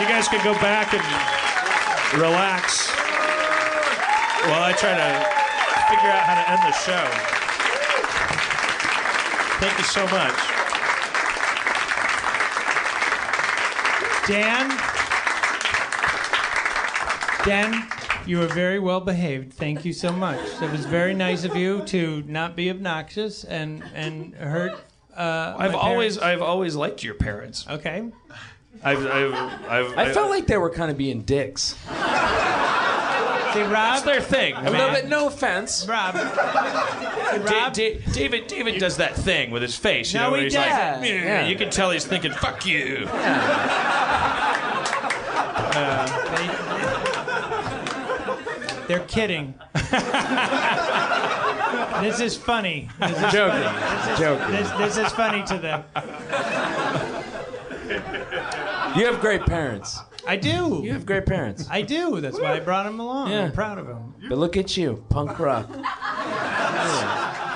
Speaker 2: You guys can go back and relax while I try to figure out how to end the show. Thank you so much.
Speaker 1: Dan. Dan, you were very well behaved. Thank you so much. It was very nice of you to not be obnoxious and and hurt. Uh,
Speaker 2: I've
Speaker 1: my
Speaker 2: always
Speaker 1: parents.
Speaker 2: I've always liked your parents.
Speaker 1: Okay.
Speaker 2: I've, I've, I've,
Speaker 6: I felt like they were kind of being dicks.
Speaker 1: See, Rob.
Speaker 2: It's their thing.
Speaker 6: A little bit. No offense,
Speaker 1: Rob.
Speaker 2: Da- Da- David David does that thing with his face. You
Speaker 6: No,
Speaker 2: know, where
Speaker 6: he
Speaker 2: he's
Speaker 6: does.
Speaker 2: like,
Speaker 6: Yeah,
Speaker 2: "Meh,"
Speaker 6: yeah.
Speaker 2: you can tell he's thinking, "Fuck you."
Speaker 1: They're kidding. this is funny. This is
Speaker 6: Joking.
Speaker 1: funny. This is,
Speaker 6: Joking.
Speaker 1: This, this is funny to them.
Speaker 6: You have great parents.
Speaker 1: I do. You
Speaker 6: have great parents.
Speaker 1: I do. That's why I brought him along. I'm proud of him.
Speaker 6: But look at you, punk rock.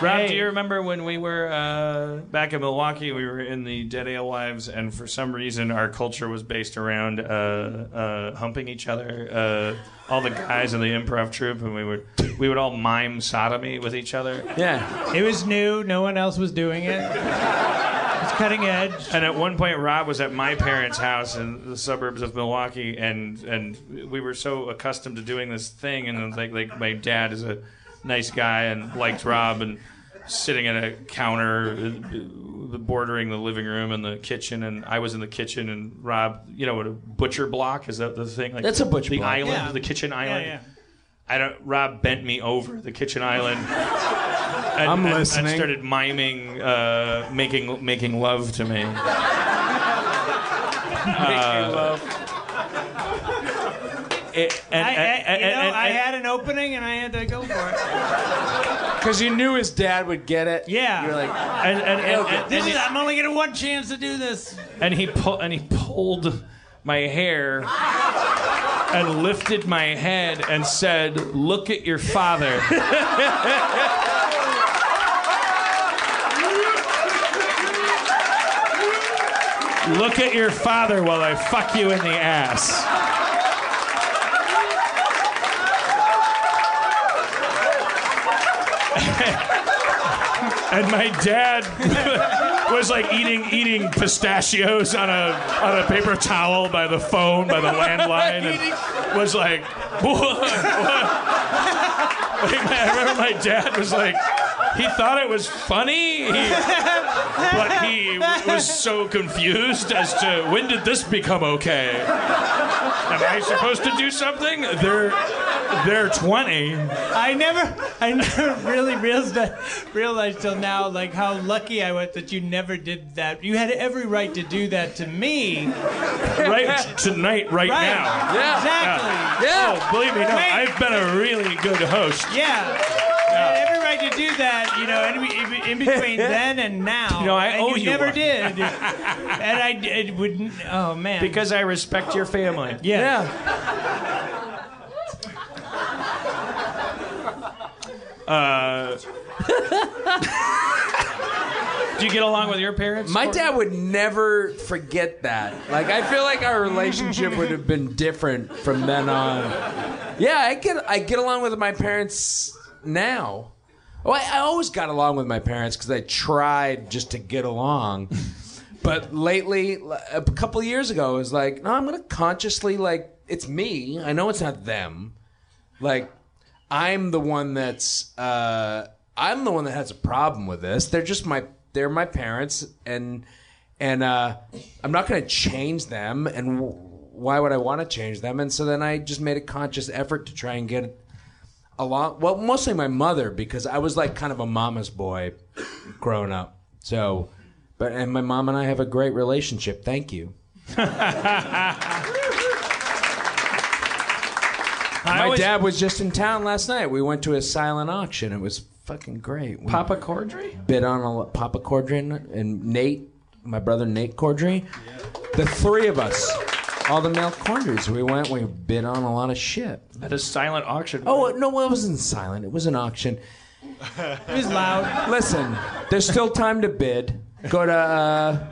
Speaker 2: Rob, do you remember when we were uh, back in Milwaukee? We were in the Dead Alewives, and for some reason, our culture was based around uh, uh, humping each other. Uh, all the guys in the improv troupe, and we would we would all mime sodomy with each other.
Speaker 6: Yeah.
Speaker 1: It was new. No one else was doing it. It's cutting edge.
Speaker 2: And at one point, Rob was at my parents' house in the suburbs of Milwaukee, and and we were so accustomed to doing this thing, and it was like like my dad is a nice guy and liked Rob, and sitting at a counter, uh, bordering the living room and the kitchen, and I was in the kitchen, and Rob, you know, what a butcher block is that the thing? Like
Speaker 6: That's a butcher
Speaker 2: the
Speaker 6: block.
Speaker 2: island,
Speaker 6: Yeah.
Speaker 2: the kitchen island.
Speaker 6: yeah.
Speaker 2: I don't. Rob bent me over the kitchen island. And,
Speaker 6: I'm
Speaker 2: and-
Speaker 6: listening.
Speaker 2: And started miming, uh, making making love to me. Uh, it- and-
Speaker 1: I, I,
Speaker 2: and-
Speaker 1: you know,
Speaker 2: and-
Speaker 1: I
Speaker 2: and-
Speaker 1: had an opening and I had to go for it.
Speaker 6: Because you knew his dad would get it.
Speaker 1: Yeah.
Speaker 6: You're
Speaker 10: Oh,
Speaker 6: like,
Speaker 2: and, and,
Speaker 6: he'll
Speaker 2: and-
Speaker 6: get
Speaker 2: and-
Speaker 1: This
Speaker 2: and-
Speaker 1: is, I'm only getting one chance to do this.
Speaker 2: and he pull, and he pulled my hair and lifted my head and said, "Look at your father." Look at your father while I fuck you in the ass. <laughs> and my dad <laughs> was like eating eating pistachios on a on a paper towel by the phone by the landline and was like <laughs> what, what? Like, I remember my dad was like he thought it was funny he, but he was so confused as to when did this become okay am I supposed to do something they're they're 20
Speaker 1: I never, I never really realized, realized till now, like how lucky I was that you never did that. You had every right to do that to me.
Speaker 2: right tonight, right,
Speaker 1: Right.
Speaker 2: now.
Speaker 1: Yeah. Exactly.
Speaker 2: Yeah. Oh, believe me, no,
Speaker 1: Wait.
Speaker 2: I've been a really good host.
Speaker 1: Yeah. You had every right to do that, you know, in, be- in <laughs> between then and now.
Speaker 2: You know, I
Speaker 1: and
Speaker 2: owe you
Speaker 1: never
Speaker 2: one. <laughs>
Speaker 1: did. And I d- it wouldn't. Oh man.
Speaker 2: Because I respect your family.
Speaker 1: Yeah.
Speaker 2: Uh, do you get along with your parents?
Speaker 6: My dad would never forget that. Like I feel like our relationship would have been different from then on. Yeah, I get I get along with my parents now. Oh, I, I always got along with my parents because I tried just to get along. But lately, l- a couple of years ago, it was like, no, I'm gonna consciously like it's me. I know it's not them. Like I'm the one that's uh, I'm the one that has a problem with this. They're just my they're my parents, and and uh, I'm not going to change them. And w- why would I want to change them? And so then I just made a conscious effort to try and get along. Well, mostly my mother because I was like kind of a mama's boy growing up. So, but and my mom and I have a great relationship. Thank you. My dad was just in town last night. We went to a silent auction. It was fucking great. We
Speaker 13: Papa Cordry?
Speaker 6: bid on a lo- Papa Cordrin and Nate, my brother Nate Cordry. The three of us, all the male corners, we went. We bid on a lot of shit.
Speaker 2: At a silent auction.
Speaker 6: Oh no, well, it wasn't silent. It was an auction.
Speaker 1: It was loud.
Speaker 6: Listen, there's still time to bid. Go to. Uh,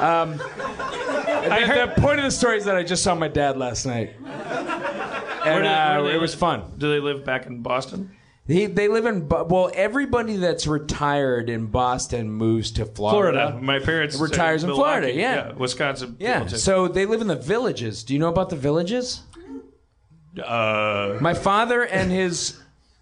Speaker 6: um, the, the point of the story is that I just saw my dad last night, and uh, it was fun.
Speaker 2: Do they live back in Boston?
Speaker 6: He, they live in Bo- well. Everybody that's retired in Boston moves to Florida.
Speaker 2: Florida. My parents
Speaker 6: retires in
Speaker 2: Milwaukee.
Speaker 6: Florida. Yeah,
Speaker 2: Wisconsin.
Speaker 6: yeah.
Speaker 2: people too.
Speaker 6: So they live in the villages. Do you know about the villages?
Speaker 2: Uh,
Speaker 6: My father and his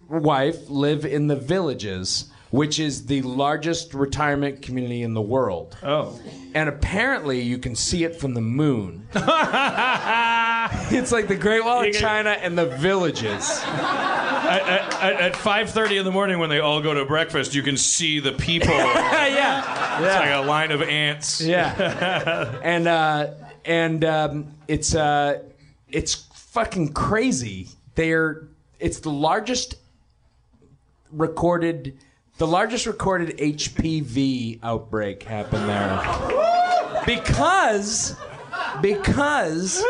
Speaker 6: wife live in the villages, which is the largest retirement community in the world.
Speaker 2: Oh.
Speaker 6: And apparently you can see it from the moon. <laughs> it's like the Great Wall of China and the
Speaker 2: <laughs>
Speaker 6: villages.
Speaker 2: at, at, at 5.30 in the morning when they all go to breakfast you can see the people
Speaker 6: yeah.
Speaker 2: it's like a line of ants <laughs>
Speaker 6: Yeah. and uh, and um, it's uh, it's fucking crazy. They're it's the largest recorded the largest recorded HPV outbreak happened there. because because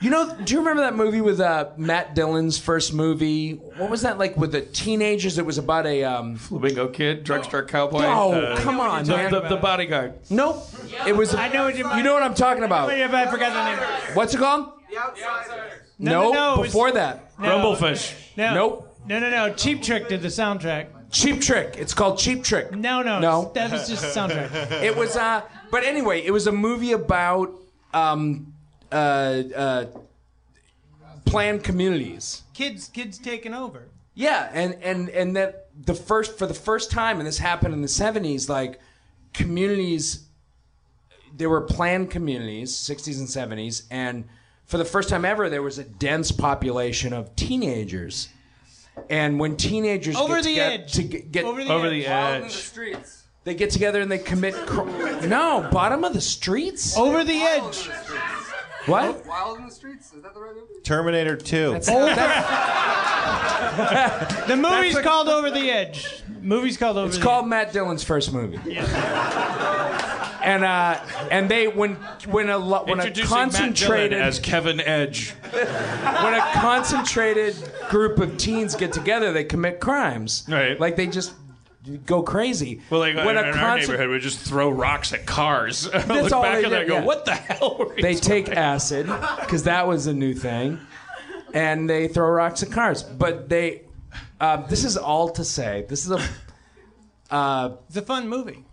Speaker 6: you know, do you remember that movie with uh, Matt Dillon's first movie? What was that like with the teenagers? It was about a um,
Speaker 2: flamingo kid, drugstore cowboy.
Speaker 6: Oh,
Speaker 2: uh,
Speaker 6: come on,
Speaker 2: the,
Speaker 6: man.
Speaker 2: the, the bodyguard
Speaker 6: Nope. It was. I know what you. You know what I'm talking about.
Speaker 1: Wait, I forgot the name.
Speaker 6: What's it called?
Speaker 1: No, no, no, it was-
Speaker 6: before that.
Speaker 1: No. Rumblefish. No.
Speaker 6: Nope.
Speaker 1: No, no, no. Cheap Trick did the soundtrack.
Speaker 6: Cheap Trick. It's called Cheap Trick.
Speaker 1: No, no.
Speaker 6: No.
Speaker 1: That was just the
Speaker 2: <laughs>
Speaker 1: soundtrack.
Speaker 6: It was. Uh, but anyway, it was a movie about um, uh, uh, planned communities.
Speaker 1: Kids, kids taking over.
Speaker 6: Yeah, and and and that the first for the first time, and this happened in the '70s. Like communities, there were planned communities, '60s and '70s, and for the first time ever, there was a dense population of teenagers. And when teenagers
Speaker 1: Over
Speaker 6: get
Speaker 1: the
Speaker 6: together-
Speaker 1: edge.
Speaker 6: to get, get-
Speaker 1: Over the Over the edge. Out in the edge.
Speaker 6: streets, they get together and they commit. Cr- no, bottom of the streets.
Speaker 1: Over the edge.
Speaker 6: What?
Speaker 1: Oh,
Speaker 7: Wild in the streets? Is that the right movie?
Speaker 14: Terminator 2.
Speaker 1: the movie's called Over the Edge. Movie's called Over
Speaker 6: It's
Speaker 1: the
Speaker 6: called Matt Dillon's first movie. and uh, and they when when a lo- when a
Speaker 2: Introducing Matt Dillon
Speaker 6: concentrated
Speaker 2: as Kevin Edge.
Speaker 6: when a concentrated group of teens get together, they commit crimes. Right. Like they just go crazy.
Speaker 2: Well, like
Speaker 6: when
Speaker 2: in,
Speaker 6: a
Speaker 2: in our
Speaker 6: concent-
Speaker 2: neighborhood, we just throw rocks at cars. <laughs> I
Speaker 6: That's
Speaker 2: Look
Speaker 6: all
Speaker 2: back
Speaker 6: they
Speaker 2: at
Speaker 6: did,
Speaker 2: that and go,
Speaker 6: yeah.
Speaker 2: "What the hell?" Were you
Speaker 6: they take acid because that was a new thing, and they throw rocks at cars. But they, uh, this is all to say, this is a. Uh,
Speaker 1: it's a fun movie.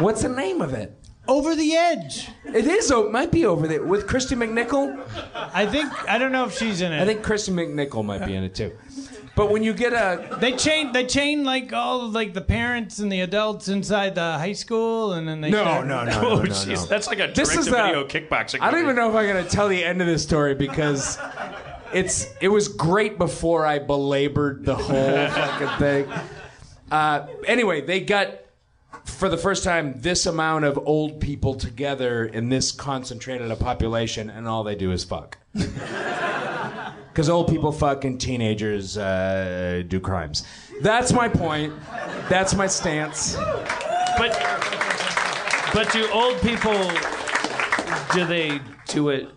Speaker 6: what's the name of it?
Speaker 1: Over the Edge.
Speaker 6: It is. Oh, it might be over there with Christy McNichol.
Speaker 1: I think I don't know if she's in it.
Speaker 6: I think Christy McNichol might be in it too. But when you get a,
Speaker 1: they chain they chain like all like the parents and the adults inside the high school, and then they
Speaker 6: No, <laughs>
Speaker 1: start-
Speaker 6: no, no,
Speaker 2: Oh, jeez, that's like a
Speaker 6: This is a-
Speaker 2: direct-to-video kickboxing.
Speaker 6: I don't
Speaker 2: movie.
Speaker 6: even know if I'm gonna tell the end of this story because it's it was great before I belabored the whole fucking thing. Uh, anyway, they got for the first time this amount of old people together in this concentrated a population, and all they do is fuck. <laughs> Because old people fuck and teenagers uh, do crimes. That's my point. That's my stance.
Speaker 2: But but do old people do they do it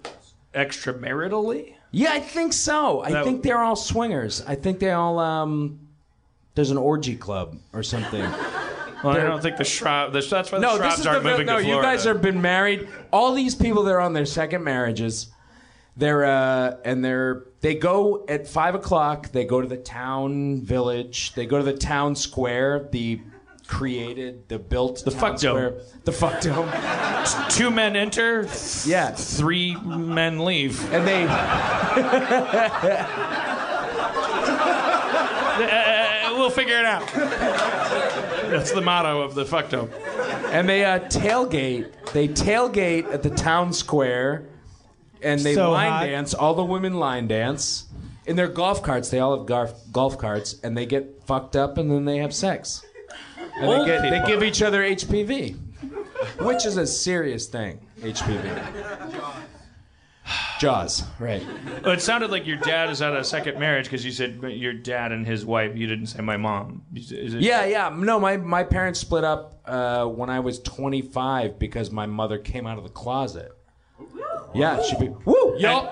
Speaker 2: extramaritally?
Speaker 6: Yeah, I think so. I
Speaker 5: That-
Speaker 6: think they're all swingers. I think they all um there's an orgy club or something.
Speaker 2: <laughs> Well, I don't think the shroud. The, that's why the
Speaker 6: no,
Speaker 2: shrouds
Speaker 6: this is
Speaker 2: aren't
Speaker 6: the,
Speaker 2: moving
Speaker 6: no.
Speaker 2: to
Speaker 6: you
Speaker 2: Florida.
Speaker 6: guys have been married. All these people that are on their second marriages, they're uh, and they're they go at five o'clock. They go to the town village. They go to the town square. The created, the built, the
Speaker 2: fuck dome.
Speaker 6: the fuck dome. <laughs>
Speaker 2: Two men enter.
Speaker 6: Yeah.
Speaker 2: Three men leave.
Speaker 6: And they.
Speaker 2: Uh, we'll figure it out. That's the motto of the fuck dome.
Speaker 6: and they uh, tailgate. They tailgate at the town square, and they
Speaker 5: So
Speaker 6: line
Speaker 5: hot.
Speaker 6: dance. All the women line dance in their golf carts. They all have golf golf carts, and they get fucked up, and then they have sex. And
Speaker 5: Old
Speaker 6: they, get, they
Speaker 5: people.
Speaker 6: give each other HPV, which is a serious thing. HPV. Jaws, right?
Speaker 2: Well, it sounded like your dad is out of second marriage because you said your dad and his wife. You didn't say my mom. Is it-
Speaker 6: Yeah, yeah. No, my my parents split up uh, when I was 25 because my mother came out of the closet. Yeah, she be woo yo.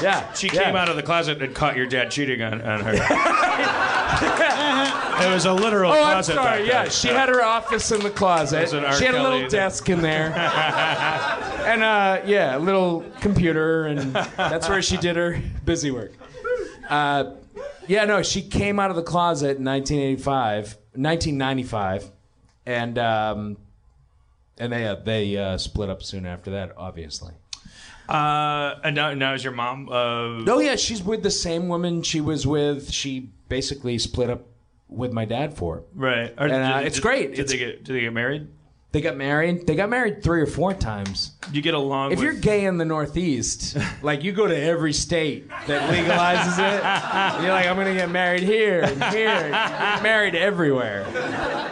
Speaker 6: yeah,
Speaker 2: she came out of the closet and caught your dad cheating on, on
Speaker 6: <laughs>
Speaker 2: her. <laughs> it was a literal
Speaker 6: Oh, I'm
Speaker 2: closet.
Speaker 6: sorry.
Speaker 2: back
Speaker 6: Yeah,
Speaker 2: then.
Speaker 6: she had her office in the closet.
Speaker 2: There's an R.
Speaker 6: She had a
Speaker 2: Kelly
Speaker 6: little
Speaker 2: there.
Speaker 6: desk in there,
Speaker 2: <laughs>
Speaker 6: and uh, yeah, a little computer, and that's where she did her busy work. Uh, yeah, no, she came out of the closet in 1985, 1995, and um, and they uh, they uh, split up soon after that, obviously.
Speaker 2: Uh, and now, now is your mom? Uh,
Speaker 6: No, Oh, yeah, she's with the same woman she was with. She basically split up with my dad for.
Speaker 2: Right.
Speaker 6: And, uh, it's great.
Speaker 2: Did they get? Did they get married?
Speaker 6: They got married. They got married three or four times.
Speaker 2: You get along.
Speaker 6: If
Speaker 2: with,
Speaker 6: you're gay in the Northeast, like you go to every state that legalizes it, you're like, I'm gonna get married here and here, and get married everywhere.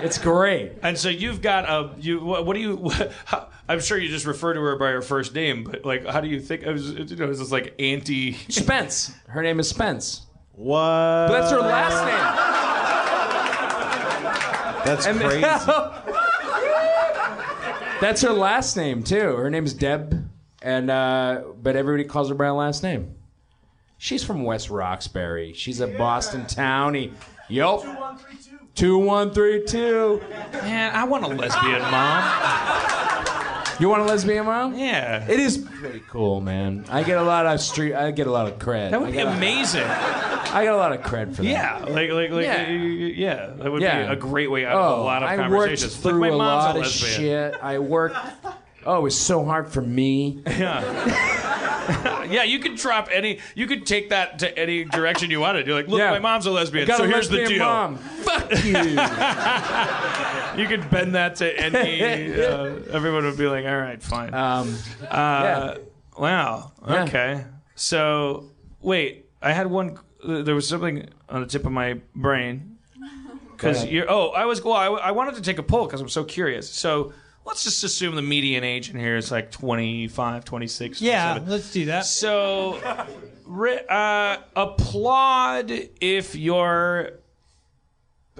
Speaker 6: It's great.
Speaker 2: And so you've got a you. What, what do you? <laughs> how, I'm sure you just refer to her by her first name, but like, how do you think? I was, you know, is this like anti
Speaker 6: Spence? Her name is Spence.
Speaker 3: What? But
Speaker 6: that's her last name.
Speaker 10: <laughs>
Speaker 3: That's
Speaker 6: <laughs>
Speaker 3: crazy.
Speaker 6: that's her last name too. Her name's Deb, and uh, but everybody calls her by her last name. She's from West Roxbury. She's a Boston townie. Yup. Two one three two.
Speaker 2: Man, I want a lesbian mom.
Speaker 6: You want a lesbian mom?
Speaker 2: Yeah.
Speaker 6: It is pretty cool, man. I get a lot of street. I get a lot of cred.
Speaker 2: That would
Speaker 6: I
Speaker 2: be
Speaker 6: get a-
Speaker 2: amazing.
Speaker 6: I get a lot of cred for that.
Speaker 2: Yeah, like like
Speaker 6: <laughs>
Speaker 2: like
Speaker 6: Yeah.
Speaker 2: yeah, yeah that would
Speaker 6: Yeah. Oh,
Speaker 2: be a great way out of a lot of
Speaker 6: I
Speaker 2: conversations.
Speaker 6: worked
Speaker 2: Like,
Speaker 6: through
Speaker 2: my
Speaker 6: a
Speaker 2: mom's
Speaker 6: lot
Speaker 2: a
Speaker 6: of
Speaker 2: lesbian.
Speaker 6: shit. I worked. Oh, it was so hard for me.
Speaker 2: Yeah. yeah, you could drop any. You could take that to any direction you wanted. You're like, look,
Speaker 6: Yeah.
Speaker 2: my mom's a
Speaker 6: I
Speaker 2: lesbian,
Speaker 6: got
Speaker 2: so
Speaker 6: a
Speaker 2: here's the
Speaker 6: lesbian
Speaker 2: deal.
Speaker 6: mom. Fuck
Speaker 2: <laughs>
Speaker 6: you.
Speaker 2: You could bend that to any. Uh, everyone would be like, all right, fine.
Speaker 6: Um,
Speaker 2: uh, Wow. Okay. So wait, I had one. There was something on the tip of my brain because
Speaker 5: ahead.
Speaker 2: you're. Oh, I was. Well, I, I wanted to take a poll because I'm so curious. So. Let's just assume the median age in here is like 25, 26.
Speaker 1: Yeah,
Speaker 2: 27.
Speaker 1: let's do that.
Speaker 2: So, ri- uh, applaud if your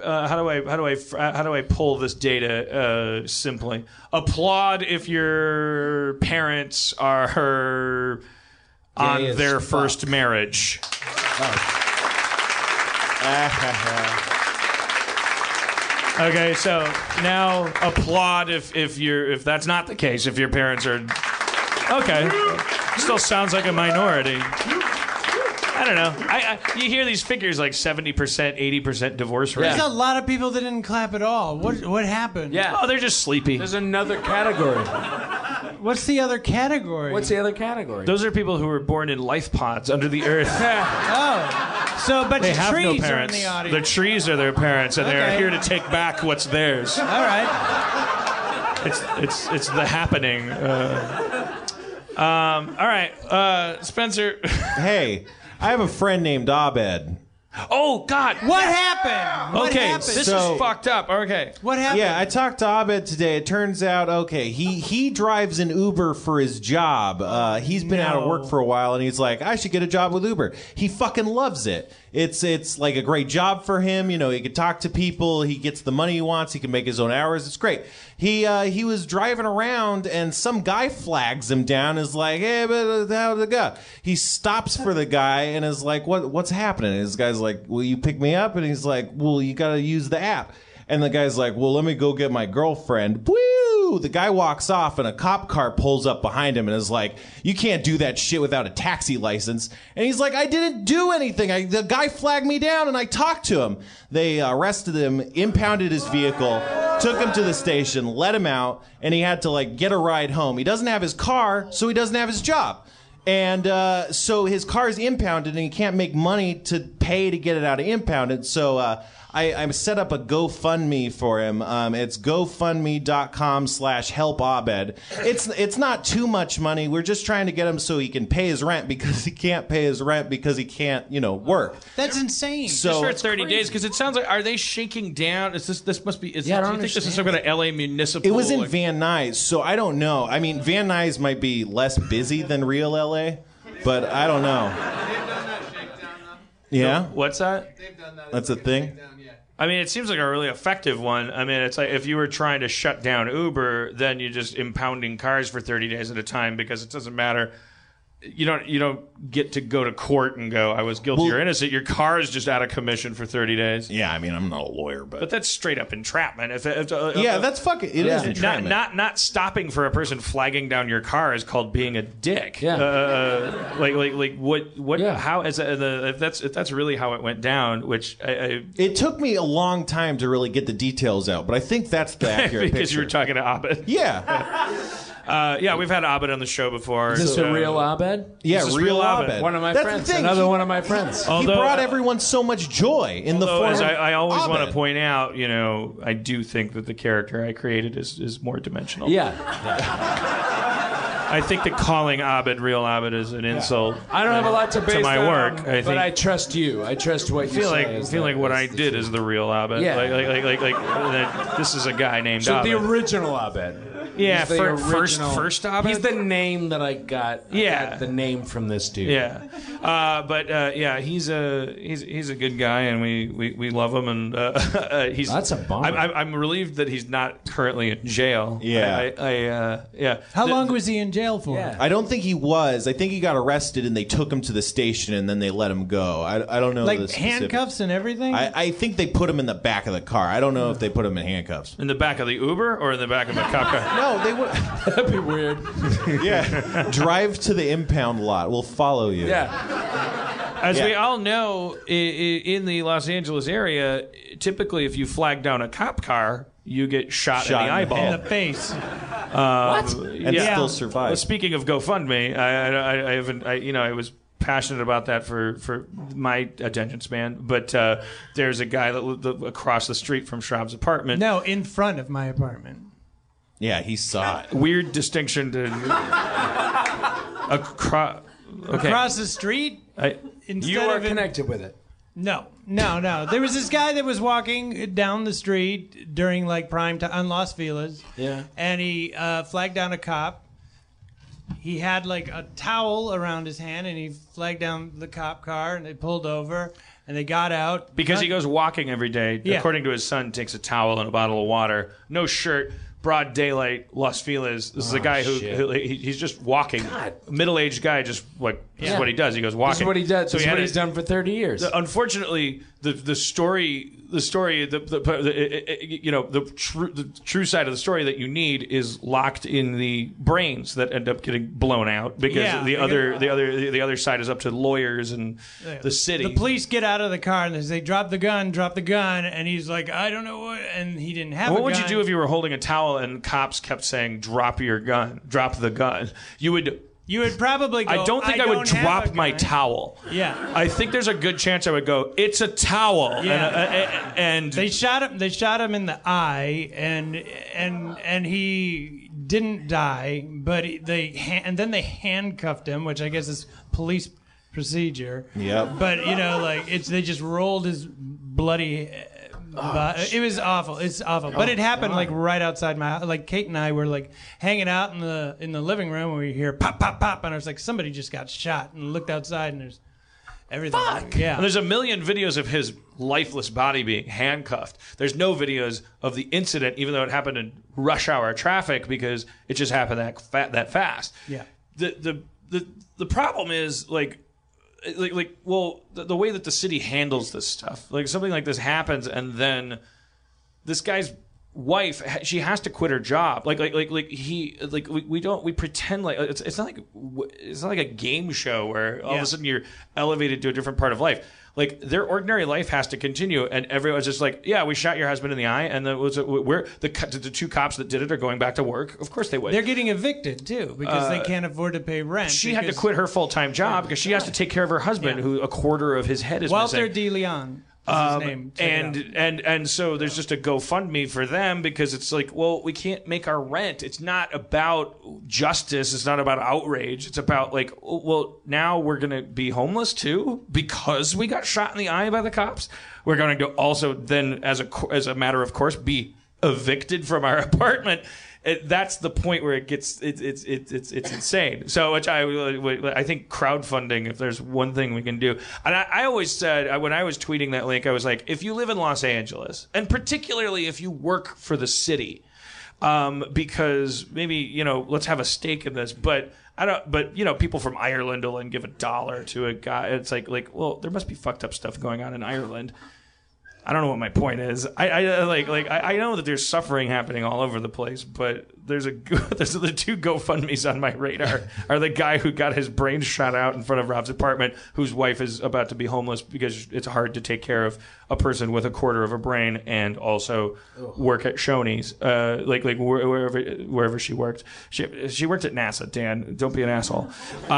Speaker 2: uh, how do I how do I fr- how do I pull this data uh, simply? Applaud if your parents are on
Speaker 3: Gay as
Speaker 2: their
Speaker 3: fuck. Oh.
Speaker 2: first marriage. Okay, so now applaud if if you're if that's not the case if your parents are okay. Still sounds like a minority. I don't know. I, I you hear these figures like seventy percent, eighty percent divorce rate.
Speaker 1: There's a lot of people that didn't clap at all. What what happened?
Speaker 6: Yeah.
Speaker 2: Oh, they're just sleepy.
Speaker 6: There's another category.
Speaker 1: What's the other category?
Speaker 6: What's the other category?
Speaker 2: Those are people who were born in life pods under the
Speaker 1: <laughs>
Speaker 2: earth.
Speaker 1: oh, so but
Speaker 2: they
Speaker 1: the
Speaker 2: have no
Speaker 1: trees are in
Speaker 2: parents.
Speaker 1: the audience.
Speaker 2: the trees are their parents, and
Speaker 1: Okay.
Speaker 2: they're here to take back what's theirs.
Speaker 1: all right.
Speaker 2: It's it's it's the happening. Uh, um, all right, uh, Spencer. <laughs>
Speaker 3: hey, I have a friend named Abed,
Speaker 2: Oh God!
Speaker 1: What happened? What
Speaker 2: okay,
Speaker 1: happened?
Speaker 2: this
Speaker 3: So-
Speaker 2: is fucked up. Okay,
Speaker 1: what happened?
Speaker 3: Yeah, I talked to Abed today. It turns out, okay, he he drives an Uber for his job. Uh, he's been out of work for a while, and he's like, I should get a job with Uber. He fucking loves it. It's it's like a great job for him. You know, he can talk to people. He gets the money he wants. He can make his own hours. It's great. He uh, he was driving around, and some guy flags him down. Is like, hey, but uh, how'd it go? He stops for the guy and is like, what what's happening? And this guy's like, will you pick me up? And he's like, well, you got to use the app. And the guy's like, "Well, let me go get my girlfriend." Woo! The guy walks off, and a cop car pulls up behind him and is like, "You can't do that shit without a taxi license." And he's like, "I didn't do anything. I, the guy flagged me down, and I talked to him." They arrested him, impounded his vehicle, took him to the station, let him out, and he had to like get a ride home. He doesn't have his car, so he doesn't have his job. And uh, so his car is impounded, and he can't make money to pay to get it out of impounded. So uh, I, I set up a GoFundMe for him. Um, it's GoFundMe.com slash help Abed. It's it's not too much money. We're just trying to get him so he can pay his rent because <laughs> he can't pay his rent because he can't you know work.
Speaker 1: That's insane.
Speaker 2: so
Speaker 3: So-
Speaker 2: for thirty days because it sounds like are they shaking down? Is this this must be? Is,
Speaker 3: Yeah, I
Speaker 2: do you
Speaker 3: don't
Speaker 2: think this is some kind of L.A. municipal?
Speaker 3: It was in
Speaker 2: like-
Speaker 3: Van Nuys, so I don't know. I mean, Van Nuys might be less busy than real LA, but I don't know. Yeah,
Speaker 2: what's that?
Speaker 3: that's a thing.
Speaker 2: I mean, it seems like a really effective one. I mean, it's like if you were trying to shut down Uber, then you're just impounding cars for 30 days at a time because it doesn't matter. You don't you don't get to go to court and go, I was guilty or innocent. Your car is just out of commission for 30 days.
Speaker 3: Yeah, I mean, I'm not a lawyer, but
Speaker 2: but that's straight up entrapment. If, if, uh,
Speaker 3: Yeah,
Speaker 2: uh,
Speaker 3: that's fucking- it is entrapment.
Speaker 2: Not, not not stopping for a person flagging down your car is called being a dick. Yeah. Uh, like like like what what how is uh, the if that's if that's really how it went down, which I, I
Speaker 3: It took me a long time to really get the details out, but I think that's
Speaker 2: <laughs>
Speaker 3: the accurate
Speaker 2: because you
Speaker 3: picture.
Speaker 2: were talking to Abed.
Speaker 3: Yeah.
Speaker 2: <laughs> uh, yeah, we've had Abed on the show before.
Speaker 5: Is this
Speaker 2: so- uh,
Speaker 5: a real Abed?
Speaker 2: Yeah, This is real real Abed. Abed.
Speaker 5: One of my
Speaker 2: That's the
Speaker 5: friends.
Speaker 2: thing, Oh.
Speaker 5: Another
Speaker 2: he-
Speaker 5: one of my friends.
Speaker 3: he brought everyone so much joy in the
Speaker 2: uh, although,
Speaker 3: form.
Speaker 2: as I, I always
Speaker 3: of
Speaker 2: want to
Speaker 3: it.
Speaker 2: point out, you know, I do think that the character I created is, is more dimensional.
Speaker 5: Yeah.
Speaker 2: I think that calling Abed real Abed is an insult.
Speaker 5: I don't have a lot to base
Speaker 2: my
Speaker 5: that
Speaker 2: work.
Speaker 5: on,
Speaker 2: I think
Speaker 5: but I trust you. I trust what
Speaker 2: I feel
Speaker 5: you
Speaker 2: like
Speaker 5: say.
Speaker 2: I
Speaker 5: is
Speaker 2: feel
Speaker 5: the-
Speaker 2: like what I did is the real Abed.
Speaker 5: Yeah.
Speaker 2: Like like like like, like that this is a guy named
Speaker 5: so the
Speaker 2: Abed.
Speaker 5: original Abed.
Speaker 2: Yeah,
Speaker 5: He's the
Speaker 2: fir- first- first Abed.
Speaker 5: He's the name that I got. I
Speaker 2: Yeah.
Speaker 5: got the name from this dude.
Speaker 2: Yeah, uh, but uh, yeah, he's a he's he's a good guy, and we, we, we love him, and uh, <laughs> uh, he's
Speaker 5: That's a bummer.
Speaker 2: I'm, I'm, I'm relieved that he's not currently in jail.
Speaker 3: Yeah.
Speaker 2: I, I uh, yeah.
Speaker 1: How long was he in jail for?
Speaker 3: I don't think he was. I think he got arrested and they took him to the station and then they let him go. I, I don't know.
Speaker 1: Like
Speaker 3: the specific-
Speaker 1: handcuffs and everything?
Speaker 3: I, I think they put him in the back of the car. I don't know if they put him in handcuffs.
Speaker 2: In the back of the Uber or in the back of a
Speaker 3: <laughs>
Speaker 2: cop car?
Speaker 3: No, they would.
Speaker 1: <laughs>
Speaker 5: That'd be weird.
Speaker 3: yeah. Drive to the impound lot. We'll follow you.
Speaker 2: As
Speaker 3: Yeah.
Speaker 2: we all know, i- i- in the Los Angeles area, typically if you flag down a cop car, you get shot,
Speaker 3: Shot
Speaker 2: in
Speaker 3: in
Speaker 2: the
Speaker 3: the
Speaker 2: eyeball.
Speaker 3: head.
Speaker 1: In the face.
Speaker 2: Um,
Speaker 1: What?
Speaker 3: And still survive.
Speaker 2: Well, speaking of GoFundMe, I, I, I- I haven't, I, you know, I was passionate about that for, for my attention span. But uh, there's a guy that, li- the, across the street from Schraub's apartment.
Speaker 1: No, in front of my apartment.
Speaker 3: Yeah, he saw it.
Speaker 2: Weird distinction
Speaker 5: <laughs>
Speaker 2: to across. Okay.
Speaker 1: Across the street?
Speaker 2: I,
Speaker 1: Instead
Speaker 5: you are
Speaker 1: of in-
Speaker 5: connected with it.
Speaker 1: No, no, no. There was this guy that was walking down the street during like prime time on Las Vegas.
Speaker 5: Yeah.
Speaker 1: And he uh, flagged down a cop. He had like a towel around his hand and he flagged down the cop car and they pulled over and they got out.
Speaker 2: Because he goes walking every day,
Speaker 1: Yeah.
Speaker 2: according to his son, takes a towel and a bottle of water, no shirt, broad daylight, Los Feliz. This is a
Speaker 5: Oh,
Speaker 2: guy who,
Speaker 5: shit.
Speaker 2: who- he, he's just walking. Middle aged guy, just like, this is
Speaker 5: Yeah.
Speaker 2: what he does. He goes walking.
Speaker 5: This is what he does.
Speaker 2: So he
Speaker 5: This is
Speaker 2: had
Speaker 5: what
Speaker 2: a-
Speaker 5: he's done for 30 years.
Speaker 2: the- uh, unfortunately, the the story, the story, the, the, the you know the true the true side of the story that you need is locked in the brains that end up getting blown out because
Speaker 1: Yeah.
Speaker 2: the other the other the other side is up to lawyers and the city.
Speaker 1: The police get out of the car and they say, "Drop the gun, drop the gun," and he's like, "I don't know what," and he didn't have.
Speaker 2: what
Speaker 1: a
Speaker 2: would you
Speaker 1: gun.
Speaker 2: do if you were holding a towel and cops kept saying drop your gun drop the gun you would
Speaker 1: You would probably. Go,
Speaker 2: i don't think i, would
Speaker 1: have a
Speaker 2: drop
Speaker 1: gun."
Speaker 2: my towel
Speaker 1: Yeah.
Speaker 2: i think there's a good chance i would go it's a towel
Speaker 1: Yeah.
Speaker 2: and, uh, and,
Speaker 1: They shot him. They shot him in the eye, and and and he didn't die. But they ha- and then they handcuffed him, which I guess is police procedure.
Speaker 3: Yep.
Speaker 1: But you know, like it's they just rolled his bloody. uh, bo- it was awful. It's awful. But it happened like right outside my house. Like Kate and I were like hanging out in the in the living room, and we hear pop, pop, pop, and I was like, somebody just got shot, and looked outside, and there's everything. Fuck. Yeah.
Speaker 2: And there's a million videos of his lifeless body being handcuffed. There's no videos of the incident, even though it happened in rush hour traffic, because it just happened that fa- that fast.
Speaker 1: Yeah.
Speaker 2: The the the the problem is like. Like, like, well, the, the way that the city handles this stuff, like something like this happens, and then this guy's wife ha- she has to quit her job like like like like he like we, we don't we pretend like it's, it's not like w- it's not like a game show where all of
Speaker 1: Yeah.
Speaker 2: a sudden you're elevated to a different part of life like their ordinary life has to continue and everyone's just like yeah we shot your husband in the eye and the was it, we're the co- the two cops that did it are going back to work of course they would
Speaker 1: They're getting evicted too because they
Speaker 2: Uh,
Speaker 1: can't afford to pay rent.
Speaker 2: she had to
Speaker 1: because-
Speaker 2: quit her full-time job because she has to take care of her husband who a quarter of his head is
Speaker 1: Walter
Speaker 2: missing
Speaker 1: De Leon. Is his name. Check it out.
Speaker 2: Um, and and and so there's just a GoFundMe for them because it's like, well, we can't make our rent. It's not about justice. It's not about outrage. It's about like, oh, well, now we're gonna be homeless too because we got shot in the eye by the cops. We're going to also then, as a co- as a matter of course, be evicted from our <laughs> apartment. It, that's the point where it gets it's it's it's it's it's insane. So which I I think crowdfunding, if there's one thing we can do, and I, I always said I- when I was tweeting that link, I was like, if you live in Los Angeles, and particularly if you work for the city, um, because maybe you know let's have a stake in this, but. I don't, but you know, people from Ireland will then give a dollar to a guy. It's like, like, well, there must be fucked up stuff going on in Ireland. I don't know what my point is. I, I like like I, I know that there's suffering happening all over the place, but there's a go- <laughs> there's the two GoFundmes on my radar are the guy who got his brain shot out in front of Rob's apartment, whose wife is about to be homeless because it's hard to take care of a person with a quarter of a brain and also work at Shoney's, uh, like like where- wherever wherever she worked. She she worked at NASA. Dan, don't be an asshole.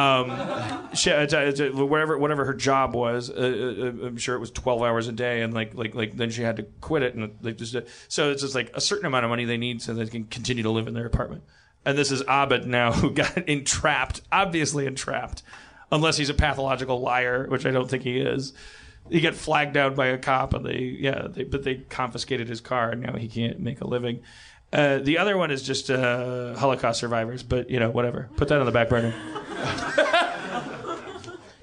Speaker 2: Um, she, uh, t- t- whatever whatever her job was, uh, uh, I'm sure it was 12 hours a day, and like like like then she had to quit it, and like just so it's just like a certain amount of money they need so they can continue to live in their apartment. And this is Abed now who got <laughs> entrapped, obviously entrapped, unless he's a pathological liar, which I don't think he is. He got flagged down by a cop, and they yeah, they, but they confiscated his car, and now he can't make a living. Uh, the other one is just uh, Holocaust survivors, but you know whatever. Put that on the back burner.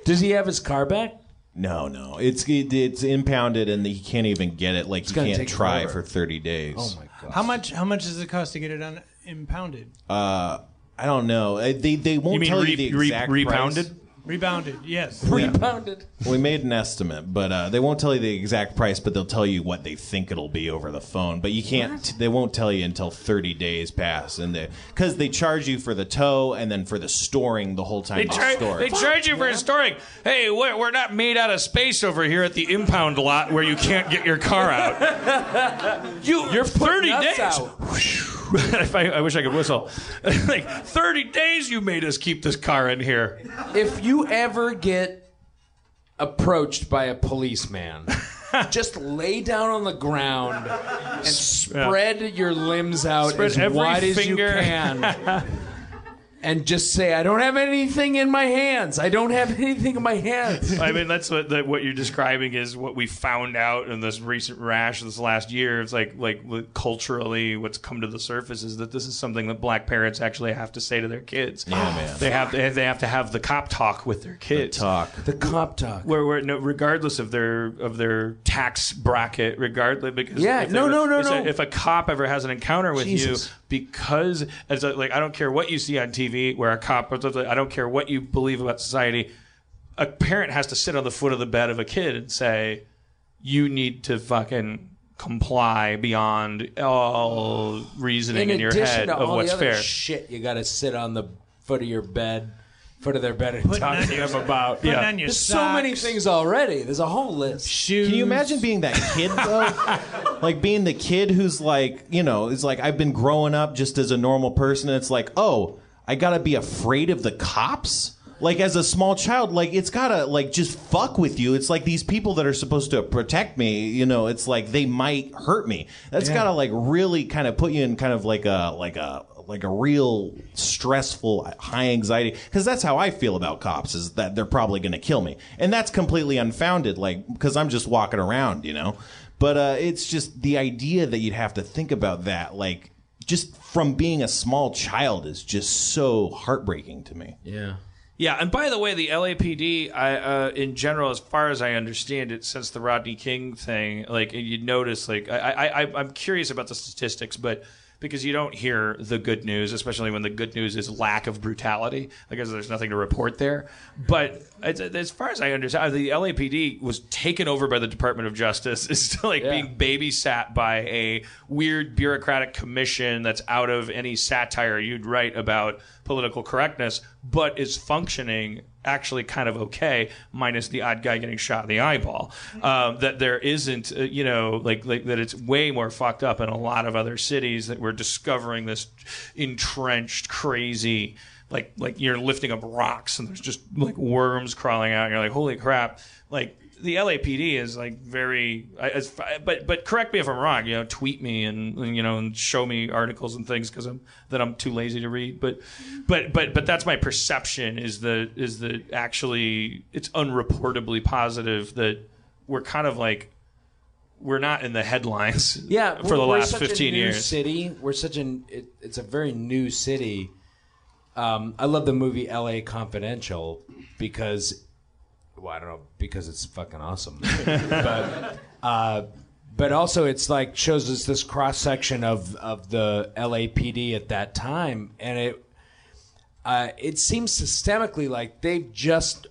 Speaker 5: Does he have his car back?
Speaker 3: No, no, it's it, it's impounded and he can't even get it. Like he
Speaker 1: gonna
Speaker 3: can't
Speaker 1: take
Speaker 3: try
Speaker 1: forever.
Speaker 3: for thirty days. Oh my
Speaker 1: How much? How much does it cost to get it un- impounded?
Speaker 3: Uh, I don't know. Uh, They they won't
Speaker 1: mean
Speaker 3: tell
Speaker 1: re-
Speaker 3: you the
Speaker 1: re-
Speaker 3: exact
Speaker 1: repounded?
Speaker 3: price.
Speaker 1: Rebounded, yes.
Speaker 3: Yeah. We made an estimate, but uh, they won't tell you the exact price. But they'll tell you what they think it'll be over the phone. But you can't. They won't tell you until thirty days pass, and they because they charge you for the tow and then for the storing the whole time
Speaker 2: They,
Speaker 3: it's
Speaker 2: char-
Speaker 3: stored.
Speaker 2: they charge you for storing. Hey, we're, we're not made out of space over here at the impound lot where you can't get your car
Speaker 5: <laughs>
Speaker 2: out. you, you're 30
Speaker 5: putting us
Speaker 2: days. <laughs> if I, I wish I could whistle. <laughs> like 30 days you made us keep this car in here. <laughs>
Speaker 5: If you ever get approached by
Speaker 2: <laughs>
Speaker 5: a policeman, just lay down on the ground and spread your limbs out
Speaker 2: Spread
Speaker 5: as
Speaker 2: every
Speaker 5: wide
Speaker 2: finger.
Speaker 5: as
Speaker 2: <laughs>
Speaker 5: you can. And just say, I don't have anything in my hands. I don't have anything in
Speaker 2: <laughs>
Speaker 5: my hands.
Speaker 2: I mean, that's what that, what you're describing is what we found out in this recent rash this last year. It's like like what- culturally, what's come to the surface is that this is something that black parents actually have to say to their kids.
Speaker 3: Yeah, man.
Speaker 2: They have they, have to have the cop talk with their kids.
Speaker 3: talk
Speaker 5: the cop talk.
Speaker 2: Where, where no, regardless of their of their tax bracket, regardless because
Speaker 5: Yeah,
Speaker 2: if
Speaker 5: no,
Speaker 2: they-
Speaker 5: no, no,
Speaker 2: if
Speaker 5: no.
Speaker 2: a- If a cop ever has an encounter with
Speaker 5: Jesus.
Speaker 2: you, because as a, like I don't care what you see on TV, where a cop, I don't care what you believe about society a parent has to sit on the foot of the bed of a kid and say, "You need to fucking comply beyond all reasoning in, your
Speaker 5: addition
Speaker 2: head
Speaker 5: to
Speaker 2: of
Speaker 5: all
Speaker 2: what's
Speaker 5: the other
Speaker 2: fair."
Speaker 5: Shit, you got to sit on the foot of your bed, foot of their bed, and
Speaker 2: Putting
Speaker 5: talk
Speaker 2: on
Speaker 5: to
Speaker 2: your-
Speaker 5: them about.
Speaker 2: putting
Speaker 5: <laughs>
Speaker 2: on your
Speaker 5: There's so many
Speaker 2: socks.
Speaker 5: things already. There's a whole list. Shoes.
Speaker 3: Can you imagine being that kid though? like being the kid who's like, you know, it's like I've been growing up just as a normal person, and it's like, oh, I gotta be afraid of the cops. Like as a small child, like it's gotta like just fuck with you. It's like these people that are supposed to protect me, you know, it's like they might hurt me. That's
Speaker 2: Yeah.
Speaker 3: gotta like really kind of put you in kind of like a like a like a real stressful high anxiety because that's how I feel about cops is that they're probably going to kill me and that's completely unfounded like because I'm just walking around you know but uh, it's just the idea that you'd have to think about that like just from being a small child is just so heartbreaking to me
Speaker 6: yeah
Speaker 2: Yeah, and by the way, the LAPD, I, uh, in general, as far as I understand it, since the Rodney King thing, like you notice, like I, I, I, I'm curious about the statistics, but because you don't hear the good news, especially when the good news is lack of brutality, I guess there's nothing to report there. But as, as far as I understand, the LAPD was taken over by the Department of Justice. <laughs> It's still like being babysat by a weird bureaucratic commission that's out of any satire you'd write about political correctness, but is functioning actually kind of okay, minus the odd guy getting shot in the eyeball. Um, that there isn't, uh, you know, like, like that it's way more fucked up in a lot of other cities that we're discovering this entrenched, crazy. Like, like you're lifting up rocks and there's just like worms crawling out and you're like holy crap like the LAPD is like very I- as, fi- but but correct me if I'm wrong you know tweet me and, and, you know and show me articles and things because I'm that I'm too lazy to read but but but but that's my perception is the is the actually it's unreportably positive that we're kind of like we're not in the headlines
Speaker 6: yeah
Speaker 2: for the
Speaker 6: we're
Speaker 2: last
Speaker 6: such a
Speaker 2: 15
Speaker 6: new
Speaker 2: years
Speaker 6: city we're such an it, it's a very new city um, i love the movie la confidential because well i don't know because it's fucking awesome
Speaker 2: <laughs>
Speaker 6: but uh, but also it's like shows us this cross section of of the lapd at that time and it uh, it seems systemically like they've just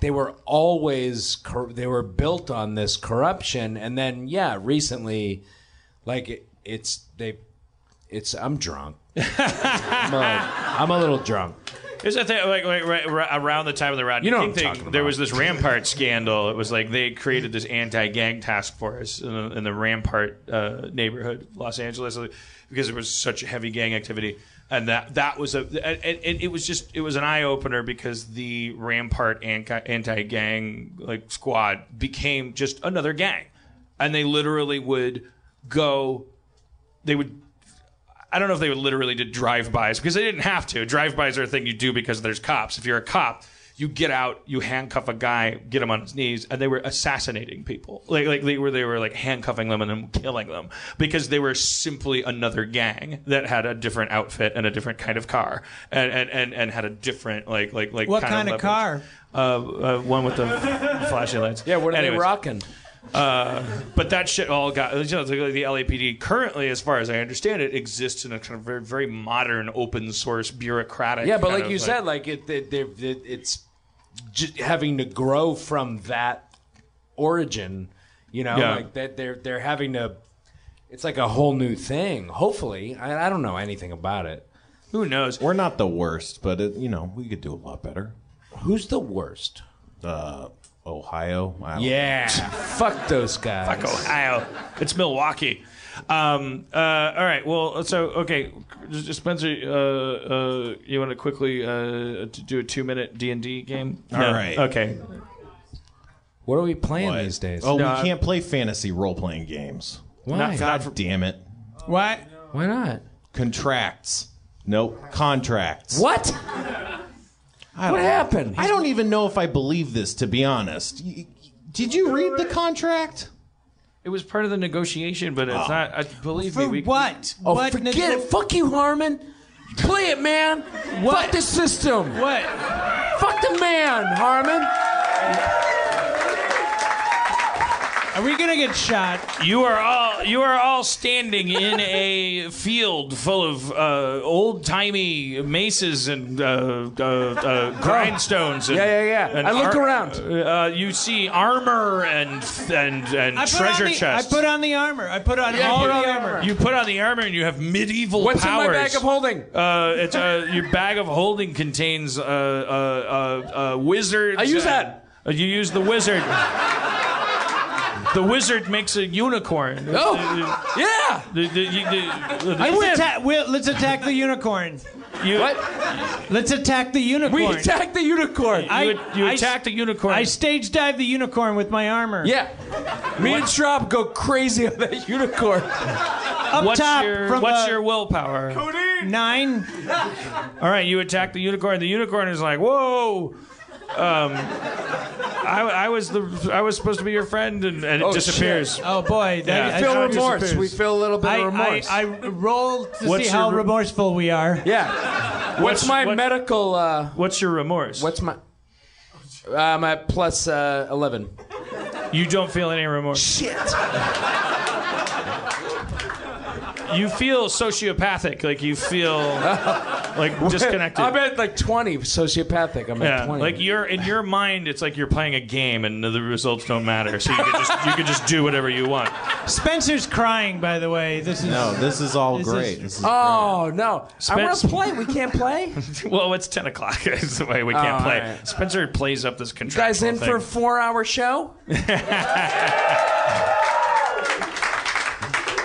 Speaker 6: they were always cor- they were built on this corruption and then yeah recently like it, it's they it's i'm drunk <laughs> I'm, a, I'm a little drunk
Speaker 2: Is that thing like, like right, right around the time of the Rodney
Speaker 6: You know what
Speaker 2: King
Speaker 6: I'm
Speaker 2: thing?
Speaker 6: talking
Speaker 2: There
Speaker 6: about.
Speaker 2: was this Rampart scandal. It was like they created this anti-gang task force in the, in the Rampart uh, neighborhood, of Los Angeles, because there was such heavy gang activity, and that that was a and, and it was just it was an eye opener because the Rampart anti- anti-gang like squad became just another gang, and they literally would go, they would I don't know if they would literally did drive-bys because they didn't have to. Drive-bys are a thing you do because there's cops. If you're a cop, you get out, you handcuff a guy, get him on his knees, and they were assassinating people. Like like they were they were like handcuffing them and then killing them because they were simply another gang that had a different outfit and a different kind of car and and and, and had a different like like like
Speaker 1: What kind of
Speaker 2: leverage. Uh, uh, one with the <laughs> flashing lights. Yeah,
Speaker 6: what are they rocking?
Speaker 2: Uh, but that shit all got you know, it's like the LAPD currently, as far as I understand it, exists in a kind of very, very modern, open source, bureaucratic.
Speaker 6: yeah but
Speaker 2: kind
Speaker 6: like
Speaker 2: of,
Speaker 6: you said like it, it, it, it it's j- having to grow from that origin you know
Speaker 2: Yeah.
Speaker 6: like that they're they're having to it's like a whole new thing hopefully i, I don't know anything about it
Speaker 2: who knows
Speaker 3: we're not the worst but it, you know we could do a lot better
Speaker 6: who's the worst
Speaker 3: uh Ohio I don't know.
Speaker 6: yeah fuck those guys
Speaker 2: Fuck Ohio. It's Milwaukee. Um, uh, all right. Well, so okay, Spencer, uh, uh, you want to quickly uh, to do a two-minute D and D game?
Speaker 3: All
Speaker 2: All right.
Speaker 3: right.
Speaker 2: Okay.
Speaker 6: What are we playing these days?
Speaker 3: Oh,
Speaker 2: No,
Speaker 3: we can't play fantasy role playing games.
Speaker 6: Why?
Speaker 3: Not,
Speaker 6: Not-
Speaker 3: God damn it.
Speaker 1: Why?
Speaker 6: Why not?
Speaker 3: Contracts. Nope. Contracts.
Speaker 6: What?
Speaker 3: I
Speaker 6: What
Speaker 3: don't-
Speaker 6: happened?
Speaker 3: I don't even know if I believe this, to be honest. Y- y- Did you read the contract?
Speaker 2: It was part of the negotiation, but it's
Speaker 3: Oh.
Speaker 2: not. I believe me.
Speaker 1: For
Speaker 2: we-
Speaker 1: what?
Speaker 2: Oh,
Speaker 1: what
Speaker 2: forget
Speaker 1: nego-
Speaker 2: it.
Speaker 6: Fuck you, Harmon. Play it, man. Fuck the system.
Speaker 1: What?
Speaker 6: Fuck the man, Harmon.
Speaker 1: Are we gonna get shot?
Speaker 2: You are all you are all standing in a field full of uh, old timey maces and uh, uh, uh, grindstones. And,
Speaker 6: Oh. Yeah, yeah, yeah.
Speaker 2: and
Speaker 6: I look around.
Speaker 2: Uh, you see armor and and and
Speaker 1: I put
Speaker 2: treasure
Speaker 1: on the,
Speaker 2: chests.
Speaker 1: I put on the armor. I put on
Speaker 2: Yeah,
Speaker 1: all
Speaker 2: you-
Speaker 1: the armor.
Speaker 2: You put on the armor and you have medieval
Speaker 1: What's in my
Speaker 2: powers.
Speaker 1: bag of
Speaker 6: holding?
Speaker 2: Uh, it's, uh, your bag of holding contains uh, uh, uh, uh, wizards.
Speaker 6: I use
Speaker 2: and-
Speaker 6: that.
Speaker 2: Uh, you use the wizard. the wizard makes a unicorn.
Speaker 6: Oh, yeah.
Speaker 2: The, the, you- the- the-
Speaker 1: Let's atta- we'll- let's attack the unicorn.
Speaker 2: You,
Speaker 6: what?
Speaker 1: Let's attack the unicorn.
Speaker 6: We attack the unicorn.
Speaker 1: I-
Speaker 2: You, you
Speaker 1: I-
Speaker 2: attack the unicorn.
Speaker 1: I stage dive the unicorn with my armor.
Speaker 6: Yeah. Me and Schraub go crazy on that unicorn.
Speaker 1: Up
Speaker 2: what's
Speaker 1: top
Speaker 2: your,
Speaker 1: from
Speaker 2: what's
Speaker 1: a-
Speaker 2: your willpower?
Speaker 1: Cody! Nine.
Speaker 2: All right, you attack the unicorn. The unicorn is like, whoa. Um, I, I was the I was supposed to be your friend, and, and it
Speaker 1: Oh,
Speaker 2: disappears.
Speaker 1: shit. Oh, boy, that- I feel remorse. We feel a little bit of remorse. I roll to see how remorseful we are.
Speaker 5: Yeah. What's,
Speaker 1: What's-
Speaker 5: my
Speaker 1: what-
Speaker 5: medical? Uh,
Speaker 2: what's your remorse?
Speaker 5: What's my? I'm at plus uh, eleven.
Speaker 2: You don't feel any remorse.
Speaker 5: Shit.
Speaker 2: You feel sociopathic, like you feel
Speaker 5: <laughs>
Speaker 2: like disconnected.
Speaker 5: I'm at like twenty sociopathic. I'm
Speaker 2: yeah,
Speaker 5: at twenty.
Speaker 2: like you're in your mind, it's like you're playing a game, and the results don't matter. So you can just you can just do whatever you want. <laughs>
Speaker 1: Spencer's crying, by the way. This is
Speaker 2: No, this is all great. This is
Speaker 5: oh no! I want
Speaker 2: Spence-
Speaker 5: to play. We
Speaker 2: <laughs>
Speaker 5: can't play.
Speaker 2: well, it's ten o'clock. <laughs> Is the way we can't
Speaker 5: Oh,
Speaker 2: play.
Speaker 5: all right.
Speaker 2: Spencer plays up this contractual
Speaker 5: Guys, in
Speaker 2: thing.
Speaker 5: for a four-hour show.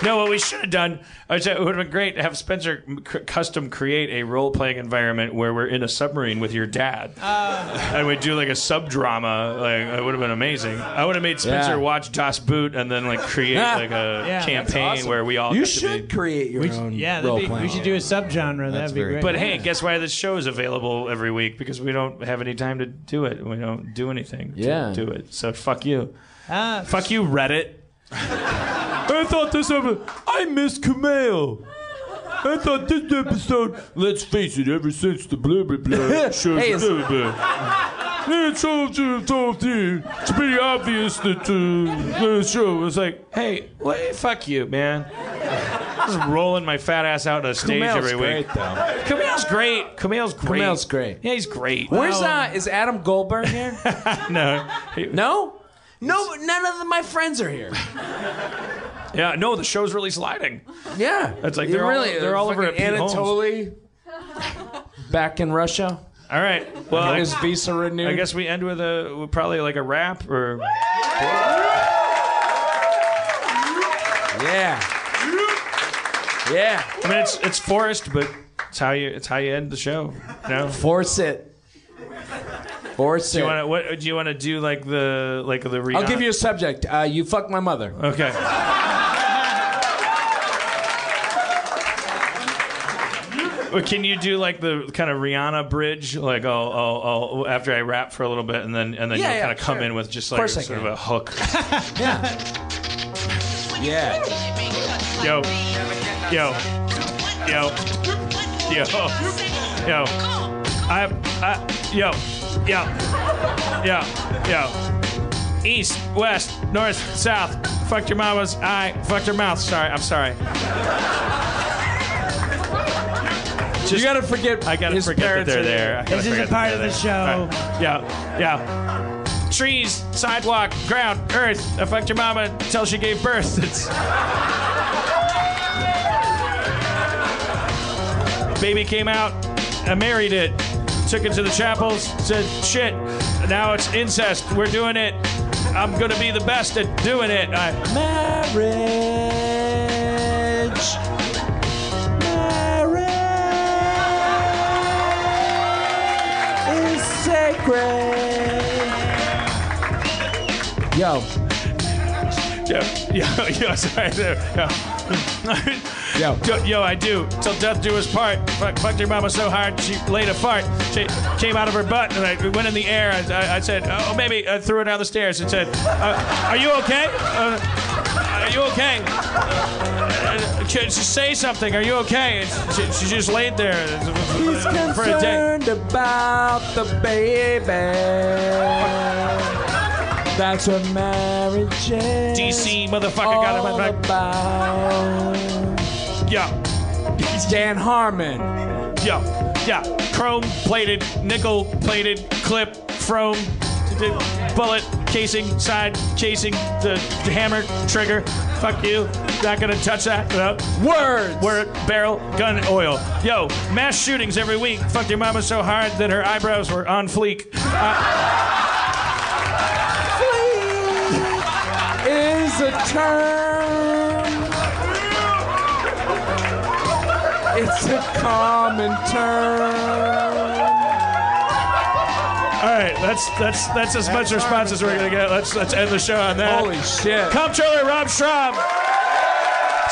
Speaker 2: No, what we should have done, I said it would have been great to have Spencer m- c- custom create a role playing environment where we're in a submarine with your dad.
Speaker 1: Ah.
Speaker 2: and we do like a sub drama. Like, it would have been amazing. I would have made Spencer
Speaker 5: Yeah.
Speaker 2: watch Das Boot and then like create like
Speaker 1: Yeah,
Speaker 2: a
Speaker 1: that's
Speaker 2: campaign
Speaker 1: awesome.
Speaker 2: where we all
Speaker 1: You
Speaker 2: get to
Speaker 1: should
Speaker 2: be-
Speaker 5: create
Speaker 1: We should- yeah, that'd be, we should do a subgenre. That'd be great.
Speaker 2: But hey, guess why this show is available every week? Because we don't have any time to do it. We don't do anything to
Speaker 5: Yeah.
Speaker 2: do it. So fuck you.
Speaker 1: Ah.
Speaker 2: Fuck you, Reddit. I thought this episode. I miss Kumail. I thought this episode. Let's face it. Ever since the blah blah <laughs> blah shows
Speaker 9: Hey,
Speaker 2: blah
Speaker 9: it's-
Speaker 2: blah. blah. It's all, it's all It's pretty obvious that uh, the show was like, hey, what, fuck you, man. Just rolling my fat ass out on a stage
Speaker 5: Kumail's
Speaker 2: every week.
Speaker 5: great, though.
Speaker 2: Kumail's great. Kumail's great.
Speaker 5: Kumail's great.
Speaker 2: Yeah, he's great.
Speaker 5: Where's uh? Is Adam Goldberg
Speaker 2: <laughs>
Speaker 5: here?
Speaker 2: no.
Speaker 5: No. No, none of my friends are here.
Speaker 2: Yeah, no, the show's really sliding.
Speaker 5: Yeah,
Speaker 2: It's like
Speaker 5: You
Speaker 2: they're
Speaker 5: really,
Speaker 2: all, they're all over at
Speaker 5: fucking
Speaker 2: Pete Holmes.
Speaker 5: Anatoly. Back in Russia.
Speaker 2: All right. Well,
Speaker 5: his visa renewed.
Speaker 2: I guess we end with a with probably like a rap or
Speaker 5: Yeah. Yeah.
Speaker 2: I mean, it's it's forced, but it's how you it's how you end the show. No,
Speaker 5: force it. Force
Speaker 2: do you
Speaker 5: it.
Speaker 2: Want to, what do you want to do? Like the like the. Rihanna?
Speaker 5: I'll give you a subject. Uh, you fuck my mother. <laughs>
Speaker 2: Okay. Or Can you do like the kind of Rihanna bridge? Like I'll, I'll, I'll after I rap for a little bit, and then and then
Speaker 5: Yeah,
Speaker 2: you'll
Speaker 5: yeah,
Speaker 2: kind of come
Speaker 5: sure.
Speaker 2: in with just
Speaker 5: Of
Speaker 2: like
Speaker 5: course I
Speaker 2: sort of
Speaker 5: can.
Speaker 2: a
Speaker 5: <laughs>
Speaker 2: hook.
Speaker 5: Yeah.
Speaker 2: Yo, yo, yo, yo, yo. I, I, yo, yo, yo, yo. East, west, north, south. Fucked your mama's eye. Fucked her mouth. Sorry, I'm sorry.
Speaker 5: you gotta forget.
Speaker 2: I gotta
Speaker 5: his
Speaker 2: forget that
Speaker 5: parents
Speaker 2: they're
Speaker 5: are
Speaker 2: there. I gotta
Speaker 1: This is
Speaker 2: forget
Speaker 1: a part of
Speaker 2: that
Speaker 1: the
Speaker 2: they're there.
Speaker 1: show.
Speaker 2: All right. Oh, Yeah, yeah. Trees, sidewalk, ground, earth. I fucked your mama until she gave birth. <laughs> It's baby came out. I married it. Took it to the chapels. Said shit. Now it's incest. We're doing it. I'm gonna be the best at doing it. I marriage.
Speaker 5: is sacred. Yo.
Speaker 2: Yo, yo, <laughs> yo, sorry there. Yo. <laughs> Yo. yo, I do. Till death do us part. Fuck, fucked your mama so hard she laid a fart. She came out of her butt and I went in the air. I, I, I said, oh, maybe I threw her down the stairs and said, uh, are you okay? Uh, are you okay? Uh, she she say something. Are you okay? And she, she just laid there
Speaker 5: He's
Speaker 2: for a day.
Speaker 5: concerned about the baby. That's what marriage is.
Speaker 2: DC motherfucker got him
Speaker 5: all
Speaker 2: back.
Speaker 5: about.
Speaker 2: Yeah.
Speaker 5: Dan Harmon.
Speaker 2: Yeah, yeah. Chrome plated, nickel plated, clip, chrome, d- bullet, casing, side, casing, the the hammer, trigger. Fuck you. Not gonna touch that. Uh,
Speaker 5: Words.
Speaker 2: Word, barrel, gun, oil. Yo, mass shootings every week. Fuck your mama so hard that her eyebrows were on fleek.
Speaker 5: is a term. It's a common term.
Speaker 2: All right, that's that's that's as much response as we're gonna get. Let's let's end the show on that.
Speaker 5: Holy shit!
Speaker 2: Comptroller Rob Schraub,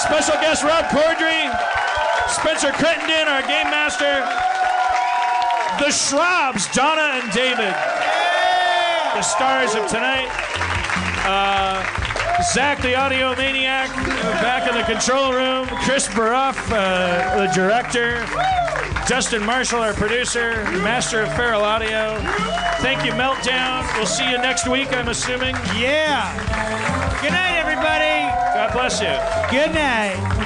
Speaker 2: special guest Rob Cordry, Spencer Crittenden, our game master. The Shrobs, Donna and David. The stars of tonight. Uh, Zach, the audio maniac, uh, back in the control room. Chris Baruff, uh, the director. Justin Marshall, our producer, master of feral audio. Thank you, Meltdown. We'll see you next week, I'm assuming.
Speaker 1: Yeah. Good night, everybody.
Speaker 2: God bless you.
Speaker 1: Good night.